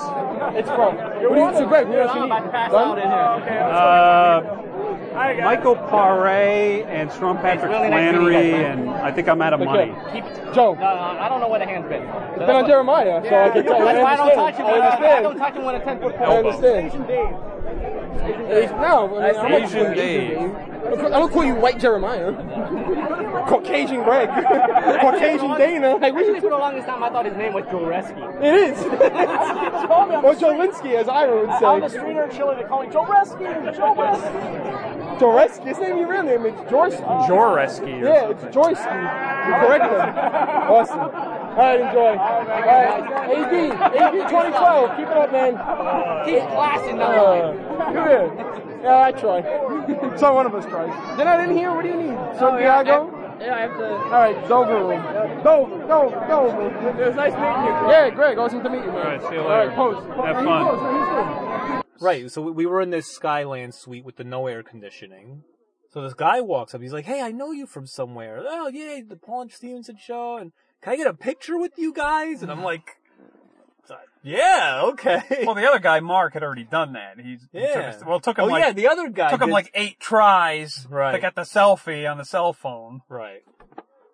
S6: It's from. What do you so Greg? What else you need? Done?
S8: Oh,
S16: Uh, Michael Paré and Sean Patrick
S11: really nice meeting you
S16: Flannery,
S11: guys,
S16: and I think I'm out of money.
S11: Keep it.
S6: Joe.
S11: No, no, I don't know where the hand's been. It's
S6: been on Jeremiah, so I can tell you.
S11: That's why I don't touch him.
S6: I
S11: when I- I
S6: understand.
S11: don't touch him when a ten foot
S6: I understand. Asian No, I mean, I'm not
S25: Asian
S6: calling you
S25: Dave.
S6: I don't- I don't call you White Jeremiah. Caucasian Greg. Caucasian Dana. Like, what are
S11: Actually,
S6: you
S11: for the longest time, I thought his name was Jureski.
S6: It is. or Jolinsky, as Ira would say.
S17: On the street or in Chile, they call me Joe Rescue. Joe Rescue.
S6: Joreski. His name, your real name is Jorski.
S16: Joreski. or
S6: Yeah, it's Jorski. You're correct. then. Awesome. All right, enjoy. All right, AB, AB 2012. Keep it up, man.
S11: Keep classing
S6: Uh,
S11: now.
S6: Come here. Yeah, I try. so one of us tries. They're not in here. What do you need? So
S8: Oh,
S6: yeah,
S8: yeah,
S6: I go.
S8: Yeah, I have to.
S6: All right, Dover room. Dover, Dover, Dover.
S8: It was nice meeting you.
S6: Yeah, Greg, awesome to meet you, man. All
S16: right, see you
S6: All right,
S16: later.
S6: pose.
S16: Have
S6: Hey,
S16: fun.
S6: pose. Hey, he's good.
S3: Right, so we- we were in this Skyland suite with the no air conditioning. So this guy walks up, he's like, hey, I know you from somewhere. Oh, yeah, the Paul and Stevenson show, and can I get a picture with you guys? And I'm like, yeah, okay.
S4: Well, the other guy, Mark, had already done that. He's, he took
S3: Yeah.
S4: us- well, it took him
S3: oh,
S4: like,
S3: yeah, the other guy
S4: took him
S3: did-
S4: like eight tries to
S3: Right.
S4: get the selfie on the cell phone.
S3: Right.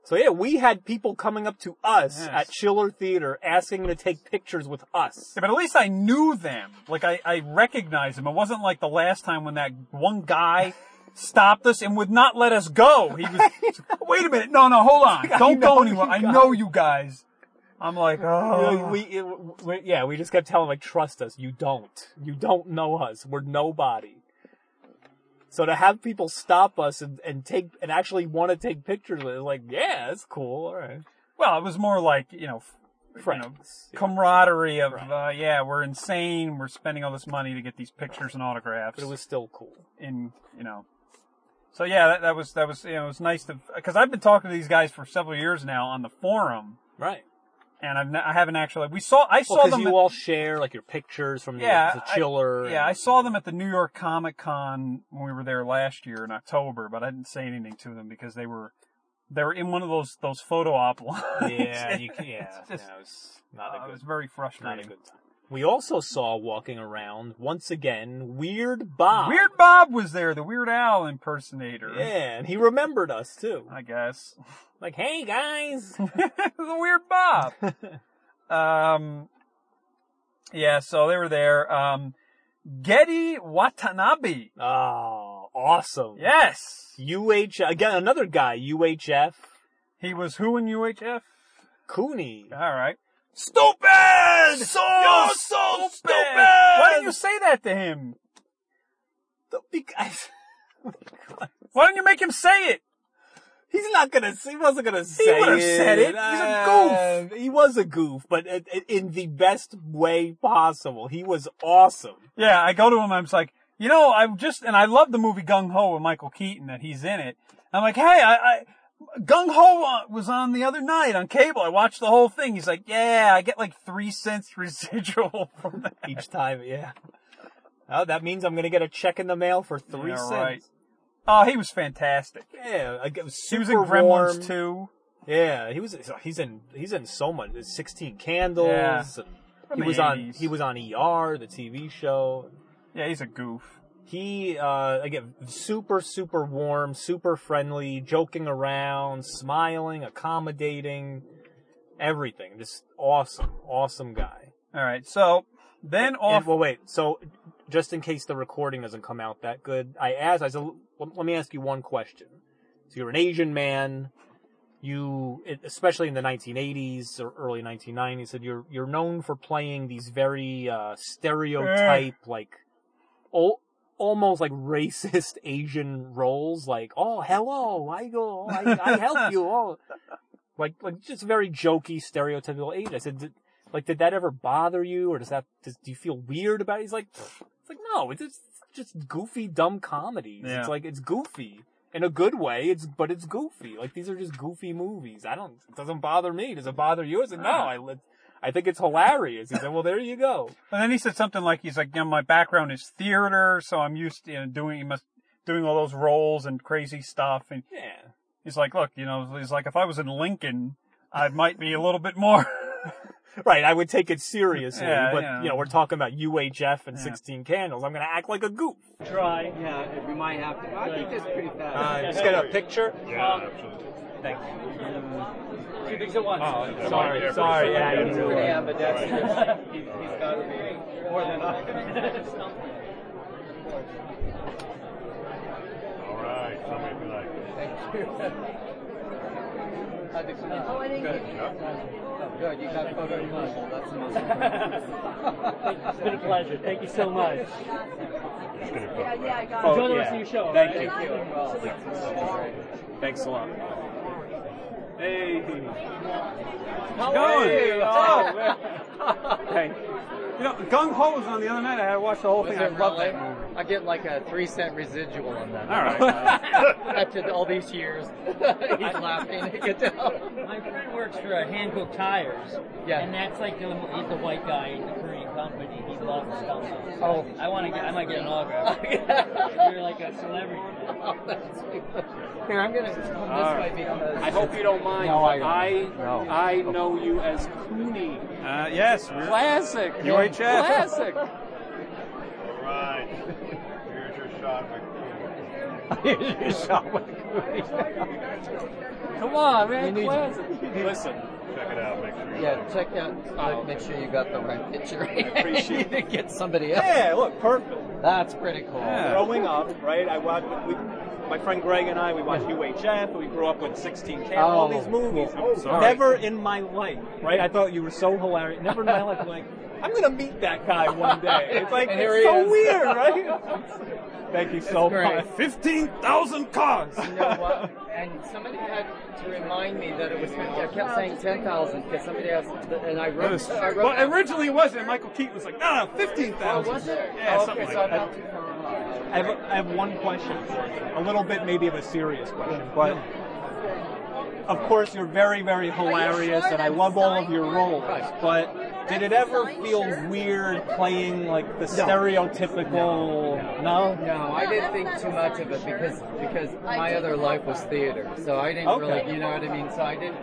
S3: So yeah, we had people coming up to us
S4: Yes.
S3: at Schiller Theater asking to take pictures with us.
S4: Yeah, but at least I knew them. Like I, I recognized them. It wasn't like the last time when that one guy stopped us and would not let us go. He was, wait a minute, no, no, hold on,
S3: I
S4: don't
S3: know
S4: go
S3: you
S4: anywhere. I
S3: guys."
S4: know you guys. I'm like, oh,
S3: we, it- we- yeah, we just kept telling like, trust us, you don't, you don't know us, we're nobody. So to have people stop us and, and take and actually want to take pictures with, us, like, yeah, that's cool, all right,
S4: well, it was more like you know, f- you know
S3: friends.
S4: camaraderie of uh, yeah, we're insane. We're spending all this money to get these pictures and autographs.
S3: But it was still cool.
S4: in you know. So yeah, that, that was that was you know it was nice to because I've been talking to these guys for several years now on the forum,
S3: Right.
S4: and I've n- I haven't actually we saw I
S3: Well,
S4: saw
S3: 'cause
S4: them
S3: you
S4: at-
S3: all share like your pictures from the,
S4: yeah
S3: the
S4: I-
S3: chiller.
S4: yeah
S3: and-
S4: I saw them at the New York Comic Con when we were there last year in October, but I didn't say anything to them because they were they were in one of those those photo op lines.
S3: yeah, you, yeah,
S4: It's just-
S3: yeah, it was not a
S4: uh, it
S3: good,
S4: was very
S3: not a
S4: frustrating.
S3: good time. We also saw walking around once again Weird Bob.
S4: Weird Bob was there, the Weird Al impersonator.
S3: Yeah, and he remembered us too.
S4: I guess.
S3: Like, hey guys,
S4: the Weird Bob. um, yeah, so they were there. Um, Getty Watanabe.
S3: Oh, awesome.
S4: Yes.
S3: UH again another guy UHF.
S4: He was who in UHF?
S3: Cooney.
S4: All right.
S3: Stupid!
S4: So
S3: You're so stupid! Why
S4: didn't you say that to him?
S3: Because
S4: Why didn't you make him say it?
S3: he's not gonna. He wasn't gonna say
S4: He would have said it. He's
S3: Uh,
S4: a goof.
S3: he was a goof, but i- i- in the best way possible. He was awesome.
S4: Yeah, I go to him. I'm just like, you know, I'm just, and I love the movie Gung Ho with Michael Keaton that he's in it. I'm like, hey, I, I Gung Ho uh, was on the other night on cable. I watched the whole thing. He's like, yeah, I get like three cents residual from that.
S3: Each time, yeah. Oh, that means I'm gonna get a check in the mail for three
S4: Yeah,
S3: cents.
S4: right. Oh, he was fantastic.
S3: Yeah, like, it was
S4: He
S3: super
S4: was in Gremlins
S3: warm.
S4: too.
S3: Yeah, he was. He's in. He's in so much. Sixteen Candles.
S4: Yeah.
S3: and
S4: From
S3: he
S4: the
S3: was on.
S4: 80s.
S3: He was on ER, the TV show.
S4: Yeah, he's a goof.
S3: He uh, again, super, super warm, super friendly, joking around, smiling, accommodating, everything. Just awesome, awesome guy.
S4: All right, so then off.
S3: And, well, wait. So, just in case the recording doesn't come out that good, I asked. I said, "L- "Let me ask you one question. So, you're an Asian man. You, especially in the 1980s or early 1990s, said you're you're known for playing these very uh, stereotype,
S4: Eh.
S3: like, al- almost like racist Asian roles. Like, oh, hello, I go, Oh, I, I help you. Oh, like like just very jokey, stereotypical Asian. I said, did, like, did that ever bother you, or does that does, do you feel weird about it? He's like, "Pfft." it's like no, it's just, it's just goofy, dumb comedies.
S4: Yeah.
S3: It's like it's goofy in a good way. It's but it's goofy. Like these are just goofy movies. I don't. It doesn't bother me. Does it bother you? I said no. I li- I think it's hilarious. He said, well, there you go.
S4: And then he said something like, he's like, you know, my background is theater, so I'm used to you know, doing, he must, doing all those roles and crazy stuff. And
S3: Yeah.
S4: he's like, look, you know, he's like, if I was in Lincoln, I might be a little bit more.
S3: Right, I would take it seriously,
S4: Yeah,
S3: but
S4: yeah.
S3: you know we're talking about UHF and 16 Candles. I'm gonna act like a goof.
S6: Try. Yeah, we might have to. I think that's pretty
S3: Uh,
S6: fast.
S3: just get a picture.
S6: Yeah,
S3: Thanks.
S6: Two things at once.
S3: Oh, sorry, Yeah, sorry, yeah, yeah, you do.
S6: Yeah, but that's he, he's got to be more than I.
S2: All right. Somebody be like,
S6: Thank you. I think so. Oh, I didn't good. Good, you got photo in muscle. That's the most important.
S26: It's been a pleasure. Thank you so much.
S16: Yeah, I got it.
S26: Enjoy the rest of your show.
S2: Thank
S26: alright?
S2: you. Thanks a lot. Hey.
S26: How
S4: Going.
S26: are you?
S4: Oh. hey. You know, Gung Ho was on the other night. I had to watch the whole
S6: Was
S4: thing. I
S6: it
S4: love that
S6: really?
S4: movie.
S6: I get like a three cent residual on that.
S4: All right.
S6: After all these years, he's laughing. I can tell.
S27: My friend works for uh, Hankook Tires.
S6: Yeah.
S27: And that's like the, he's the white guy in the Korean company. He loves Gumbo.
S6: Oh.
S27: I want to get, I might get an autograph. You're like a celebrity.
S6: Oh, that's Here, I'm gonna come this
S2: All
S6: way
S2: right.
S6: because
S2: I hope you don't mind.
S6: No, I
S2: but
S6: don't.
S2: I
S6: No.
S2: I know you as Cooney.
S4: Uh, yes. we're-
S2: Classic.
S4: UHF.
S2: Classic.
S28: All right. Here's your shot, McCool.
S2: Here's your shot,
S6: Come on, man.
S2: Listen.
S28: Check it out. Make sure you
S6: Yeah, check out. uh, Make sure you got the right picture.
S2: Appreciate
S6: you didn't get somebody else.
S3: Yeah, look, perfect.
S6: That's pretty cool.
S3: Growing up, right? I watched. We, my friend Greg and I, we watched UHF. We grew up with 16 Candles, all
S6: Oh,
S3: these movies.
S6: cool. I'm sorry.
S3: Never in my life, right? I thought you were so hilarious. Never in my life, I'm like I'm gonna meet that guy one day. It's like
S6: And here
S3: it's
S6: he
S3: so
S6: is.
S3: weird, right? Thank you so
S6: great.
S3: much. Fifteen thousand cars.
S6: You know what? And somebody had to remind me that it was 50. I kept saying 10,000 because somebody asked, and I wrote, I wrote
S4: Well, originally it wasn't. Michael Keaton was like, no, no, 15,000.
S6: Oh, was it?
S4: Yeah,
S6: Oh,
S4: something
S6: okay, so
S4: like
S6: I'm
S4: that.
S6: not too far off.
S3: I have, I have one question, a little bit maybe of a serious question, but of course you're very, very hilarious, and I love all of your roles. But
S8: Did it ever feel weird playing like the stereotypical?
S17: No, no, I didn't think too much of it because because my other life was theater, so I didn't
S8: Okay.
S17: really, you know what I mean. So I didn't.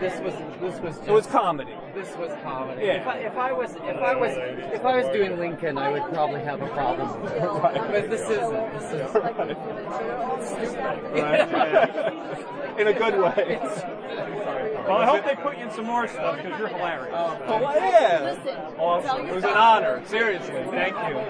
S17: This was this was. Just,
S8: It was comedy.
S17: This was comedy.
S8: Yeah.
S17: If, I, if I was if I was if I was doing Lincoln, I would probably have a problem. But this isn't. This is.
S8: In a good way.
S29: Well, I hope they put you in some more stuff because you're hilarious.
S8: Oh, well, yeah.
S29: Awesome.
S8: It was an honor. Seriously, thank you.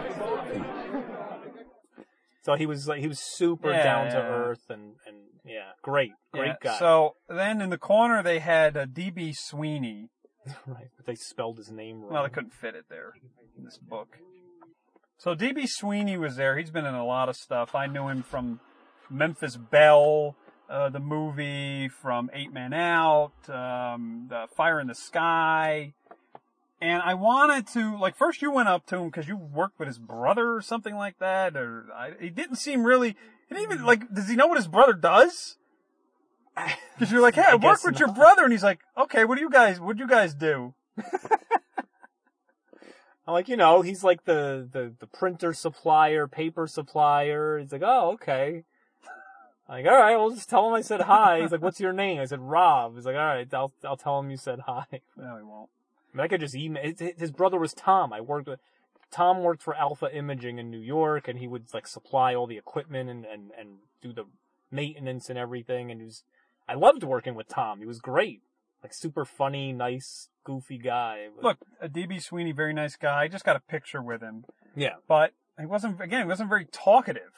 S3: So he was like he was super
S4: Yeah.
S3: down to earth and and yeah, great, great
S4: Yeah,
S3: guy.
S4: So then in the corner they had uh, D.B. Sweeney.
S3: right, but they spelled his name wrong.
S4: Well, they couldn't fit it there in this book. So D.B. Sweeney was there. He's been in a lot of stuff. I knew him from Memphis Belle, uh, the movie, from Eight Men Out, um, the Fire in the Sky. And I wanted to, like, first you went up to him because you worked with his brother or something like that, or I, he didn't seem really, he didn't even, like, does he know what his brother does? Because you're like, hey, I,
S29: I
S4: work
S29: guess
S4: with your brother, and he's like, okay, what do you guys, what do you guys do?
S3: I'm like, you know, he's like the, the, the printer supplier, paper supplier. He's like, oh, okay. I'm like, all right, well, just tell him I said hi. He's like, what's your name? I said, Rob. He's like, all right, I'll, I'll tell him you said hi.
S4: No, he won't.
S3: I mean, I could just email. His, his brother was Tom. I worked with, Tom worked for Alpha Imaging in New York and he would like supply all the equipment and, and, and do the maintenance and everything. And he was, I loved working with Tom. He was great. Like super funny, nice, goofy guy.
S4: Look, a DB Sweeney, very nice guy. I just got a picture with him,
S3: Yeah.
S4: but he wasn't. Again, he wasn't very talkative.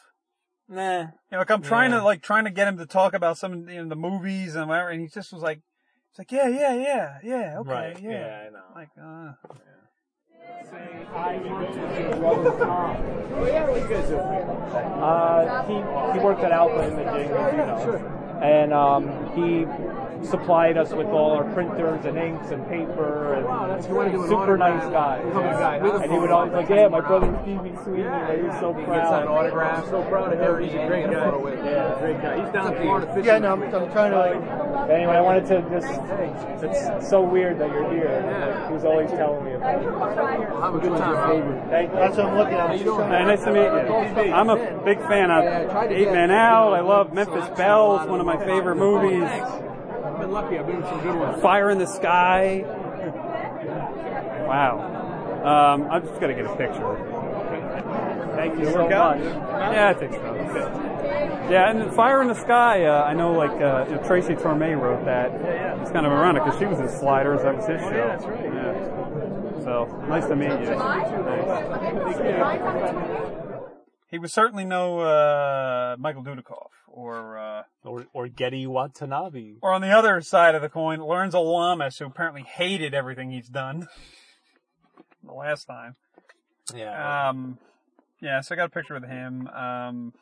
S3: Nah. You
S4: know, like I'm trying
S3: Yeah.
S4: to like trying to get him to talk about some of you know, the movies and whatever, and he just was like, he's like, yeah, yeah, yeah, yeah, okay,
S3: Right,
S4: yeah.
S3: yeah, I know.
S4: Like, uh,
S15: Uh, he, he worked at Alpha Imaging, as you know, and um, he supplied us with all our printers and inks and paper and super nice guy. And he would always like, yeah, my brother Stevie Sweeney, like, he's so proud.
S6: autographs. So proud of him. He's a great guy. Yeah, great guy. He's down in Florida fishing. Yeah, no, I'm, I'm trying to like.
S15: But anyway, I wanted to just, it's so weird that you're here. Like, he was always telling me about it.
S6: Have a good time. Thank you. That's what I'm looking at.
S29: Hey, nice to meet you. I'm a big fan of Eight Man Out. I love Memphis Belle. It's one of my favorite movies.
S6: I've been lucky. I've been in some good ones.
S29: Fire in the Sky. Wow. Um, I'm just gonna get a picture. Thank you
S15: Did it
S29: so
S15: work out?
S29: much. Yeah, I think so. Yeah, and Fire in the Sky. Uh, I know, like uh, you know, Tracy Torme wrote that. It's kind of ironic because she was in Sliders. That was his show.
S6: yeah, that's right.
S29: Yeah. So nice to meet you.
S4: he was certainly no uh, Michael Dudikoff or uh,
S3: or or Getty Watanabe.
S4: Or on the other side of the coin, Lorenzo Lamas, who apparently hated everything he's done the last time.
S3: Yeah.
S4: Um, yeah, so I got a picture with him. Um,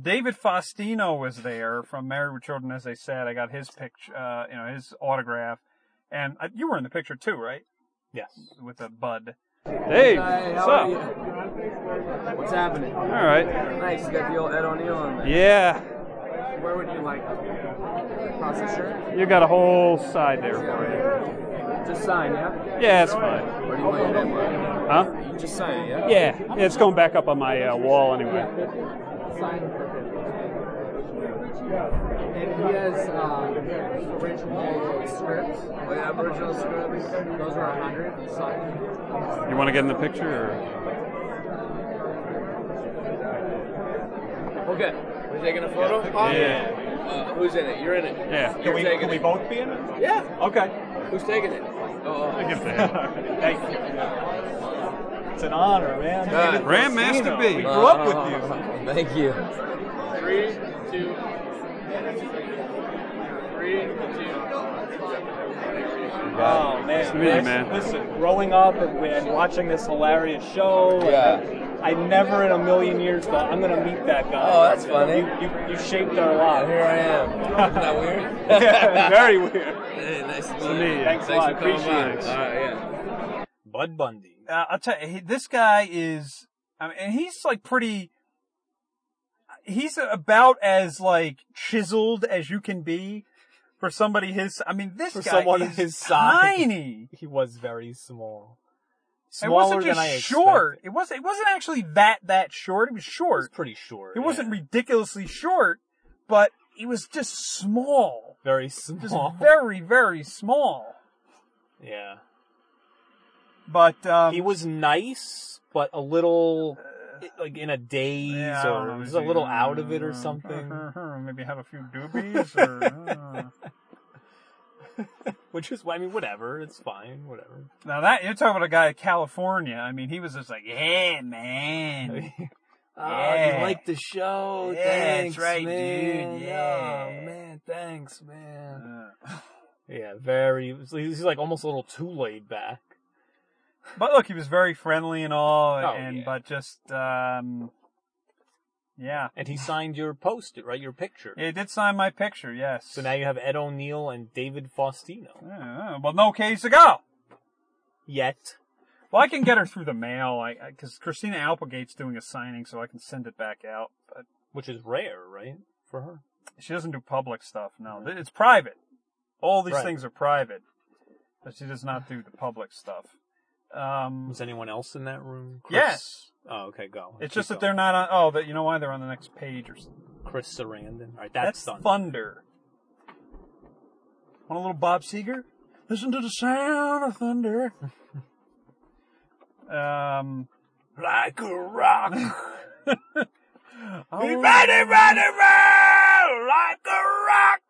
S4: David Faustino was there from Married with Children, as I said. I got his picture, uh, you know, his autograph. And I, you were in the picture too, right?
S3: Yes.
S4: With a bud.
S29: Hey, what's up?
S6: What's happening? All
S29: right.
S6: Nice. You got the old Ed O'Neill on there.
S29: Yeah,
S6: Where would you like across the shirt?
S29: you got a whole side there for
S6: Just sign, yeah.
S29: you. Yeah, it's fine.
S6: Where do you want your name? on?
S29: Huh?
S6: You Just sign it, yeah.
S29: Yeah, it's going back up on my uh, wall anyway.
S6: And he has uh, original scripts, like Aboriginal scripts. Those are a hundred. You sign.
S29: You want to get in the picture? Or?
S17: Okay. We're taking a photo?
S29: Yeah.
S17: Uh, who's in it? You're in it.
S29: Yeah.
S17: You're
S29: Can we-
S17: taking
S29: can we
S17: it.
S29: both be in it?
S17: Yeah.
S8: Okay.
S17: Who's taking it? Oh, oh.
S8: Thank you. It's an honor, man.
S17: Uh,
S8: David Faustino.
S17: Grandmaster B.
S8: We grew up with you.
S17: Thank you.
S6: Three, two, three, two.
S8: Oh man,
S29: Nice to meet you,
S8: this-
S29: man.
S8: Listen, growing up and, and watching this hilarious show, and
S29: Yeah.
S8: I never in a million years thought I'm gonna meet that guy.
S17: Oh, that's funny.
S8: You, you, you shaped our lives.
S17: Here I am. Isn't that weird?
S8: Yeah, very weird.
S17: Hey, nice to
S8: To
S17: meet
S8: me,
S17: you.
S8: thanks a
S17: Thanks
S8: lot.
S17: for coming by.
S8: Appreciate it.
S17: All right, yeah.
S3: Bud Bundy.
S4: Uh, I'll tell you, he- this guy is, I mean, and he's like pretty, he's about as like chiseled as you can be. for somebody his. I mean, this
S3: For
S4: guy
S3: someone
S4: is
S3: his size,
S4: tiny.
S3: he was very small.
S4: It
S3: Smaller
S4: wasn't
S3: than I
S4: just
S3: expected.
S4: short. It wasn't. It wasn't actually that that short. It was short. It was
S3: pretty short.
S4: It wasn't ridiculously short, but he was just small.
S3: Very
S4: Just
S3: small.
S4: very very small.
S3: Yeah.
S4: But um, uh,
S3: he was nice, but a little like in a daze
S4: Yeah, I don't know,
S3: or just a
S4: maybe,
S3: little out of it or
S4: uh,
S3: something.
S4: Maybe have a few doobies. Or, uh. mm.
S3: Which is, I mean, whatever. It's fine. Whatever.
S4: now that you're talking about a guy in California. I mean, he was just like, yeah, man.
S3: Oh, you like the show?
S4: Yeah,
S3: thanks,
S4: that's right,
S3: man.
S4: dude. Yeah.
S3: Oh, man, thanks, man. Yeah, very. He's like almost a little too laid back.
S4: But look, he was very friendly and all,
S3: Oh,
S4: and but just um, yeah.
S3: And he signed your post, right? Your picture.
S4: It did sign my picture, yes.
S3: So now you have Ed O'Neill and David Faustino.
S4: Yeah, well, no case to go
S3: yet.
S4: Well, I can get her through the mail, I because Christina Applegate's doing a signing, so I can send it back out. But
S3: which is rare, right, for her? Mm-hmm.
S4: She doesn't do public stuff. No, Th- it's private. All these
S3: Right.
S4: things are private, but she does not do the public stuff. Um,
S3: Was anyone else in that room? Chris?
S4: Yes.
S3: Oh, okay, go.
S4: It's just that they're not on. Oh, that you know why they're on the next page or something.
S3: Chris Sarandon. All right, that's, done.
S4: thunder. Want a little Bob Seger? Listen to the sound of thunder. um,
S3: like a rock.
S4: Oh.
S3: like a rock.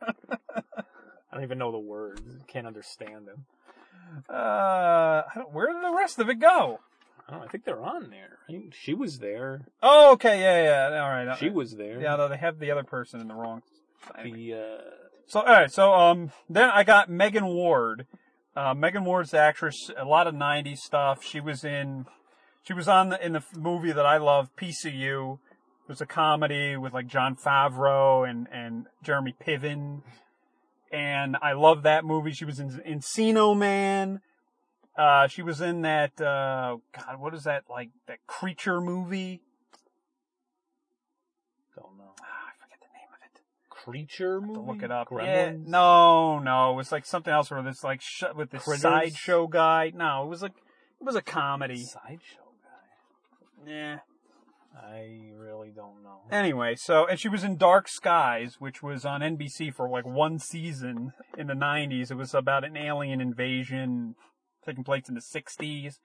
S3: I don't even know the words. Can't understand them.
S4: Uh, I don't- where did the rest of it go?
S3: I don't. know, I think they're on there. I think she was there.
S4: Oh, okay, yeah, yeah, all right. all
S3: She
S4: right.
S3: was there.
S4: Yeah, though they have the other person in the wrong.
S3: The uh,
S4: So, all right, so um, then I got Megan Ward. Uh, Megan Ward's the actress. A lot of '90s stuff. She was in. She was on the, in the f- movie that I love, PCU. It was a comedy with like John Favreau and and Jeremy Piven, and I love that movie. She was in Encino Man. Uh, she was in that uh, God, what is that like that creature movie?
S3: Don't know.
S4: Ah,
S3: I forget the name of it. Creature movie.
S4: Look it up. Yeah,
S3: Gremlins?
S4: no, no, it was like something else where this like sh- with this
S3: Critters?
S4: sideshow guy. No, it was like it was a comedy.
S3: Sideshow
S4: guy. Yeah.
S3: I really don't know.
S4: Anyway, so and she was in Dark Skies, which was on NBC for like one season in the '90s. It was about an alien invasion taking place in the '60s.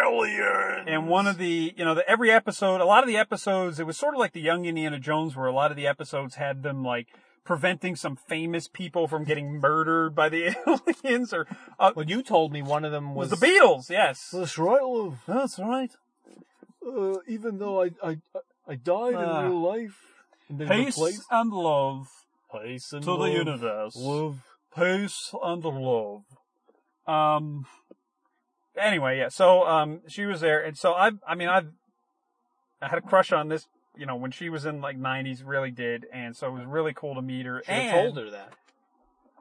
S3: Alien.
S4: And one of the, you know, the, every episode, a lot of the episodes, it was sort of like the young Indiana Jones where a lot of the episodes had them like preventing some famous people from getting murdered by the aliens or, uh,
S3: well, you told me one of them
S4: was, the Beatles, yes.
S3: That's right, Lou. That's right. Uh, even though I I I died
S4: Ah.
S3: in real life, and they
S4: Peace
S3: replaced
S4: and love
S3: Peace and
S4: to the
S3: love.
S4: universe.
S3: Love.
S4: Peace and love. Um, anyway, yeah, so, um, she was there. And so I, I mean, I've, I had a crush on this, you know, when she was in like 90s, really did. And so it was really cool to meet her.
S3: Should have
S4: And-
S3: told her that.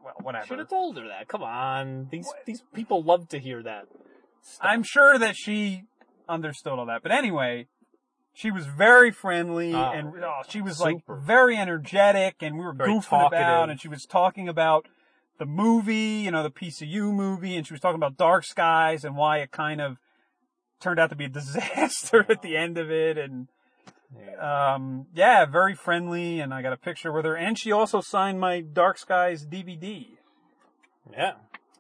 S4: Well, whatever.
S3: Should have told her that. Come on, these these people love to hear that.
S4: I'm sure that she understood all that. But anyway, she was very friendly
S3: Oh,
S4: and oh, she was
S3: super.
S4: like very energetic and we were
S3: Very
S4: goofing about
S3: talkative.
S4: and she was talking about the movie, you know, the PCU movie and she was talking about Dark Skies and why it kind of turned out to be a disaster at the end of it and um yeah, very friendly and I got a picture with her and she also signed my Dark Skies DVD.
S3: Yeah.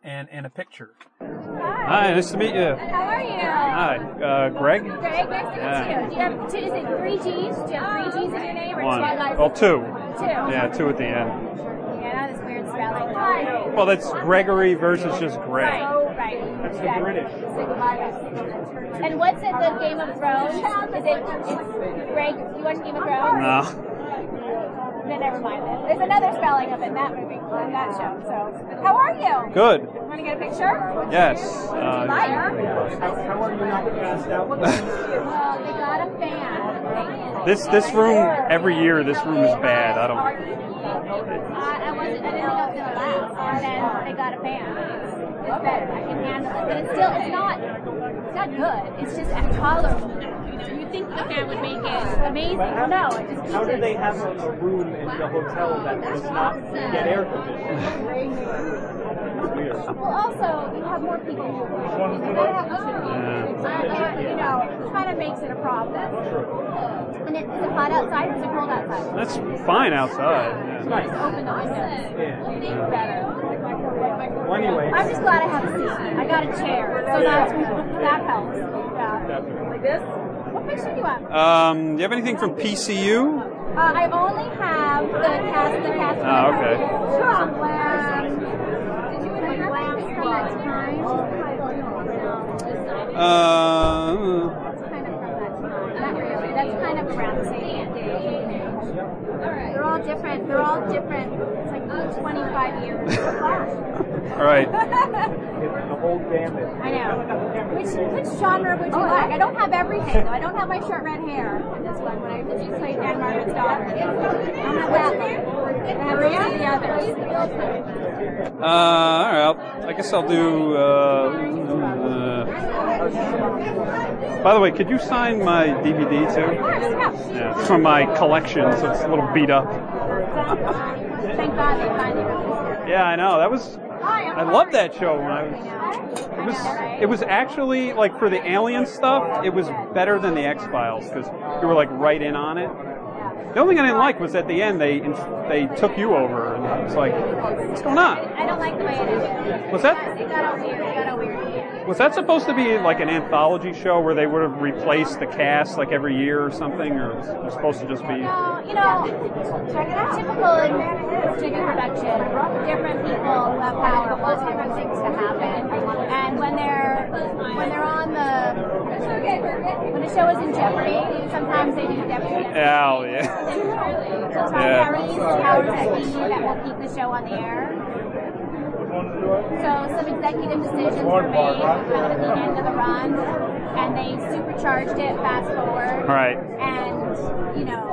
S4: And and a picture.
S10: Hi, nice to meet you.
S16: How are you?
S10: Hi, uh, Greg.
S16: Greg, nice to meet
S10: Yeah.
S16: you. Do you have two, is it three G's? Do you have three G's in your name or
S10: One.
S16: two I's?
S10: Well, two.
S16: Two.
S10: Yeah, two at the end.
S16: Yeah, this weird spelling. Hi.
S10: Well, that's Gregory versus just Greg.
S16: Oh, right. That's
S10: the British.
S16: And what's it, the Game of Thrones? Is it, it's Greg, you watch Game of Thrones?
S10: No.
S16: Then never mind then. There's another spelling of it in that movie, in that show, so. How are you?
S10: Good.
S16: Want to get a picture?
S10: Yes.
S16: Liar.
S10: Uh,
S16: How are you not passed out? Oh, they got a fan.
S10: this this room every year. This room is bad. I don't.
S16: Uh, I wasn't, I didn't know it was gonna last, and then they got a fan. It's, it's better, I can handle it, but it's still, it's not, it's not good, it's just tolerable, you you think the fan would make it amazing. No, it just
S8: How do they have a, a room in the hotel that does not get air conditioning?
S16: Well, also, you have more people who are they have you should be. Uh, you know, it kind of makes it a problem. And it, is it hot outside or is it cold outside?
S4: That's fine outside. yeah.
S16: Open the window.
S8: Well, anyway,
S16: I'm just glad I have a seat. I got a chair, so that, that helps. Yeah. Like this? What picture do you have?
S4: Um, you have anything from PCU?
S16: Uh, I only have the cast, the cast.
S4: Ah, okay.
S16: From glam. Did you ever glam from that time?
S4: Uh,
S16: Not really. That's kind of around the same day. They're all different. They're all different. It's like oh, 25 years.
S4: all right.
S8: the whole gamut.
S16: I know. Which which genre would you like? Oh, I don't have everything though. I don't have my short red hair on this one when I just played Dan Margaret's daughter. I don't have that one. I have most of the others.
S4: Uh, all right. I'll, I guess I'll do. Uh, uh, by the way, could you sign my DVD too? Yeah, it's from my collection, so it's a little beat up.
S16: Thank God they finally released
S4: Yeah, I know. That was. I loved that show when I was.
S16: it.
S4: It was, it was actually like for the alien stuff. It was better than the X Files because you were like right in on it. The only thing I didn't like was at the end they they took you over and I was like, what's going on?
S16: I don't like the way it is.
S4: What's that?
S16: It got all weird. It got all weird.
S4: Was that supposed to be like an anthology show where they would have replaced the cast like every year or something, or was it supposed to just be?
S16: So, you know, check it out. Typical chicken production. Different people who have power want different things to happen, and when they're when they're on the when the show is in jeopardy, sometimes they do jeopardy.
S4: Hell yeah.
S16: Sometimes
S4: Yeah.
S16: there is powers that we need that will keep the show on the air. So some executive decisions were made kind of at the end of the run, and they supercharged it fast forward.
S4: All right.
S16: And you know,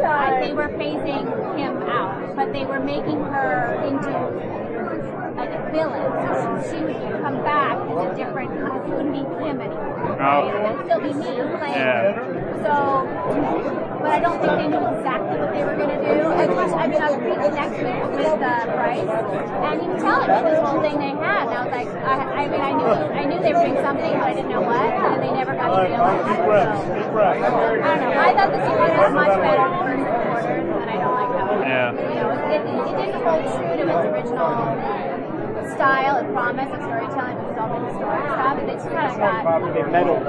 S16: like they were phasing him out, but they were making her into like a villain. So she would come back as a different. It wouldn't be him anymore.
S4: Oh.
S16: It would still be me playing.
S4: Yeah.
S16: So, but I don't think they knew exactly what they were going to do. I, was, I mean, I was reading next week with uh, Bryce, and he was telling me this whole thing they had, and I was like, I, I mean, I knew I knew they were doing something, but I didn't know what, and they never got to realize. it. So, I don't know. I thought the season was much better in the first three quarters, and I don't like how it.
S4: Yeah.
S16: You know, it, it, it didn't hold true to its original style and promise of storytelling, which was all the historic stuff, and they just kind of got
S8: They meddle.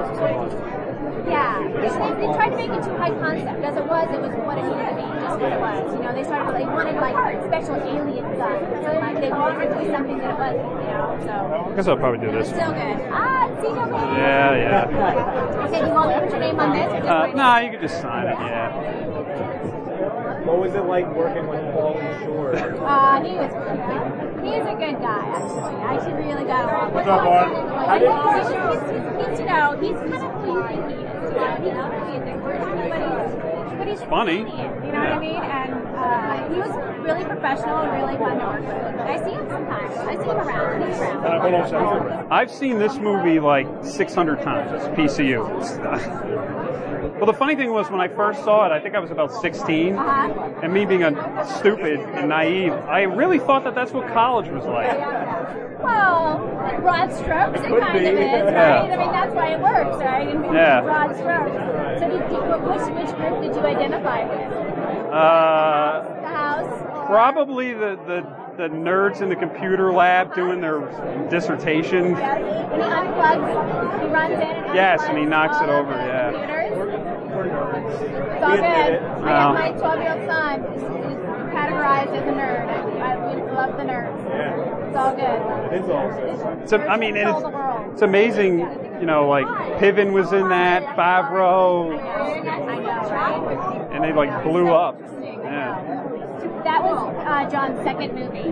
S16: yeah, they, they, they tried to make it too high concept. As it was, it was what it needed to be, just what it was. You know, they started they wanted like special alien stuff. and, Like they wanted it to be something that it wasn't. You know, so
S4: I guess I'll probably do this.
S16: still good. Ah, it's Dino Man.
S4: Yeah, yeah.
S16: Okay, you want me to put your name on this?
S4: Uh, nah, you can just sign it. Yeah.
S8: What was it like working with Paulie Shore?
S16: Uh, he was. He's a good guy, actually. I should really got along with
S8: What's up, Art?
S16: him. I think he's, he's, he's, you know, he's kind of who you think he is. You know, he's not going to be a dick person, but he's, but he's
S4: Funny.
S16: You know what I mean? And uh, he was really professional and really fun to work with. I see him sometimes. I see him around. He's around.
S4: Uh, I've seen this movie like 600 times. It's PCU. It's- well, the funny thing was when I first saw it, I think I was about 16,
S16: Uh-huh.
S4: and me being a stupid and naive, I really thought that that's what college was like.
S16: Well, in broad strokes, it,
S4: Could
S16: kind
S4: be.
S16: of is, right?
S4: Yeah.
S16: I mean, that's why it works, right? In
S4: Yeah.
S16: broad strokes. So, did you, which, which group did you identify with?
S4: Uh,
S16: The house?
S4: probably the, the the nerds in the computer lab doing their dissertation.
S16: Yes. And he unplugs, he runs in and
S4: Yes,
S16: unplugs
S4: and he knocks it
S16: all
S4: over,
S16: of the
S4: yeah.
S16: Computers. It's all
S4: We admit
S16: good.
S4: it. Um,
S16: I
S4: Wow.
S16: have my 12 year old son. He's, he's categorized as a nerd. I, I we love the nerds. Yeah. It's all good.
S4: It is all It's a, I mean,
S16: Control the world.
S4: it's, it's amazing. You know, like Piven was in that, Favreau,
S16: I know, right?
S4: and they like blew up. Yeah.
S16: That was uh, John's second movie,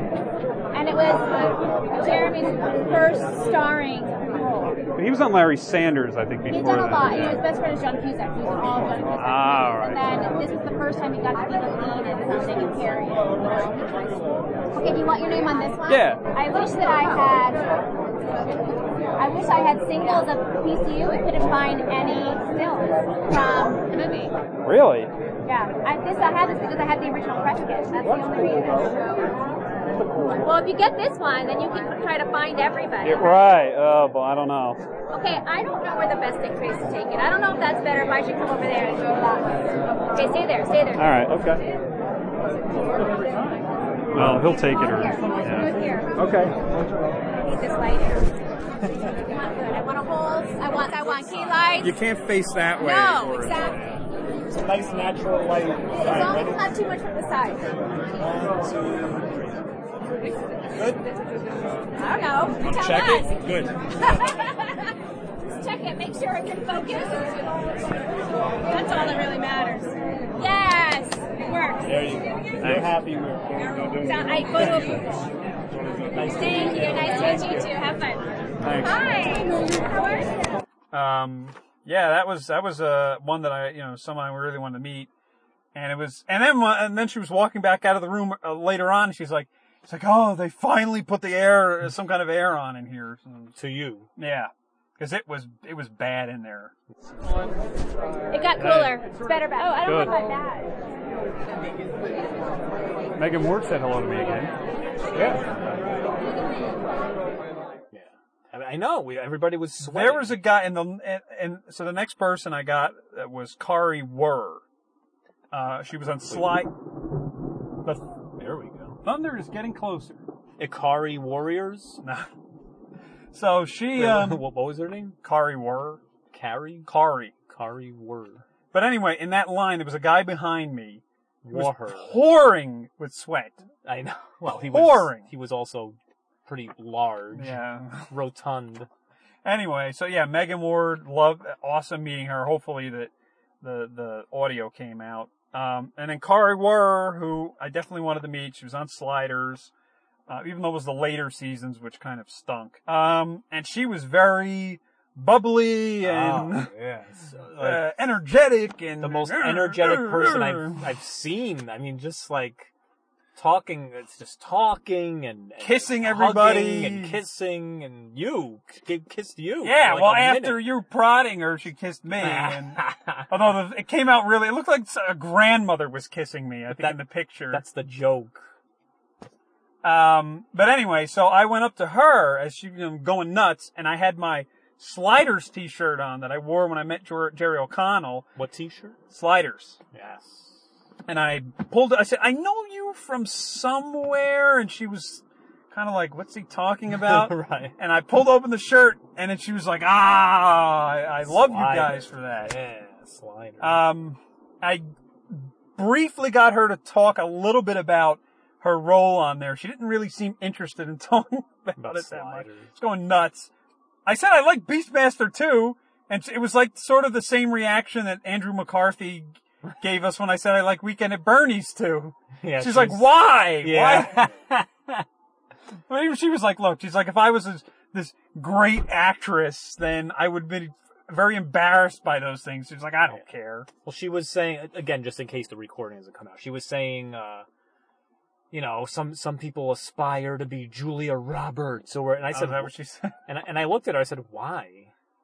S16: and it was uh, Jeremy's first starring role.
S4: But he was on Larry Sanders, I think,
S16: He's
S4: before
S16: done a lot.
S4: that.
S16: He was
S4: Yeah.
S16: best friend of John Cusack. He was in all of John Cusack.
S4: Ah, all
S16: And
S4: right.
S16: then this was the first time he got to be the lead in something in Carrie. Okay, do you want your name on this one?
S4: Yeah.
S16: I wish that I had I wish I had singles of PCU and couldn't find any stills from the movie.
S26: Really?
S16: Yeah, I, this I had this because I had the original press kit. That's the only reason. Well, if you get this one, then you can try to find everybody.
S2: right. Oh, but I don't know.
S16: Okay, I don't know where the best thing is to take it. I don't know if that's better if I should come over there and go along. Okay, stay there, stay there.
S2: All right. Okay. Well, he'll take it or.
S16: Let's do it
S2: Yeah.
S16: here.
S2: Okay.
S16: I need this light here. I want a whole, I want, I want key lights.
S4: You can't face that way.
S16: No,
S4: or-
S16: exactly.
S14: It's a nice natural light.
S16: As long as it's not too much from the side. Good? I don't know. You tell
S14: Check
S16: us.
S14: it. Good.
S16: Just check it, make sure it's in focus. That's all that really matters. Yes, it works.
S14: There you go. We're happy we're doing
S16: So I go to a Thank you. Nice to meet you too. Have fun.
S4: Thanks.
S16: Hi. How are you?
S4: Um, yeah, that was that was uh, one that I you know someone I really wanted to meet, and it was and then when- and then she was walking back out of the room uh, later on. She's like, it's like oh they finally put the air uh, some kind of air on in here
S3: to you.
S4: Yeah, because it was it was bad in there.
S16: It got cooler. It's better back. Oh, I don't
S2: Good.
S16: have my bag.
S2: Megan Ward said hello to me again.
S3: I, mean, I know. We, everybody was sweating.
S4: There was a guy, and the and, and so the next person I got uh, was Kari Wurr. Uh, she was on Sly. The,
S3: there we go.
S4: Thunder is getting closer.
S3: Ikari Warriors.
S4: So she.
S3: Wait,
S4: Um,
S3: what, what was her name?
S4: Kari Wurr.
S3: Carrie.
S4: Kari.
S3: Kari Wurr.
S4: But anyway, in that line, there was a guy behind me who was
S3: Wurr.
S4: pouring with sweat.
S3: I know. Well, he
S4: pouring.
S3: was. He was also pretty large.
S4: Yeah.
S3: Rotund.
S4: Anyway, so yeah, Megan Ward, love, awesome meeting her. Hopefully that the the audio came out. Um, and then Kari Wurr, who I definitely wanted to meet. She was on Sliders, uh, even though it was the later seasons, which kind of stunk. Um, and she was very bubbly and
S3: Ah, yeah. So,
S4: uh, energetic and
S3: the most energetic person I've I've seen. I mean, just like talking. It's just talking and, and
S4: Kissing
S3: hugging
S4: everybody.
S3: and kissing and you k- kissed you.
S4: Yeah,
S3: for like
S4: well,
S3: a minute.
S4: after you prodding her, she kissed me. And, although the, it came out really, it looked like a grandmother was kissing me. I think in the picture. That's
S3: the joke.
S4: Um, but anyway, so I went up to her as she was going nuts, and I had my sliders T-shirt on that I wore when I met Jer- Jerry O'Connell.
S3: What T-shirt?
S4: Sliders.
S3: Yes.
S4: And I pulled. I said, "I know you from somewhere," and she was kind of like, "What's he talking about?"
S3: right.
S4: And I pulled open the shirt, and then she was like, "Ah, I, I love you guys for that."
S3: Yeah, slider.
S4: Um, I briefly got her to talk a little bit about her role on there. She didn't really seem interested in talking about,
S3: About
S4: it that much.
S3: sliders.
S4: It's going nuts. I said I like Beastmaster too, and it was like sort of the same reaction that Andrew McCarthy gave us when I said I like Weekend at Bernie's too.
S3: Yeah,
S4: she's,
S3: she's-
S4: like, why?
S3: Yeah.
S4: Why? I mean, she was like, look, she's like, if I was this, this great actress, then I would be very embarrassed by those things. She's like, I don't care.
S3: Well, she was saying again, just in case the recording doesn't come out. She was saying, uh, you know, some some people aspire to be Julia Roberts, or and I
S4: Oh,
S3: said,
S4: is that what she said?
S3: And I, and I looked at her. I said, why?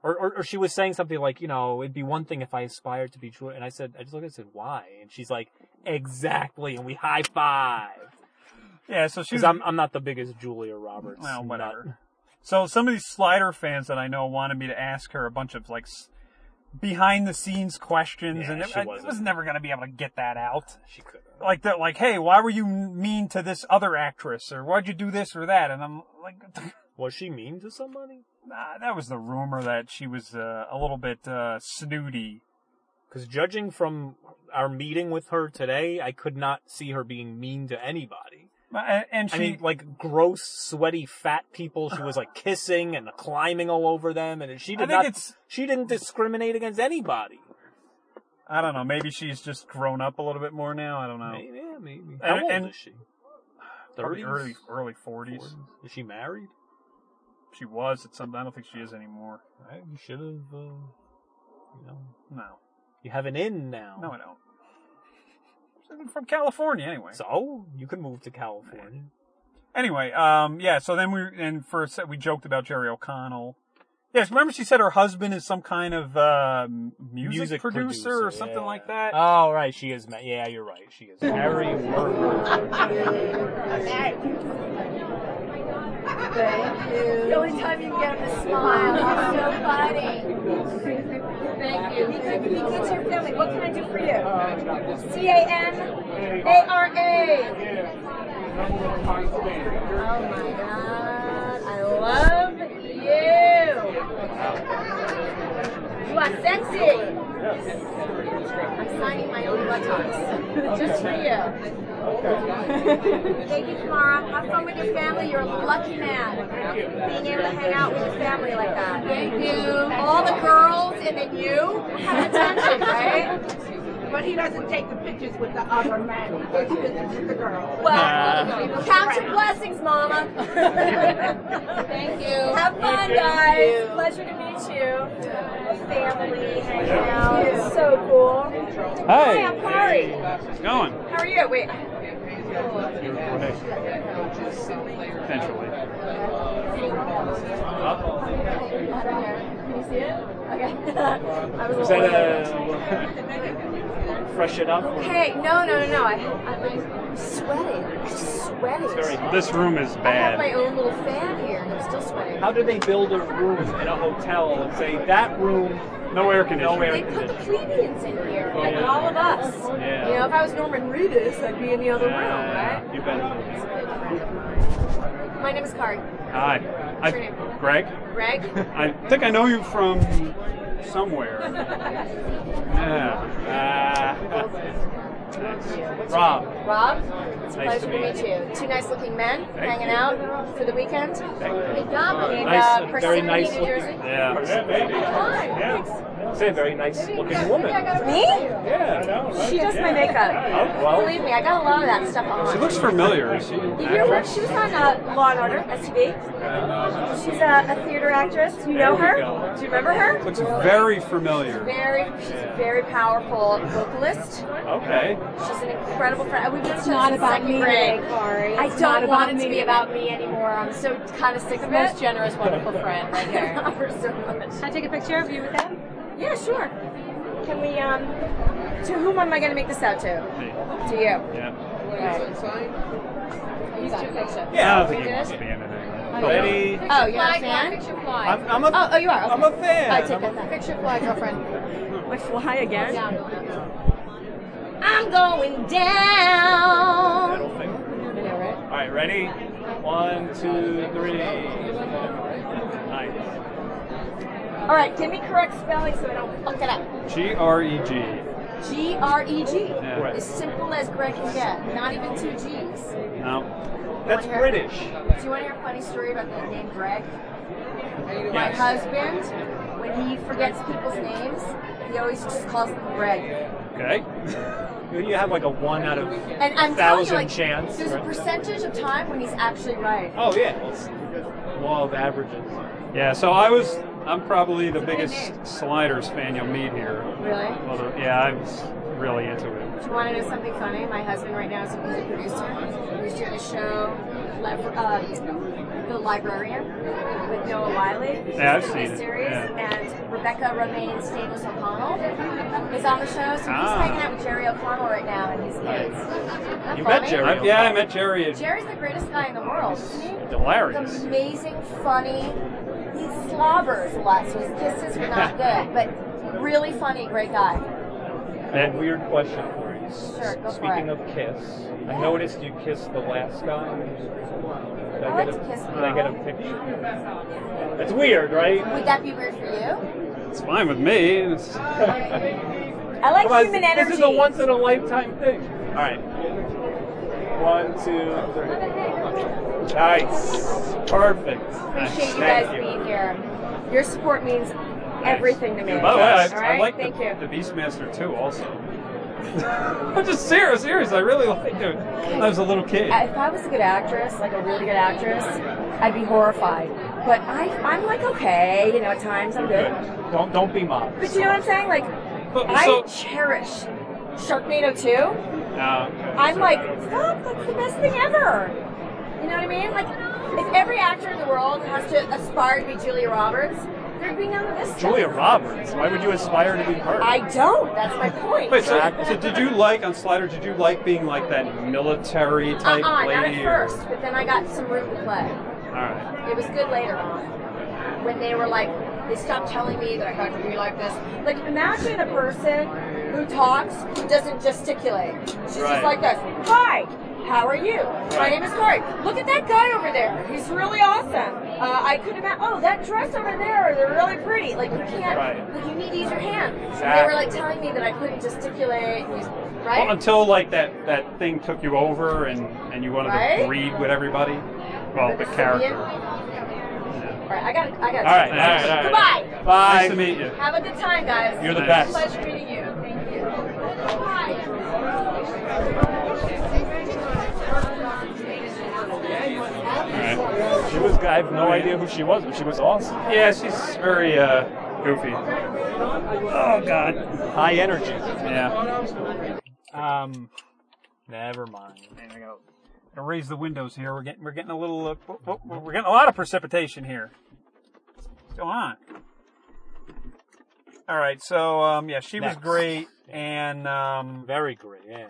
S3: Or, or or she was saying something like, you know, it'd be one thing if I aspired to be Julia, and I said, I just looked at her and said, why? And she's like, exactly, and we high five.
S4: Yeah, so she
S3: because
S4: was-
S3: I'm I'm not the biggest Julia Roberts.
S4: Well,
S3: nut.
S4: whatever. So some of these slider fans that I know wanted me to ask her a bunch of like behind the scenes questions,
S3: Yeah,
S4: and
S3: she
S4: I, I
S3: wasn't.
S4: was never going to be able to get that out.
S3: She could. have
S4: Like that, like, hey, why were you mean to this other actress, or why'd you do this or that? And I'm like,
S3: was she mean to somebody?
S4: Nah, that was the rumor that she was uh, a little bit uh, snooty.
S3: Because judging from our meeting with her today, I could not see her being mean to anybody.
S4: Uh, And, and she,
S3: I mean, like gross, sweaty, fat people. She was like kissing and climbing all over them, and she
S4: I
S3: did
S4: think
S3: not.
S4: it's-
S3: She didn't discriminate against anybody.
S4: I don't know, maybe she's just grown up a little bit more now. I don't know.
S3: Maybe, yeah, maybe.
S4: And-
S3: How old
S4: and-
S3: is she?
S4: Probably
S3: 30s?
S4: early early forties.
S3: Is she married?
S4: She was at some. I don't think she is anymore.
S3: You should have. Uh, you know.
S4: No.
S3: You have an in now.
S4: No, I don't. I'm from California anyway.
S3: So you could move to California.
S4: Anyway, um, yeah. So then we and for a set we joked about Jerry O'Connell. Yes, remember she said her husband is some kind of uh, music,
S3: Music
S4: producer, or
S3: producer,
S4: something
S3: yeah.
S4: like that.
S3: Oh, right. She is. ma- Yeah, you're right. She is.
S4: Harry
S16: Thank you. The only time you can get him to smile. It's so funny. Thank you. He could- he keeps your family. What can I do for you? C A N A R A. Oh my god. I love you. You are sexy. I'm signing my own buttocks. Just for you. Thank you, Kamara. Have fun with your family. You're a lucky man. Being able to hang out with your family like that. Thank you. All the girls and then you have attention, right?
S1: But he doesn't take the pictures with the other man. He takes pictures with the girl.
S16: Well, count your blessings, Mama. Thank you. Have fun, guys. Pleasure to meet you. Family, hanging out. It's so cool. Hi, I'm Kari.
S2: It's going.
S16: How are you? Wait.
S2: Potentially.
S16: Can you see it? Okay. I was a
S8: Is
S16: little
S8: that a fresh it up? Or?
S16: Hey, no, no, no, no. I, I, I'm sweating. I'm sweating.
S2: This room is
S16: I have my
S2: bad.
S16: own little fan here, and I'm still sweating.
S8: How do they build a room in a hotel and say that room?
S2: No air
S8: No air
S16: They put the
S8: conditioning.
S16: plebeians in here, like
S8: Oh, Yeah.
S16: all of us.
S8: Yeah.
S16: You know, if I was Norman Reedus, I'd be in the other room, right?
S8: You better.
S16: My name is Card.
S2: Hi. I, Greg?
S16: Greg?
S2: I think I know you from somewhere. Yeah. Uh,
S16: What's your
S2: Rob.
S16: name? Rob? It's a
S2: Nice to
S16: pleasure to meet,
S2: meet
S16: you. Two nice looking men hanging
S2: you.
S16: out for the weekend.
S8: Thank
S16: you. In,
S8: Nice,
S16: uh,
S8: very
S16: Parsippany,
S8: nice
S16: New
S8: looking.
S16: Jersey.
S8: Yeah.
S16: Yeah.
S8: Say a very nice looking woman.
S16: Me?
S8: Yeah. I know.
S16: She does my makeup.
S8: Oh, well.
S16: Believe me, I got a lot of that stuff on.
S2: She looks familiar. Is she an
S16: You hear her?
S2: actress?
S16: She was on uh, Law and Order, STV. She's a, a theater actress. You know
S2: There
S16: her?
S2: we go.
S16: Do you remember her?
S2: Looks very familiar.
S16: Very, she's a very powerful vocalist.
S2: Okay.
S16: She's an incredible friend. We
S30: It's
S16: just
S30: not about me
S16: grade.
S30: today, Kari.
S16: I
S30: It's
S16: don't
S30: not
S16: want
S30: about
S16: it to
S30: me.
S16: be about me anymore. I'm so kind of sick
S30: The
S16: of
S30: most
S16: it.
S30: generous, wonderful friend right here.
S16: I love her so much.
S30: Can I take a picture of you with him?
S16: Yeah, sure. Can we? Um, to whom am I going to make this out to? To you.
S2: Yeah.
S16: You got a picture.
S2: Yeah, I don't think
S16: Can we
S2: he
S16: do
S2: wants
S16: this?
S2: to be anything.
S8: Ready?
S16: Oh, you're not a fan?
S8: I'm- I'm a-
S16: oh, oh, you are. okay.
S8: I'm a fan.
S16: I take
S8: I'm
S16: that back. Picture fly, girlfriend. My fly again? I'm going down.
S8: All right, ready? One, two, three. Nice.
S16: All right, give me correct spelling so I don't fuck it up.
S2: G R E G.
S16: G R E G.
S2: Yeah.
S16: As simple as Greg can get. Not even two G's.
S2: No.
S16: That's British. Do you want to hear a funny story about the name Greg? My
S2: Yes.
S16: husband, when he forgets people's names, he always just calls them Greg.
S8: Okay. You have like a one out of
S16: And I'm telling you,
S8: thousand
S16: like,
S8: chance.
S16: there's a
S8: right?
S16: percentage of time when he's actually right.
S8: Oh yeah. Well, it's law of averages.
S2: Yeah, so I was, I'm probably the biggest Sliders fan you'll meet here.
S16: Really?
S2: Well, the- yeah, I was really into it.
S16: Do you want to know something funny? My husband right now is a music producer. He's doing a show, lever, uh, The Librarian, with Noah Wiley.
S2: Yeah, I've
S16: It's a
S2: seen it,
S16: Series,
S2: yeah.
S16: And Rebecca Romaine Stamos O'Connell is on the show, so
S2: Ah.
S16: he's hanging out with Jerry O'Connell right now, and he's kids. Isn't that
S2: You
S16: funny?
S2: met Jerry. I- yeah, I met Jerry at-
S16: Jerry's the greatest guy in the world, isn't he?
S2: Hilarious.
S16: Amazing, funny. He slobbers a lot, so his kisses were not good, but really funny, great guy.
S8: I have a weird question for you.
S16: Sure, go for
S8: Speaking
S16: it.
S8: of kiss, I noticed you kissed the last guy. Did
S16: I
S8: I, get
S16: like
S8: a,
S16: to kiss
S8: did I get a
S16: people.
S8: picture? That's weird, right?
S16: Would that be weird for you?
S2: It's fine with me. It's,
S16: I like
S8: Come on,
S16: human
S8: this
S16: energy.
S8: is a once in a lifetime thing. All right. One, two, three. Nice. Perfect.
S16: Appreciate you
S8: Thank
S16: guys being here. Your support means everything to me.
S2: by the way, I,
S16: All
S2: I
S16: right,
S2: like
S16: thank
S2: the,
S16: you.
S2: the Beastmaster too, also. I'm just serious, serious. I really liked it. I was a little kid.
S16: If I was a good actress, like a really good actress, I'd be horrified. But I, I'm like okay, you know, at times I'm good.
S8: Don't don't be mobbed.
S16: But you know what I'm saying? Like,
S8: But-
S16: I
S8: so-
S16: cherish Sharknado 2.
S2: Uh,
S16: I'm like, fuck, that's the best thing ever. You know what I mean? Like, if every actor in the world has to aspire to be Julia Roberts, there'd be none of this stuff.
S8: Julia Roberts. Why would you aspire to be her?
S16: I don't. That's my point.
S2: Wait, so, so did you like on Slider? Did you like being like that military
S16: Uh-uh,
S2: type
S16: not at
S2: lady? or-
S16: first, but then I got some room to play.
S2: All right.
S16: It was good later on when they were like, they stopped telling me that I had to be like this. Like, imagine a person who talks who doesn't gesticulate. She's
S1: Right.
S16: just like this. Hi, how are you? My name is Corey. Look at that guy over there. He's really awesome. Uh, I could imagine. Oh, that dress over there. They're really pretty. Like you can't.
S2: Right.
S16: Like you need to use your hand. They
S2: Exactly.
S16: were like telling me that I couldn't gesticulate. use- Right.
S2: Well, until like that that thing took you over and and you wanted to
S16: Right?
S2: breed with everybody. Well, the
S16: Indian.
S2: character.
S16: All right, I got. I
S2: All
S16: got.
S2: right, all right, all right.
S16: Goodbye.
S2: Bye. Nice to meet you.
S16: Have a good time, guys.
S2: You're the best.
S16: Pleasure meeting you. Thank you.
S8: She was. I have no idea who she was, but she was awesome.
S2: Yeah, she's very uh, goofy. Oh God.
S8: High energy.
S4: Yeah. Um,
S3: never mind.
S4: I gotta, gotta raise the windows here. We're getting we're getting a little uh, w- w- w- we're getting a lot of precipitation here. What's going on? All right, so um, yeah, she
S3: Next.
S4: was great and um,
S3: very great. Yeah.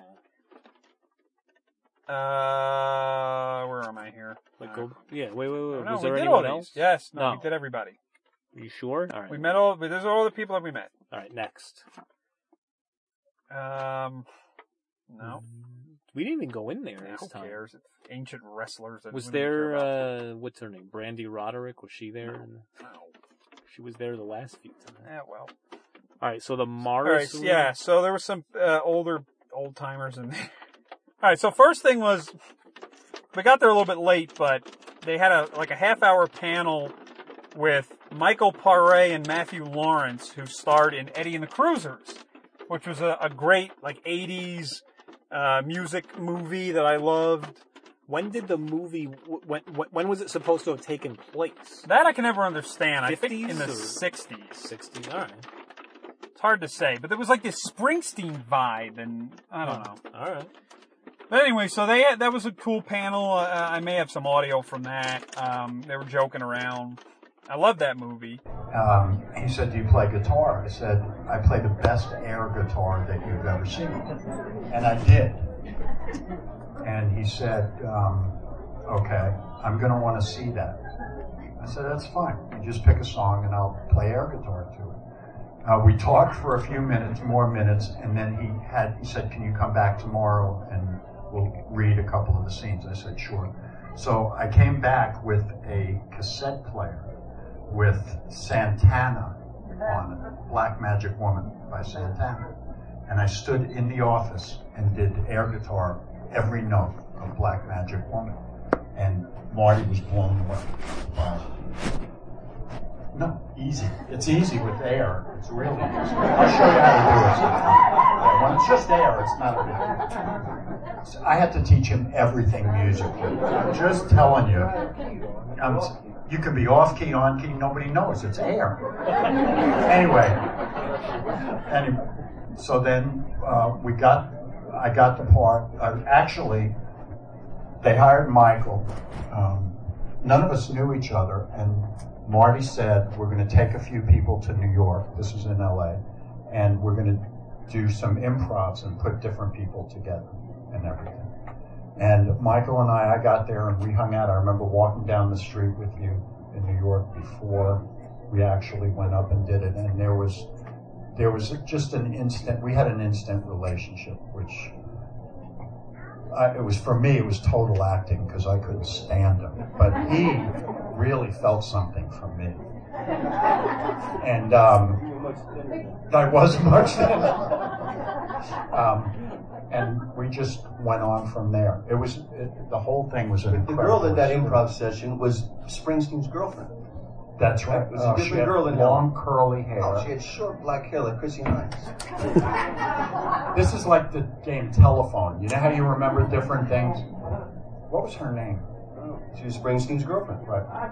S4: Uh, where am I here? Uh,
S3: Like, go, yeah. Wait, wait, wait.
S4: No,
S3: was
S4: we
S3: there
S4: did
S3: anyone
S4: all these.
S3: else?
S4: Yes, no, we did everybody.
S3: You sure? All right.
S4: We met all. These are all the people that we met.
S3: All right. Next.
S4: Um, no,
S3: Mm, We didn't even go in there
S4: Yeah,
S3: this
S4: who
S3: time.
S4: cares? It's ancient wrestlers. That
S3: Was
S4: we don't care
S3: there
S4: about.
S3: uh, what's her name? Brandy Roderick. Was she there? No. She was there the last few times.
S4: Yeah, well.
S3: All right. So the
S4: All
S3: Mars.
S4: right, s- yeah. So there was some uh, older old timers in there. All right. So first thing was, we got there a little bit late, but they had a like a half hour panel with Michael Paré and Matthew Lawrence, who starred in Eddie and the Cruisers, which was a, a great like '80s uh, music movie that I loved.
S3: When did the movie? wh- When wh- when was it supposed to have taken place?
S4: That I can never understand. I think in
S3: 50s
S4: the
S3: or-
S4: '60s.
S3: '60s. All right.
S4: It's hard to say, but there was like this Springsteen vibe, and I don't know.
S3: Oh, All right.
S4: But anyway, so they had, that was a cool panel. Uh, I may have some audio from that. Um, they were joking around. I love that movie.
S7: um, he said, "Do you play guitar?" I said, "I play the best air guitar that you've ever seen," and I did. And he said, um, "Okay, I'm going to want to see that." I said, "That's fine. You just pick a song, and I'll play air guitar to it." Uh, we talked for a few minutes, more minutes, and then he had he said, "Can you come back tomorrow and we'll read a couple of the scenes?" I said, "Sure." So I came back with a cassette player with Santana on it, Black Magic Woman by Santana. And I stood in the office and did air guitar every note of Black Magic Woman. And Marty was blown away. Wow. No, easy. It's easy with air. It's really easy. I'll show you how to do it. When it's just air, it's not a big deal. So I had to teach him everything musically. I'm just telling you. I'm, you can be off key, on key, nobody knows. It's air. Anyway, anyway. So then uh, we got, I got the part. Uh, actually, they hired Michael. Um, none of us knew each other, and Marty said, We're going to take a few people to New York. This was in LA. And we're going to do some improvs and put different people together and everything. And Michael and I, I got there and we hung out. I remember walking down the street with you in New York before we actually went up and did it. And there was, there was just an instant. We had an instant relationship, which I, it was for me. It was total acting because I couldn't stand him, but he really felt something from me. And um, I was much. um, and we just went on from there. It was it, the whole thing was an
S11: The
S7: incredible.
S11: girl at that improv session was Springsteen's girlfriend.
S7: That's right.
S11: It was
S7: Uh,
S11: a
S7: she
S11: different
S7: had
S11: girl in
S7: long
S11: Helen.
S7: curly hair.
S11: Oh, she had short black hair like Chrissy Hines.
S7: This is like the game telephone. You know how you remember different things. What was her name? She was Springsteen's girlfriend. Right.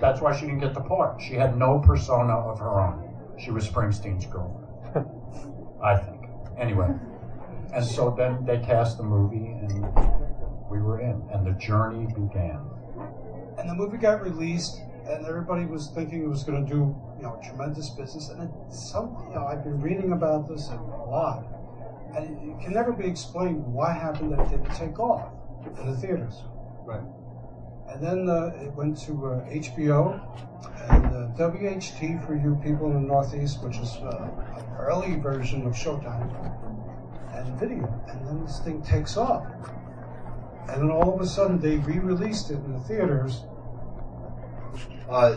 S7: That's why she didn't get the part. She had no persona of her own. She was Springsteen's girlfriend. I think. Anyway. And so then they cast the movie and we were in, and the journey began.
S15: And the movie got released, and everybody was thinking it was going to do you know tremendous business. And it, some you know I've been reading about this a lot, and it, it can never be explained why happened that it didn't take off in the theaters.
S7: Right.
S15: And then uh, it went to uh, HBO and uh, WHT for you people in the Northeast, which is uh, an early version of Showtime and video. And then this thing takes off. And then all of a sudden they re released it in the theaters.
S2: Uh,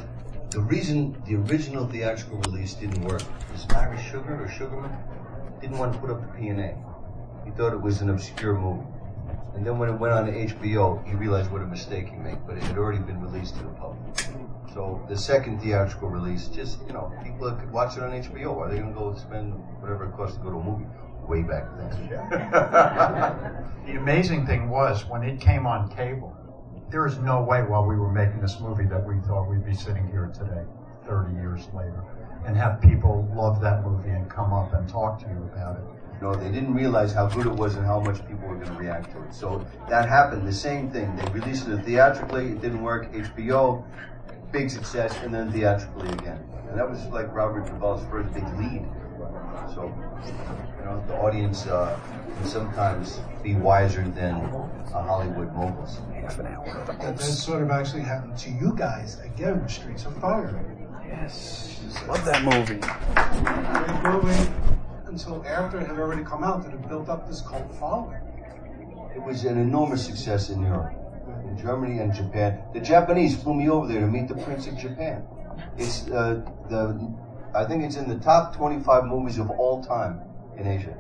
S2: the reason the original theatrical release didn't work is Larry Sugar or Sugarman didn't want to put up the P and A. He thought it was an obscure movie. And then when it went on to HBO, he realized what a mistake he made, but it had already been released to the public. So the second theatrical release, just, you know, people could watch it on HBO. Are they going to go spend whatever it costs to go to a movie? Way back then.
S7: The amazing thing was when it came on cable, there is no way while we were making this movie that we thought we'd be sitting here today, 30 years later, and have people love that movie and come up and talk to you about it.
S2: No, they didn't realize how good it was and how much people were going to react to it. So that happened. The same thing. They released it theatrically. It didn't work. HBO, big success, and then theatrically again. And that was like Robert Duvall's first big lead. So, you know, the audience uh, can sometimes be wiser than uh, Hollywood moguls. Half an hour.
S15: And that sort of actually happened to you guys again with Streets of Fire.
S31: Yes. Love that movie.
S15: Great movie. Until after it had already come out, that it built up this cult following.
S2: It was an enormous success in Europe, in Germany and Japan. The Japanese flew me over there to meet the Prince of Japan. It's uh, the, I think it's in the top 25 movies of all time in Asia.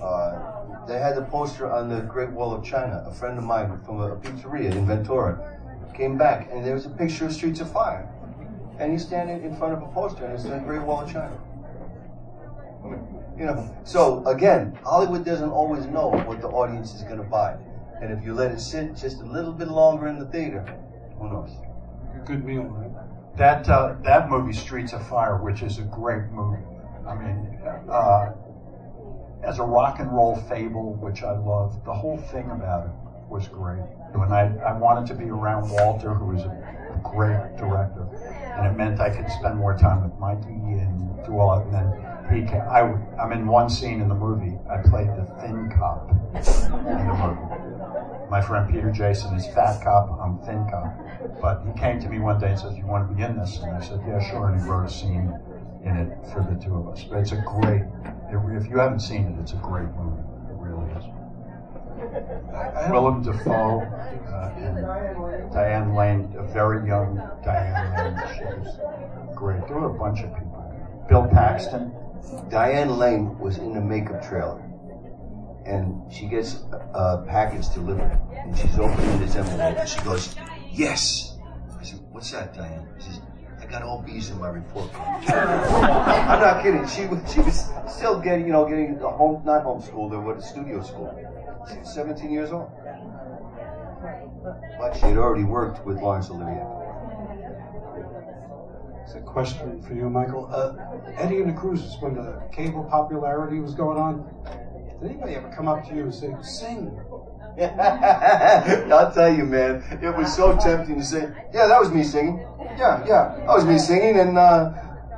S2: Uh, they had the poster on the Great Wall of China. A friend of mine from a pizzeria in Ventura came back, and there was a picture of Streets of Fire. And he's standing in front of a poster, and it's the Great Wall of China. You know, so again, Hollywood doesn't always know what the audience is going to buy, and if you let it sit just a little bit longer in the theater, who knows?
S15: Good meal, right?
S7: That uh, that movie, Streets of Fire, which is a great movie. I mean, uh, as a rock and roll fable, which I love, the whole thing about it was great. And I, I wanted to be around Walter, who is a great director, and it meant I could spend more time with Mikey and do all that. And then he can, I, I'm in one scene in the movie. I played the thin cop in the movie. My friend Peter Jason is fat cop. I'm thin cop. But he came to me one day and says, "You want to be in this?" And I said, "Yeah, sure." And he wrote a scene in it for the two of us. But it's a great. It, if you haven't seen it, it's a great movie. It really is. Willem Dafoe uh, and Diane Lane, a very young Diane Lane. She was great. There were a bunch of people. Bill Paxton,
S2: Diane Lane was in the makeup trailer, and she gets a, a package delivered, and she's opening this envelope, and she goes, "Yes." I said, "What's that, Diane?" She says, "I got all B's in my report card." I'm not kidding. She was she was still getting you know getting the home not homeschooled or what studio school. She was 17 years old, but she had already worked with Laurence Olivier.
S15: It's a question for you, Michael. Uh, Eddie and the Cruises, when the cable popularity was going on, did anybody ever come up to you and say, sing?
S2: I'll tell you, man, it was so tempting to say, yeah, that was me singing. Yeah, yeah, that was me singing, and uh,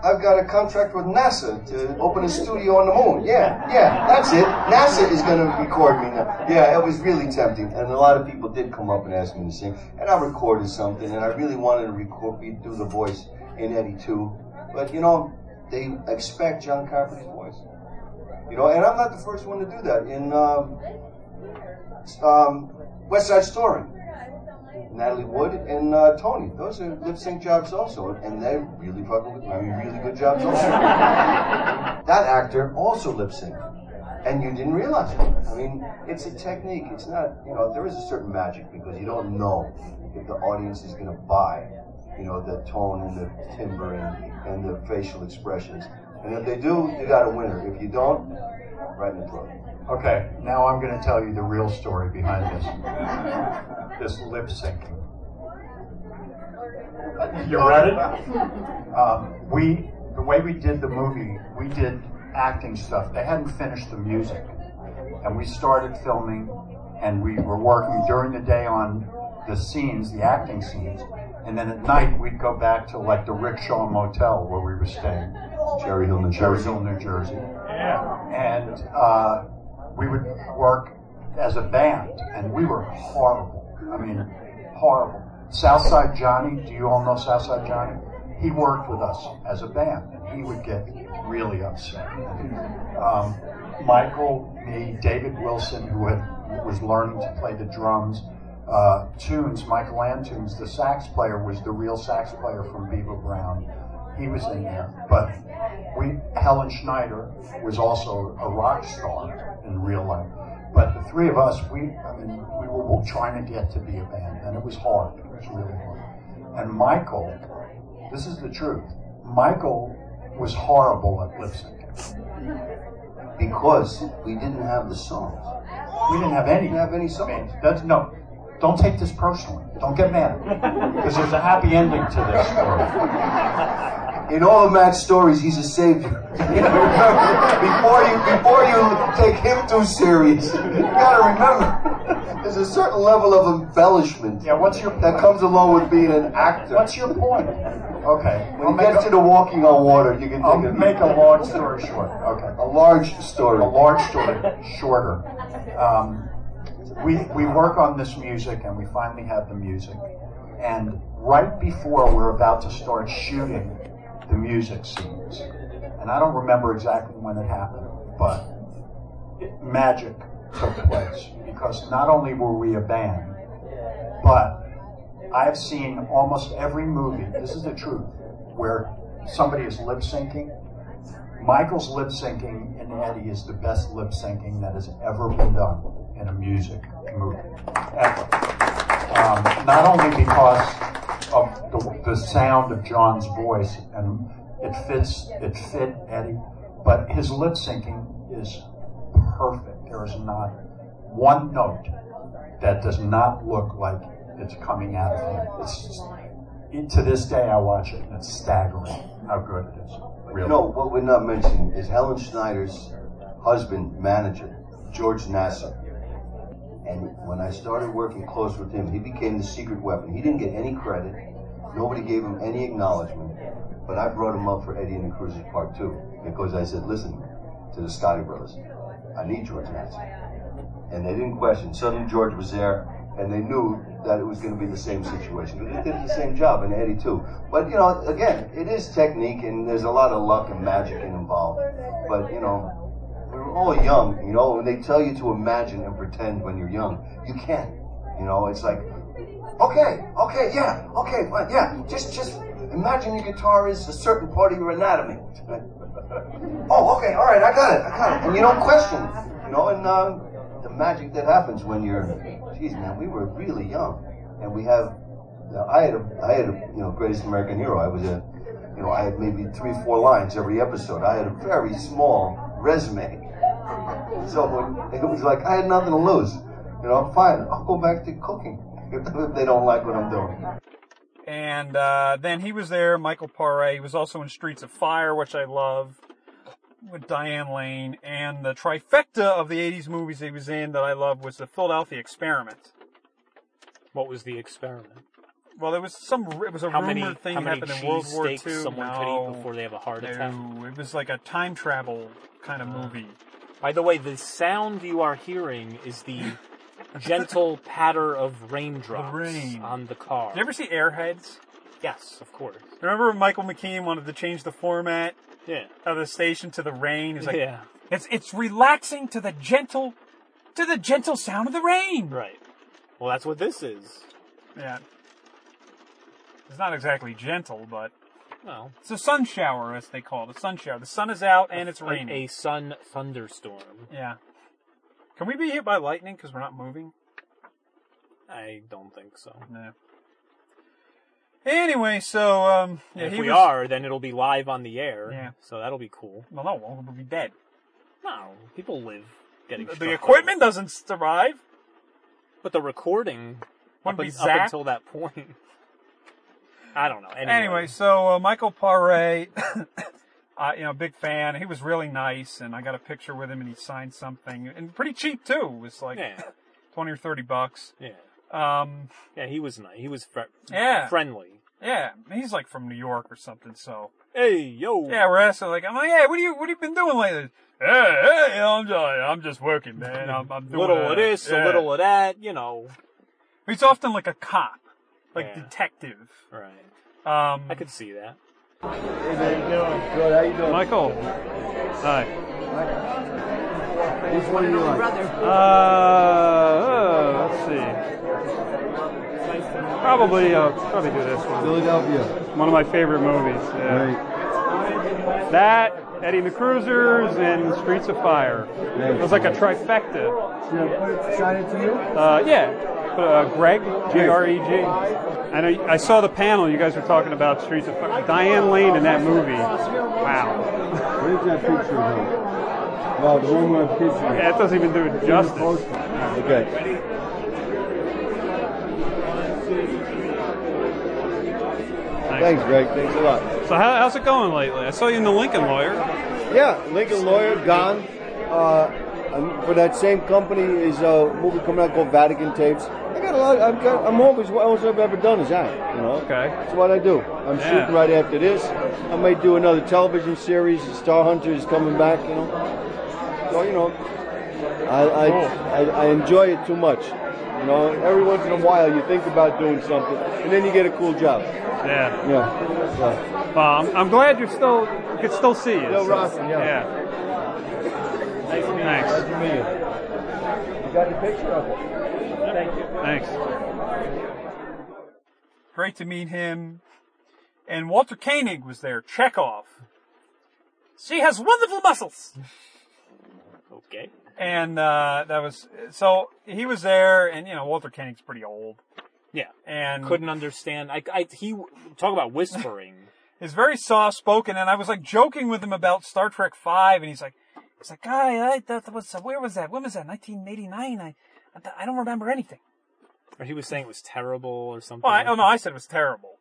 S2: I've got a contract with NASA to open a studio on the moon. Yeah, yeah, that's it. NASA is going to record me now. Yeah, it was really tempting, and a lot of people did come up and ask me to sing, and I recorded something, and I really wanted to record, do the voice in Eddie too. But you know, they expect John Carpenter's voice. You know, and I'm not the first one to do that. In um, um, West Side Story, Natalie Wood and uh, Tony, those are lip sync jobs also, and they really fucking with, I mean, really good jobs also. that actor also lip synced. And you didn't realize it. I mean, it's a technique. It's not, you know, there is a certain magic because you don't know if the audience is going to buy you know, the tone and the timbre and, and the facial expressions. And if they do, you got a winner. If you don't, right in the throat.
S7: Okay, now I'm going to tell you the real story behind this. this lip syncing. You ready? Um, we, the way we did the movie, we did acting stuff. They hadn't finished the music. And we started filming and we were working during the day on the scenes, the acting scenes, and then at night we'd go back to like the Rickshaw Motel where we were staying,
S2: Cherry Hill, New
S7: Cherry
S2: Jersey.
S7: Hill, New Jersey,
S2: Yeah.
S7: and uh, we would work as a band, and we were horrible. I mean, horrible. Southside Johnny, do you all know Southside Johnny? He worked with us as a band, and he would get really upset. Um, Michael, me, David Wilson, who had, was learning to play the drums, uh, Tunes, Michael Antunes, the sax player, was the real sax player from Beaver Brown. He was in there, but we Helen Schneider was also a rock star in real life. But the three of us, we I mean, we were trying to get to be a band, and it was hard. It was really hard. And Michael, this is the truth. Michael was horrible at lip sync because we didn't have the songs. We didn't have any. Didn't have any songs. That's no. Don't take this personally. Don't get mad because there's a happy ending to this story.
S2: In all of Matt's stories, he's a savior. You know, before you before you take him too serious, you gotta remember there's a certain level of embellishment. Yeah,
S7: what's your
S2: that comes along with being an actor.
S7: What's your point? Okay,
S2: When you get to the walking on water, you can
S7: I'll
S2: think of-
S7: make a long story short. Okay.
S2: A large story.
S7: A large story, shorter. Um, we, we work on this music and we finally have the music. And right before we're about to start shooting the music scenes, and I don't remember exactly when it happened, but it, magic took place because not only were we a band, but I've seen almost every movie, this is the truth, where somebody is lip syncing Michael's lip syncing in Eddie is the best lip syncing that has ever been done in a music movie, ever. Um, not only because of the, the sound of John's voice and it fits, it fit Eddie, but his lip syncing is perfect. There is not one note that does not look like it's coming out of him. It's just, it- to this day, I watch it and it's staggering how good it is.
S2: You know, what we're not mentioning is Helen Schneider's husband, manager, George Nassar. And when I started working close with him, he became the secret weapon. He didn't get any credit. Nobody gave him any acknowledgement. But I brought him up for Eddie and the Cruisers Part 2 because I said, listen to the Scotty brothers, I need George Nassar. And they didn't question. Suddenly George was there and they knew that it was going to be the same situation. But they did the same job, and Eddie too. But you know, again, it is technique, and there's a lot of luck and magic involved. But you know, we we're all young. You know, and they tell you to imagine and pretend when you're young. You can't. You know, it's like, okay, okay, yeah, okay, fine, yeah. Just, just imagine your guitar is a certain part of your anatomy. oh, okay, all right, I got it, I got it. And you don't question, it, you know, and um, the magic that happens when you're Jeez, man, we were really young, and we have. You know, I had a, I had a, you know, greatest American hero. I was a, you know, I had maybe three, four lines every episode. I had a very small resume, so when- it was like I had nothing to lose. You know, fine, I'll go back to cooking if they don't like what I'm doing.
S4: And uh, then he was there, Michael Paré. He was also in Streets of Fire, which I love, with Diane Lane. And the trifecta of the 80s movies he was in that I love was The Philadelphia Experiment.
S3: What was the experiment?
S4: Well, it was some. It was a
S3: How
S4: rumored
S3: many-
S4: thing
S3: how many
S4: happened in World War II.
S3: cheesesteaks someone could
S4: No.
S3: eat before they have a heart
S4: no,
S3: attack? Uh,
S4: it was like a time travel kind of movie.
S3: By the way, the sound you are hearing is the gentle patter of raindrops on the car.
S4: Did you ever see Airheads?
S3: Yes, of course.
S4: Remember when Michael McKean wanted to change the format
S3: yeah.
S4: of the station to the rain? He's like,
S3: Yeah.
S4: it's it's relaxing to the gentle, to the gentle sound of the rain.
S3: Right. Well, that's what this is.
S4: Yeah. It's not exactly gentle, but
S3: well,
S4: it's a sun shower, as they call it. A sun shower. The sun is out and it's
S3: A-
S4: raining.
S3: A sun thunderstorm.
S4: Yeah. Can we be hit by lightning because we're not moving?
S3: I don't think so.
S4: No. Anyway, so um, yeah,
S3: if
S4: he
S3: we
S4: was-
S3: are, then it'll be live on the air.
S4: Yeah.
S3: So that'll be cool.
S4: Well, no, we'll we'll be dead.
S3: No, people live getting struck by
S4: the equipment doesn't survive.
S3: But the recording
S4: Wouldn't
S3: up,
S4: be
S3: un- up
S4: zapped.
S3: until that point. I don't know. Anyway,
S4: so uh, Michael Paré, uh, you know, big fan. He was really nice, and I got a picture with him, and he signed something, and pretty cheap too. It was like
S3: Yeah.
S4: 20 or 30 bucks.
S3: Yeah.
S4: Um,
S3: yeah, he was nice. He was fr-
S4: yeah.
S3: friendly.
S4: Yeah, he's like from New York or something. So
S3: hey, yo,
S4: yeah, we're asking like, I'm like, hey, what do you what have you been doing lately? Hey, hey, you know, I'm just, I'm just working, man. I'm, I'm doing
S3: little
S4: uh,
S3: of this,
S4: yeah.
S3: a little of that, you know.
S4: He's often like a cop, like
S3: Yeah.
S4: detective.
S3: Right.
S4: Um,
S3: I could see that.
S2: Good, how you doing?
S6: Michael. Hi.
S2: Which one do you like?
S6: Uh, oh, let's see. Probably, uh, probably do this one.
S2: Philadelphia.
S6: One of my favorite movies. Yeah. That, Eddie and the Cruisers, and Streets of Fire. It was like a trifecta.
S32: Should I put- shine it to you?
S6: Uh, yeah. But, uh, Greg, G R E G. I know. I saw the panel. You guys were talking about Streets of Fire. Diane Lane in that movie. Wow.
S2: Where's that picture of Well, the one with picture.
S6: Yeah, it doesn't even do it justice.
S2: Okay. Thanks, Greg. Thanks a lot.
S6: So how, how's it going lately? I saw you in the Lincoln Lawyer.
S2: Yeah, Lincoln Lawyer gone. Uh, and for that same company is a movie coming out called Vatican Tapes. I got a lot. I've got. I'm home. It's what else I've ever done is that. You know.
S6: Okay.
S2: That's what I do. I'm
S6: Yeah.
S2: shooting right after this. I may do another television series. Star Hunter is coming back. You know. So you know, I I, I I enjoy it too much. You know, every once in a while you think about doing something, and then you get a cool job.
S6: Yeah.
S2: Yeah. yeah.
S6: Well, I'm, I'm glad you're still you can still see you.
S2: Still
S6: so-
S2: rocking, yeah.
S6: Nice to meet you. Thanks.
S2: Nice to meet you. You got a picture of it.
S4: Thank you.
S6: Thanks.
S4: Great to meet him. And Walter Koenig was there. Chekhov. She has wonderful muscles.
S3: Okay.
S4: And uh, that was so he was there, and you know Walter Koenig's pretty old.
S3: Yeah.
S4: And
S3: couldn't understand. I, I he talk about whispering.
S4: is very soft spoken, and I was like joking with him about Star Trek Five, and he's like, he's like, "Guy, I that was where was that? When was that? 1989? I, I, th- I don't remember anything."
S3: or he was saying it was terrible or something.
S4: Well, I, oh no, I said it was terrible.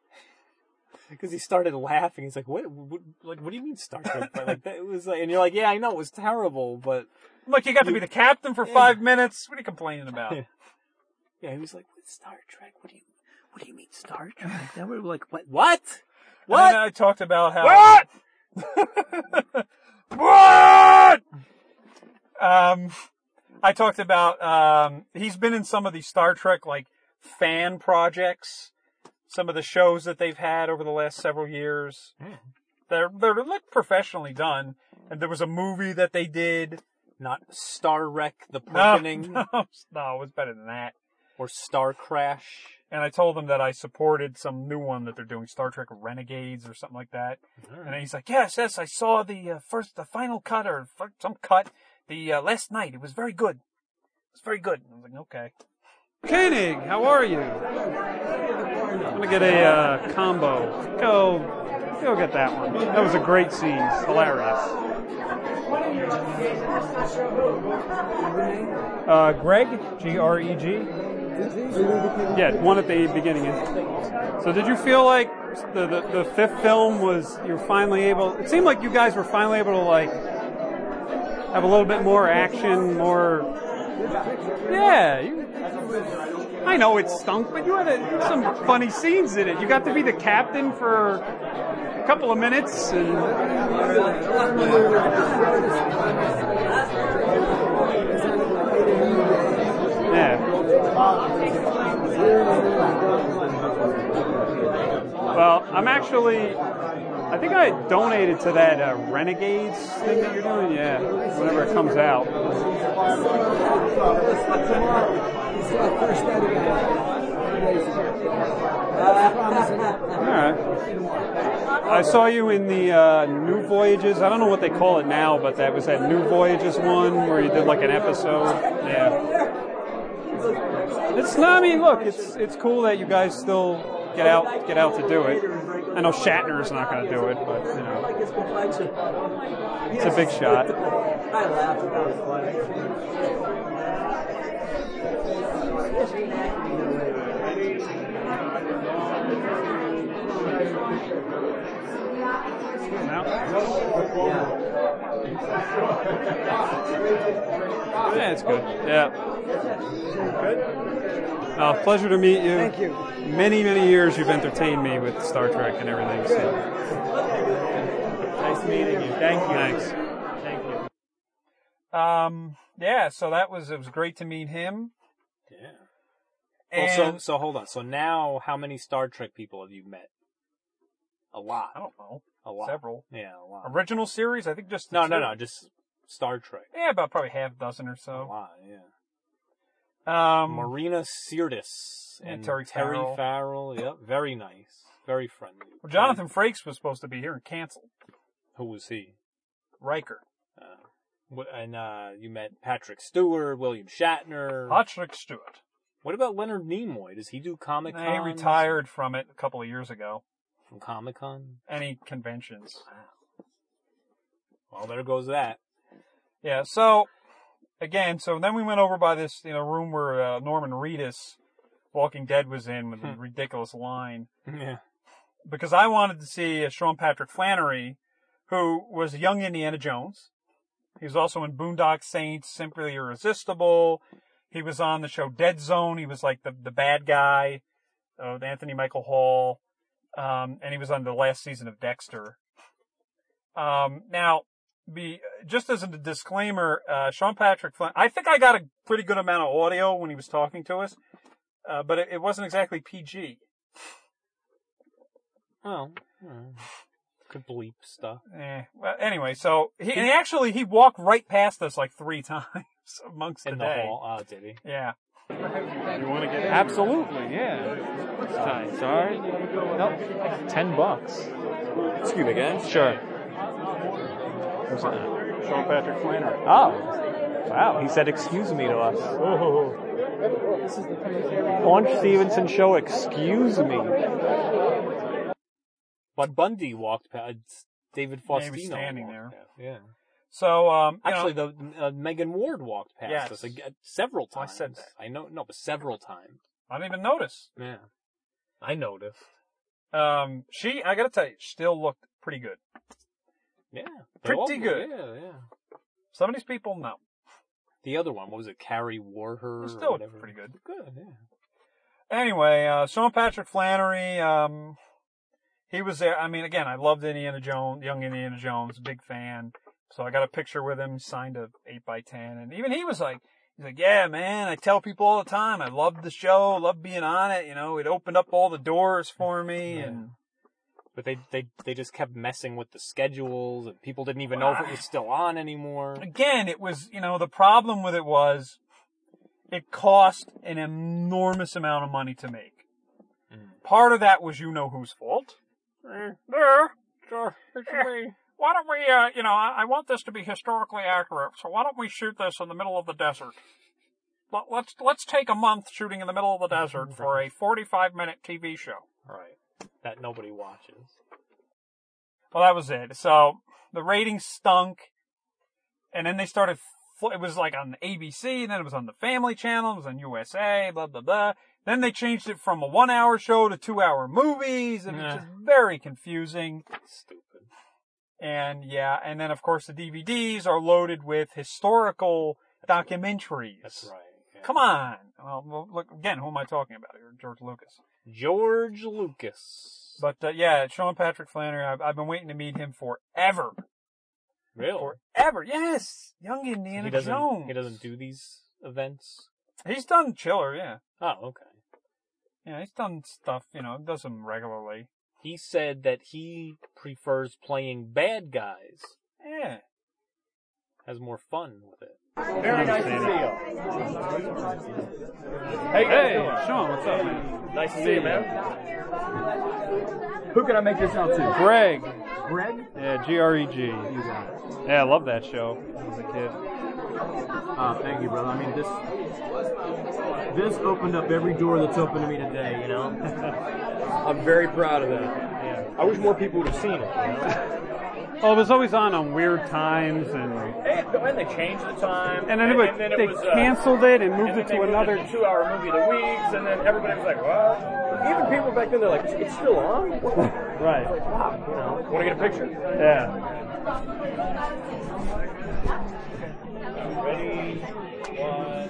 S3: because he started laughing. He's like, "What? what like, what do you mean Star Trek?" But, like that was like, and you're like, "Yeah, I know it was terrible, but
S4: Look, you got to be the captain for five minutes. What are you complaining about?
S3: yeah." He was like, "What Star Trek? What do you, what do you mean Star Trek?" Then we were like, "What? What?
S4: What? And then I talked about how
S3: What?
S4: what? Um, I talked about um, he's been in some of these Star Trek like fan projects, some of the shows that they've had over the last several years. They're they're like professionally done, and there was a movie that they did.
S3: Not Star Wreck, the
S4: No,
S3: Perkening,
S4: No, no, it was better than that.
S3: or Star Crash?"
S4: And I told him that I supported some new one that they're doing, Star Trek Renegades or something like that. And he's like, "Yes, yes, I saw the uh, first, the final cut or fir- some cut the uh, last night. It was very good. It was very good." And I was like, "Okay."
S6: Koenig, how are you? I'm gonna get a uh, combo. Go, go get that one. That was a great scene. It's Hilarious. Uh, Greg, G R E G. Yeah, one at the beginning. So, did you feel like the, the the fifth film was you're finally able? It seemed like you guys were finally able to like have a little bit more action, more yeah, you, I know it stunk, but you had a, some funny scenes in it. You got to be the captain for a couple of minutes, and yeah. Well, I'm actually. I think I donated to that uh, Renegades thing that you're doing. Yeah, whenever it comes out. All right. I saw you in the uh, New Voyages. I don't know what they call it now, but that was that New Voyages one where you did like an episode. Yeah. It's not. I mean, look, it's it's cool that you guys still get out get out to do it. I know Shatner's not going to do it, but you know, it's a big shot.
S33: I laughed. That was funny.
S2: Yeah, it's good. Yeah. Good. Uh, pleasure to meet you.
S5: Thank you.
S2: Many, many years you've entertained me with Star Trek and everything. So.
S8: Nice meeting you. Thank you.
S2: Thanks.
S8: Thank you.
S4: Um, yeah, so that was it was great to meet him.
S3: Yeah. well, so, so hold on. So now, how many Star Trek people have you met? A lot. I
S4: don't know.
S3: A lot.
S4: Several.
S3: Yeah, a lot.
S4: Original series, I think just the
S3: No,
S4: two.
S3: no, no. Just Star Trek.
S4: yeah, about probably half dozen or so.
S3: A lot. Yeah.
S4: Um,
S3: Marina Sirtis
S4: Yeah,
S3: and
S4: Terry Farrell.
S3: Farrell. Yep. Very nice. Very friendly.
S4: Well, Jonathan Frakes was supposed to be here and canceled.
S3: Who was he?
S4: Riker.
S3: Uh, wh- and uh, you met Patrick Stewart, William Shatner.
S4: Patrick Stewart.
S3: What about Leonard Nimoy? Does he do Comic Con?
S4: He retired from it a couple of years ago.
S3: From Comic Con?
S4: Any conventions.
S3: Well, there goes that.
S4: Yeah, so again, so then we went over by this you know room where uh, Norman Reedus, Walking Dead, was in with a ridiculous line.
S3: Yeah.
S4: Because I wanted to see uh, Sean Patrick Flannery, who was a young Indiana Jones. He was also in Boondock Saints, Simply Irresistible. He was on the show Dead Zone. He was like the, the bad guy uh, with Anthony Michael Hall. Um, and he was on the last season of Dexter. Um, now, be just as a disclaimer, uh, Sean Patrick Flynn, I think I got a pretty good amount of audio when he was talking to us, uh, but it, it wasn't exactly PG.
S3: Oh. oh. Could bleep stuff.
S4: Eh, well, anyway, so he, and he actually he walked right past us like three times amongst
S3: In
S4: the
S3: the
S4: day.
S3: hall. Oh, did he?
S4: Yeah.
S8: You want to get
S4: Absolutely,
S8: yeah. It's time. Sorry. Nope. Ten bucks.
S19: Excuse me, guys.
S8: Sure.
S19: What's that? Sean Patrick Flannery. Oh, wow. He said, "Excuse me" to us. On
S2: Oh.
S19: Stevenson show, excuse me.
S3: But Bundy walked past David
S4: was
S3: Faustino.
S4: standing
S3: walked
S4: there.
S3: past, Yeah.
S4: So um, you
S3: Actually,
S4: know-
S3: the uh, Megan Ward walked past
S4: Yes. Oh,
S3: us again, several
S4: I
S3: times.
S4: said
S3: I know, no, but several times.
S4: I didn't even notice.
S3: Yeah, I noticed.
S4: Um, she I gotta tell you, still looked pretty good.
S3: Yeah,
S4: pretty
S3: all-
S4: good.
S3: Yeah, yeah.
S4: Some of these people, no.
S3: The other one, what was it? Carrie Warher.
S4: Still
S3: or
S4: looked
S3: whatever.
S4: pretty good.
S3: Good, yeah.
S4: anyway, uh, Sean Patrick Flannery, um, he was there. I mean, again, I loved Indiana Jones, young Indiana Jones, big fan. So I got a picture with him, signed a eight by ten, and even he was like, he's like, yeah, man, I tell people all the time, I love the show, love being on it. You know, it opened up all the doors for me, and
S3: But they they they just kept messing with the schedules, and people didn't even know if it was still on anymore.
S4: again, it was, you know, the problem with it was it cost an enormous amount of money to make. Part of that was you know whose fault. There. Sure. Why don't we, uh, you know, I, I want this to be historically accurate, so why don't we shoot this in the middle of the desert? Let, let's let's take a month shooting in the middle of the desert for a 45 minute TV show.
S3: Right. That nobody watches.
S4: Well, that was it. So the ratings stunk, and then they started. Fl- it was like on ABC, and then it was on the Family Channel, it was on USA, blah blah blah. Then they changed it from a one-hour show to two-hour movies, and it's just very confusing.
S3: Stupid.
S4: And yeah, and then of course the DVDs are loaded with historical documentaries. That's
S3: right.
S4: Come on. Well, well, look again. Who am I talking about here? George Lucas.
S3: George Lucas.
S4: But uh, yeah, Sean Patrick Flannery. I've, I've been waiting to meet him forever.
S3: Really?
S4: Forever. Yes. Young Indiana
S3: he doesn't.
S4: Jones.
S3: He doesn't do these events.
S4: He's done Chiller, yeah.
S3: Oh, okay.
S4: Yeah, he's done stuff, you know, does them regularly.
S3: He said that he prefers playing bad guys.
S4: Yeah.
S3: Has more fun with it.
S19: Very nice to see you. Hey,
S2: Hey, Sean, what's up, man?
S19: Nice to see you, man.
S5: Who can I make this out to?
S2: Greg.
S5: Greg?
S2: Yeah, G R E G. Yeah, I love that show as a kid.
S5: Uh, thank you, brother. I mean, this this opened up every door that's open to me today. You know, I'm very proud of that. I wish more people would have seen it.
S2: Well, it was always on on weird times, and
S5: And they changed the time.
S2: and then it, was,
S8: uh,
S2: they canceled it and moved it to another.
S5: two-hour movie of the weeks, and then everybody was like, "What?"
S11: even people back then, they're like, it's still on?
S17: Right.
S11: Like, wow, you know. Want to get a picture?
S17: Yeah.
S8: Ready?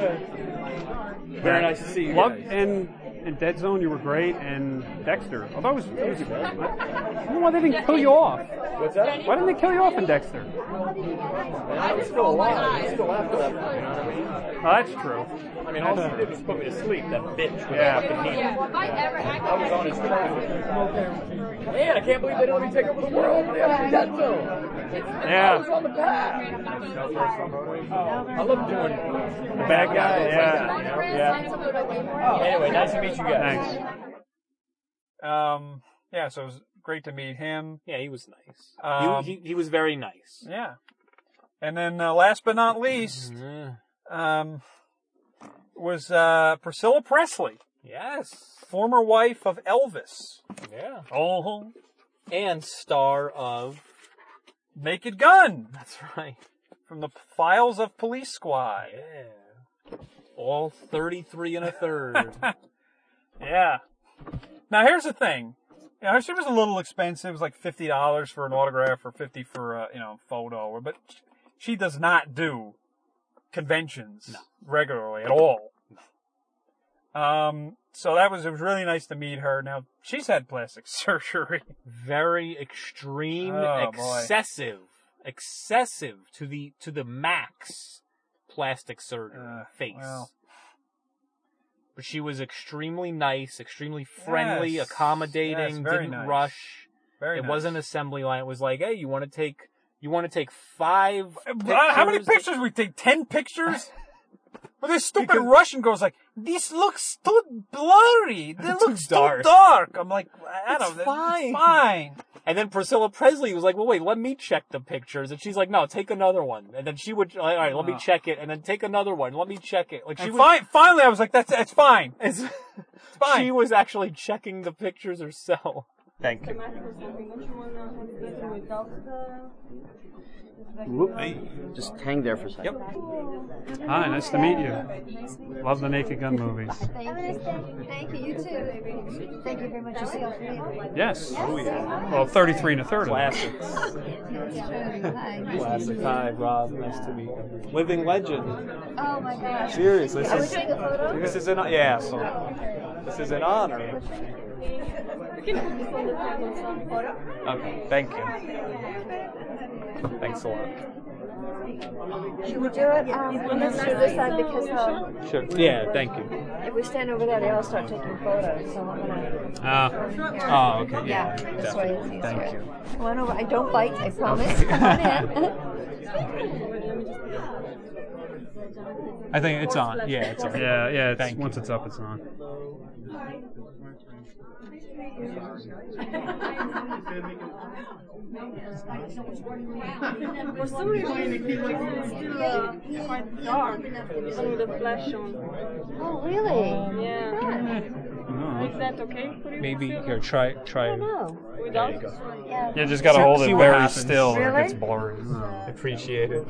S8: One. Good.
S17: Very nice to see you. Love and and Dead Zone, you were great, and Dexter. Although it was, it was I don't know why they didn't kill you off.
S11: What's that?
S17: Why didn't they kill you off in Dexter?
S11: I was still alive. He's still after that point, you know what I mean?
S17: Oh, that's true.
S11: I mean, all she did was put me to sleep, that bitch. with
S17: Yeah.
S11: that fucking knee.
S34: Yeah, if I ever,
S11: I was on his track. Man, I can't believe they didn't let me take over the world. They had me dead zone. I was on the path. I love doing it.
S17: The bad guy,
S11: Yeah. Anyway, nice to meet you guys.
S4: Um, yeah, so it was great to meet him.
S3: Yeah, he was nice.
S4: Um,
S3: he, he, he was very nice.
S4: yeah. And then uh, last but not least, um, was uh, Priscilla Presley.
S3: Yes.
S4: Former wife of Elvis.
S3: Yeah.
S4: Oh.
S3: And star of
S4: Naked Gun.
S3: That's right.
S4: From the files of Police Squad.
S3: Yeah. All 33 and a third.
S4: Yeah. Now here's the thing. You know, she was a little expensive. It was like fifty dollars for an autograph, or fifty for a you know photo. But she does not do conventions regularly at all. Um. So that was it was really nice to meet her. Now she's had plastic surgery.
S3: Very extreme,
S4: Oh, boy.
S3: excessive, excessive to the to the max plastic surgery face.
S4: Uh, well.
S3: But she was extremely nice, extremely friendly,
S4: Yes, yes,
S3: accommodating,
S4: very
S3: didn't
S4: nice.
S3: rush.
S4: Very
S3: it
S4: nice.
S3: wasn't assembly line. It was like, hey, you want to take you want to take five.
S4: Uh, How many
S3: pictures?
S4: pictures we take? Ten pictures. But this stupid Russian girl's like, this looks too blurry. This looks
S3: dark."
S4: too dark. I'm like, I don't know.
S3: fine.
S4: fine.
S3: And then Priscilla Presley was like, well, wait, let me check the pictures. And she's like, no, take another one. And then she would, all right, let me
S4: Oh.
S3: check it. And then take another one. Let me check it. Like she
S4: And
S3: was,
S4: fi- finally, I was like, that's that's fine.
S3: It's,
S4: fine.
S3: she was actually checking the pictures herself.
S4: Thank
S6: you.
S7: Just hang there for a second.
S17: Hi, nice to meet you. Love the Naked Gun movies.
S6: Have a nice day. Thank you. You too. Thank you very much. You see all three of you.
S17: Yes. Well, 33 and a third. Classics.
S8: Classic. Hi, Rob. Nice to meet you. Living legend.
S6: Oh my gosh.
S8: Seriously,
S6: Are we
S8: this is-
S6: doing a photo?
S8: this is an- yeah, so- This is an honor. Okay, thank you. Thanks a lot.
S6: Should we do it? Um, let's do this side because um,
S8: Sure. Yeah, thank you.
S6: if we stand over there, they all start taking photos. So I'm gonna.
S8: Ah. Oh, okay, yeah,
S6: this way it's
S8: definitely.
S6: easier.
S8: Thank you.
S6: Come on over. I don't bite. I promise. Come on in.
S8: I think it's on. Yeah, it's on.
S17: Yeah, yeah. It's,
S8: Thank
S17: once it's up, it's on.
S6: For some reason, uh, my dog under the flash on. Oh, really? Yeah. Is that okay for you?
S8: Maybe here, try, try.
S6: Without? Oh. Yeah.
S17: Yeah, just gotta hold
S8: See
S17: it
S8: what
S17: very
S8: happens.
S17: still. Or
S8: Really? Oh.
S17: it gets blurry.
S8: Appreciate it.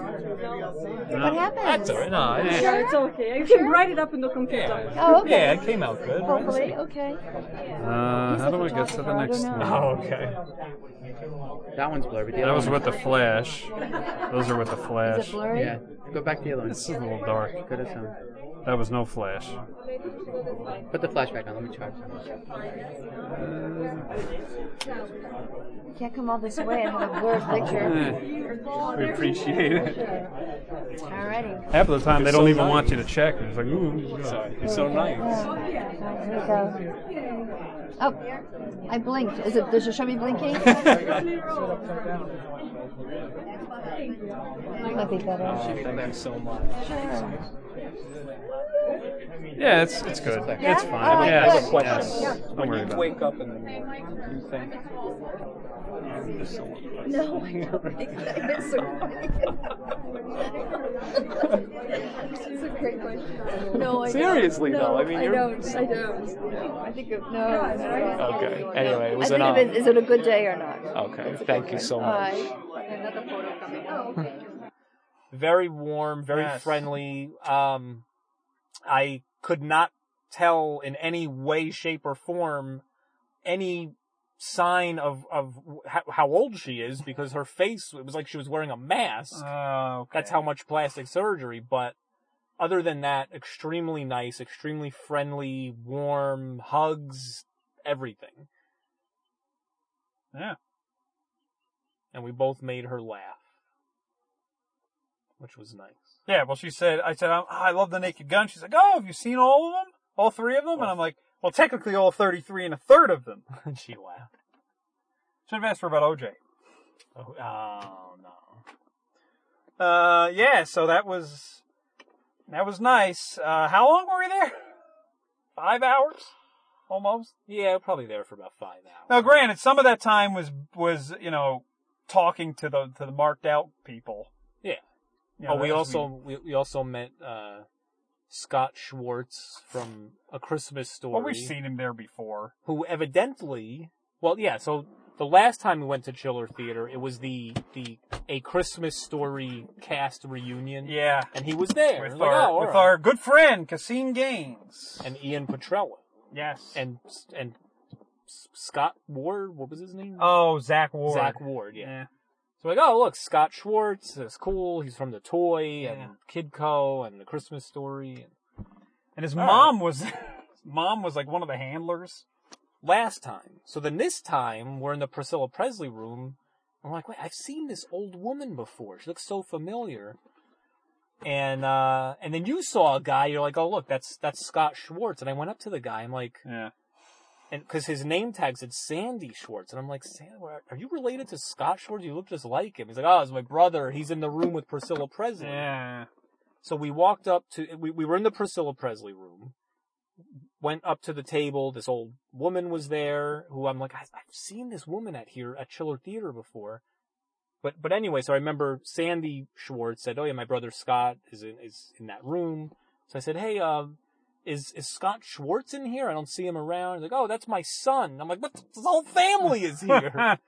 S6: What happened?
S8: That's all right. No, it is-
S6: it's okay. You can write it up in the computer. Oh, okay.
S8: Yeah, it came out good.
S6: Hopefully, okay.
S17: Uh, how do I get to the next one?
S8: Oh, okay.
S7: That one's blurry. But the
S17: That
S7: other
S17: was
S7: one-
S17: with the flash. Those are with the flash.
S7: blurry? Yeah. Go back to the other one.
S17: This is a little dark.
S7: Go to this one.
S17: That was no flash.
S7: Put the flash back on. Let me try.
S6: You can't come all this way and have a blurred picture.
S17: We appreciate it.
S6: Alrighty.
S17: Half of the time, they
S8: You're
S17: don't
S8: so
S17: even
S8: nice.
S17: want you to check. It's like, ooh. Sorry.
S8: You're so nice.
S6: Here we go. Oh, I blinked. Is it? Does it show me blinking? Might be better.
S8: Oh, thank you so much.
S17: Yeah, it's it's good.
S8: Yeah?
S17: It's fine.
S8: I
S6: Oh,
S8: like
S17: yes.
S8: that. Question.
S17: yes.
S8: Yeah.
S17: Don't
S8: When
S17: worry
S8: you
S17: about
S8: wake
S17: it.
S8: up in the morning, you think, "I'm just so lucky."
S6: No, I know. It's so That's a great question. No, I
S8: Seriously,
S6: don't.
S8: though, I mean,
S6: I
S8: you're-
S6: don't. I don't. I think of no.
S8: Okay. Anyway, it
S6: I
S8: was
S6: think
S8: an
S6: of
S8: honor.
S6: it. Is it a good day or not?
S8: Okay. Thank you so much.
S6: Bye. Another photo coming. Oh,
S3: Very warm, very
S4: Yes.
S3: friendly. Um, I could not tell in any way, shape, or form any sign of of how, how old she is because her face it was like she was wearing a mask.
S4: Oh,
S3: That's how much plastic surgery. But other than that, extremely nice, extremely friendly, warm hugs, everything.
S4: Yeah.
S3: And we both made her laugh, which was nice.
S4: Yeah, well, she said, I said, "Oh, I love the Naked Gun. She's like, oh, have you seen all of them? All three of them? And I'm like, well, technically all 33 and a third of them.
S3: and she laughed.
S4: Should have asked her about OJ.
S3: Oh, oh
S4: no. Uh, yeah, so that was, that was nice. Uh, how long were we there? Five hours? Almost?
S3: Yeah, probably there for about five hours.
S4: Now, granted, some of that time was, was, you know, talking to the, to the marked out people.
S3: Yeah.
S4: Yeah,
S3: oh, we
S4: that was
S3: also we, we also met uh, Scott Schwartz from A Christmas Story.
S4: Well, we've seen him there before.
S3: Who evidently, well, yeah. So the last time we went to Chiller Theater, it was the the A Christmas Story cast reunion.
S4: Yeah.
S3: and he was there
S4: With,
S3: Like,
S4: our,
S3: oh, all
S4: with
S3: right.
S4: our good friend, Cassine Gaines.
S3: and Ian Petrella.
S4: Yes,
S3: and and S- Scott Ward. What was his name?
S4: Oh, Zach Ward.
S3: Zach Ward. Yeah.
S4: Yeah.
S3: So like, oh look, Scott Schwartz is cool. He's from The Toy and Kidco and The Christmas Story. And
S4: And his
S3: All
S4: mom was his mom was like one of the handlers.
S3: last time. So then this time we're in the Priscilla Presley room. I'm like, wait, I've seen this old woman before. She looks so familiar. And uh and then you saw a guy. You're like, oh look, that's that's Scott Schwartz. And I went up to the guy. I'm like,
S4: yeah.
S3: And because his name tag said Sandy Schwartz, and I'm like, Sandy, are you related to Scott Schwartz? You look just like him. He's like, oh, it's my brother. He's in the room with Priscilla Presley.
S4: Yeah.
S3: So we walked up to we we were in the Priscilla Presley room. Went up to the table. This old woman was there, who I'm like, I, I've seen this woman at here at Chiller Theater before. But but anyway, so I remember Sandy Schwartz said, "Oh yeah, my brother Scott is in is in that room." So I said, "Hey, uh, is is Scott Schwartz in here? I don't see him around." He's like, "Oh, that's my son." I'm like, "But th- his whole family is here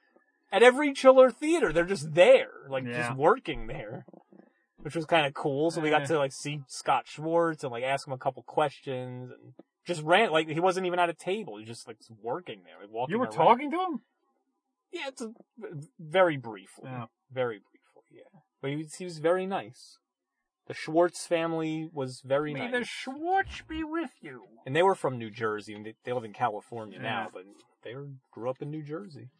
S3: at every Chiller Theater. They're just there, like
S4: Yeah.
S3: just working there." Which was kind of cool. So we got
S4: Yeah.
S3: to like see Scott Schwartz and like ask him a couple questions and just ran like he wasn't even at a table. He was just like working there, like walking.
S4: You were
S3: around.
S4: talking to him?
S3: Yeah, it's a, very briefly. Very briefly, yeah. But he was, he was very nice. The Schwartz family was very
S4: May
S3: nice.
S4: the Schwartz be with you.
S3: and they were from New Jersey, and they, they live in California
S4: Yeah.
S3: now, but they were, grew up in New Jersey.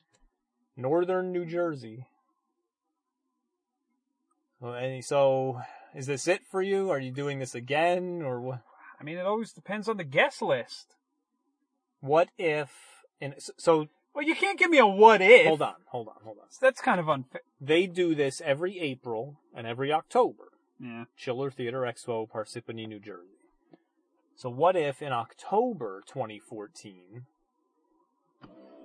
S3: Northern New Jersey. Well, and so, is this it for you? Are you doing this again, or what?
S4: I mean, it always depends on the guest list.
S3: What if? And s- so,
S4: well, you can't give me a what if.
S3: Hold on, hold on, hold on.
S4: That's kind of unfair.
S3: They do this every April and every October.
S4: Yeah.
S3: Chiller Theater Expo, Parsippany, New Jersey. So what if in October 2014,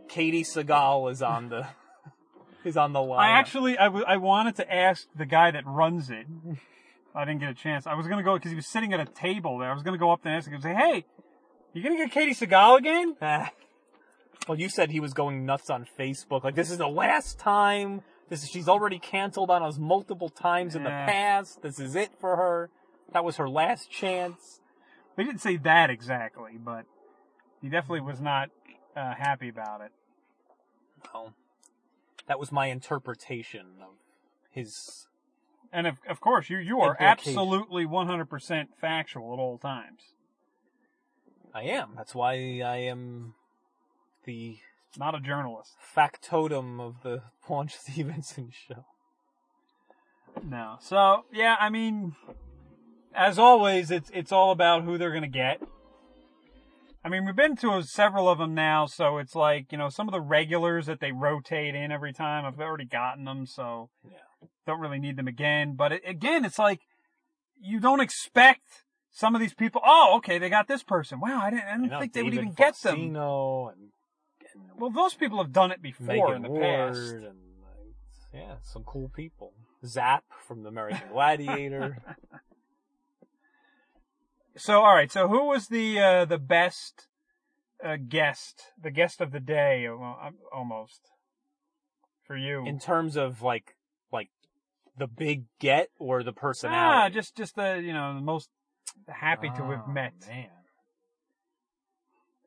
S3: Katie Seagal is on the is on the
S4: I
S3: line?
S4: actually, I, w- I wanted to ask the guy that runs it. I didn't get a chance. I was gonna go because he was sitting at a table there. I was gonna go up there and ask him, say, "Hey, you gonna get Katie Seagal again?"
S3: well, you said he was going nuts on Facebook. Like this is the last time. This is, she's already canceled on us multiple times in the
S4: Yeah.
S3: past. This is it for her. That was her last chance.
S4: They didn't say that exactly, but he definitely was not uh, happy about it.
S3: Well, that was my interpretation of his.
S4: And of, of course, you you are
S3: Implication.
S4: absolutely 100% factual at all times.
S3: I am. That's why I am the
S4: not a journalist
S3: factotum of the Paunch Stevenson show.
S4: No. So, yeah, I mean, as always, it's it's all about who they're going to get. I mean, we've been to several of them now, so it's like, you know, some of the regulars that they rotate in every time, I've already gotten them, so don't really need them again. But it, again, it's like you don't expect some of these people, oh, okay, they got this person. Wow, I didn't, I didn't
S3: You know,
S4: think they would
S3: David
S4: even get them.
S3: Faustino and
S4: Well, those people have done it before
S3: Megan
S4: in the
S3: Ward
S4: past.
S3: and uh, yeah, some cool people. Zap from the American Gladiator.
S4: So all right. So who was the uh, the best uh, guest? The guest of the day, al- almost for you.
S3: in terms of like like the big get or the personality?
S4: Ah, just just the you know the most happy to have met.
S3: Oh, Man.
S4: Ah.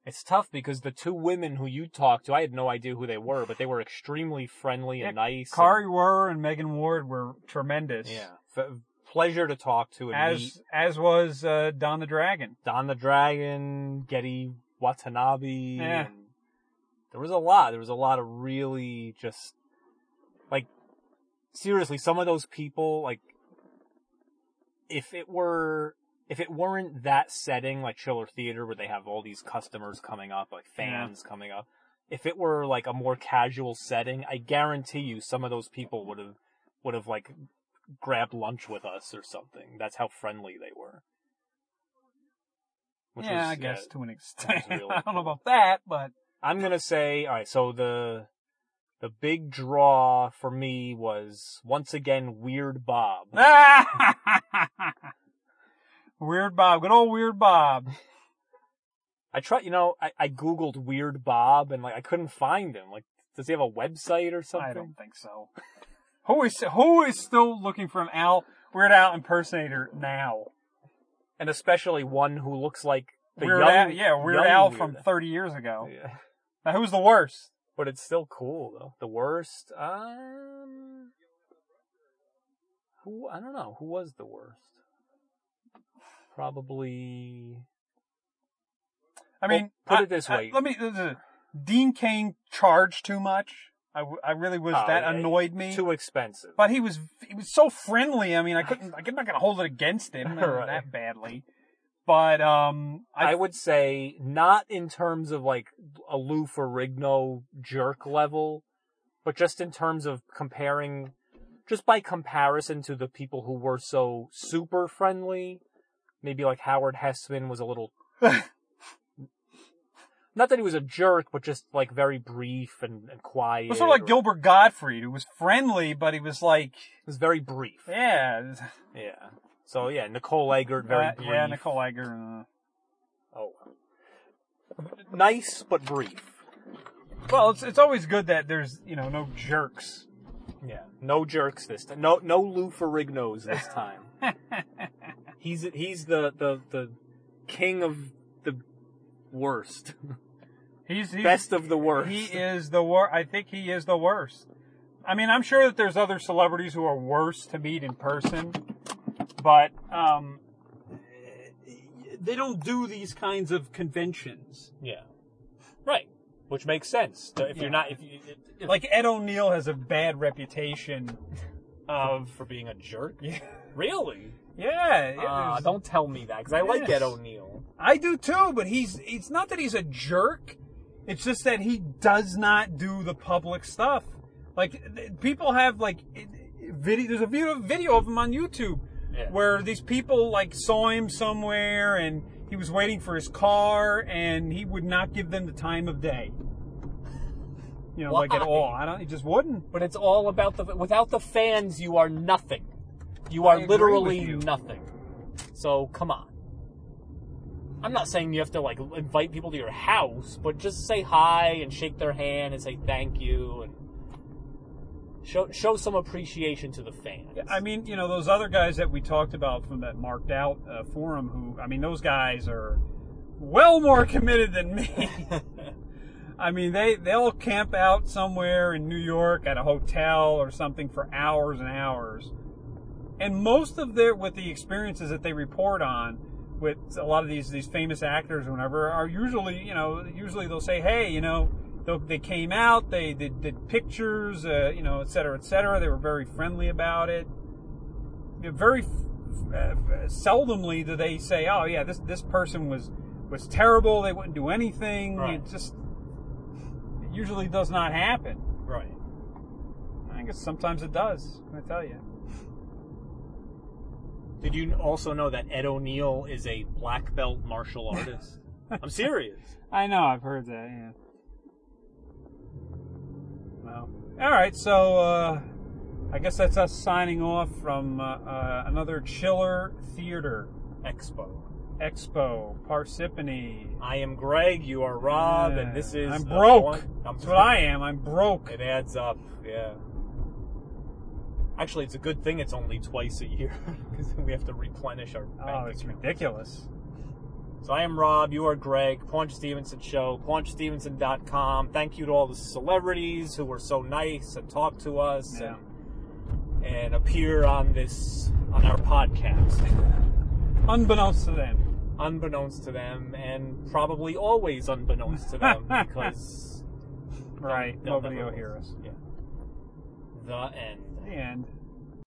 S3: It's tough because the two women who you talked to, I had no idea who they were, but they were extremely friendly and nice.
S4: Kari Werr and Megan Ward were tremendous.
S3: and, yeah. F- pleasure to talk to and
S4: As
S3: meet.
S4: as was uh, Don the Dragon.
S3: Don the Dragon, Getty Watanabe.
S4: Yeah.
S3: and there was a lot. There was a lot of really just like seriously, some of those people, like if it were if it weren't that setting like Chiller Theater where they have all these customers coming up, like fans coming up, if it were like a more casual setting, I guarantee you some of those people would have would have like grabbed lunch with us or something. That's how friendly they were.
S4: yeah, I guess to an extent.
S3: that was really
S4: I don't know about that, but
S3: I'm gonna say, all right. So the the big draw for me was once again Weird Bob.
S8: Ah!
S4: Weird Bob, good old Weird Bob.
S3: I try, you know, I, I googled Weird Bob and like I couldn't find him. Like, does he have a website or something?
S4: I don't think so. Who is who is still looking for an Al Weird Al impersonator now?
S3: And especially one who looks like the
S4: Weird
S3: young,
S4: Al, yeah, Weird
S3: young
S4: Al
S3: Weird
S4: from 30 years ago.
S3: Yeah.
S4: Now who's the worst?
S3: But it's still cool though. The worst, um, who I don't know who was the worst. Probably.
S4: I mean,
S3: Well, put
S4: I-
S3: it this
S4: I-
S3: way.
S4: let me. this is- Dean Kane charged too much. I, w- I really was
S3: Oh,
S4: that
S3: yeah,
S4: annoyed me.
S3: Too expensive.
S4: But he was he was so friendly. I mean, I couldn't. I'm not gonna hold it against him
S3: Right.
S4: that badly. But um,
S3: I, would say not in terms of like a Lou Ferrigno jerk level, but just in terms of comparing, just by comparison to the people who were so super friendly. Maybe like Howard Hessman was a little. Not that he was a jerk, but just like very brief and, and quiet.
S4: It was sort of like Gilbert Gottfried, who was friendly, but he was like it
S3: was very brief.
S4: Yeah,
S3: yeah. So yeah, Nicole Eggert, very
S4: Uh,
S3: brief.
S4: yeah, Nicole Eggert. uh-huh.
S3: Oh, nice but brief.
S4: Well, it's it's always good that there's you know no jerks.
S3: Yeah, no jerks this time. No, no Lou Ferrignos this time. he's he's the, the the king of the worst.
S4: He's, he's
S3: best of the worst.
S4: He is the worst. I think he is the worst. I mean, I'm sure that there's other celebrities who are worse to meet in person, but um,
S8: They don't do these kinds of conventions.
S3: Yeah. Right. Which makes sense. If
S4: Yeah.
S3: you're not, if you, if-
S4: like Ed O'Neill has a bad reputation of
S3: for being a jerk. really?
S4: Yeah.
S3: Ah, don't tell me that because I like Ed O'Neill.
S4: I do too, but he's it's not that he's a jerk. It's just that he does not do the public stuff. Like th- people have like i- i- video. There's a video video of him on YouTube where these people like saw him somewhere and he was waiting for his car and he would not give them the time of day. You know, like at
S3: Why?
S4: all. I don't. He just wouldn't.
S3: But it's all about the without the fans, you are nothing. You are
S4: agree with
S3: literally
S4: you.
S3: nothing. So come on. I'm not saying you have to like invite people to your house, but just say hi and shake their hand and say thank you and show show some appreciation to the fan.
S4: I mean, you know, those other guys that we talked about from that marked out uh, forum, who, I mean, those guys are well more committed than me. I mean, they, they'll camp out somewhere in New York at a hotel or something for hours and hours. And most of their, with the experiences that they report on with a lot of these, these famous actors or whatever are usually, you know, usually they'll say, hey, you know, they'll- they came out, they did, did pictures, uh, you know, et cetera, et cetera. They were very friendly about it you know, very uh, seldomly do they say, "Oh yeah, this this person was was terrible. They wouldn't do anything."
S8: Right.
S4: It just it usually does not happen.
S8: Right.
S4: I guess sometimes it does. I tell you.
S3: Did you also know that Ed O'Neill is a black belt martial artist? I'm serious.
S4: I know. I've heard that. Yeah. Well, all right. So uh, I guess that's us signing off from uh, uh, another Chiller Theater
S3: Expo.
S4: Expo Parsippany.
S3: I am Greg. You are Rob, and Ah, this is
S4: I'm
S3: the
S4: broke.
S3: one-
S4: That's what I am. I'm broke.
S3: It adds up. Yeah. Actually, it's a good thing it's only twice a year because we have to replenish our.
S4: Oh, it's ridiculous.
S3: So I am Rob, you are Greg, Paunch Stevenson Show, paunchstevenson.com. Thank you to all the celebrities who were so nice and talked to us and, and appear on this, on our podcast.
S4: Unbeknownst to them.
S3: Unbeknownst to them, and probably always unbeknownst to them because.
S4: Right.
S3: they'll
S4: Nobody
S3: never
S4: will hear us.
S3: Yeah. The end.
S4: The end.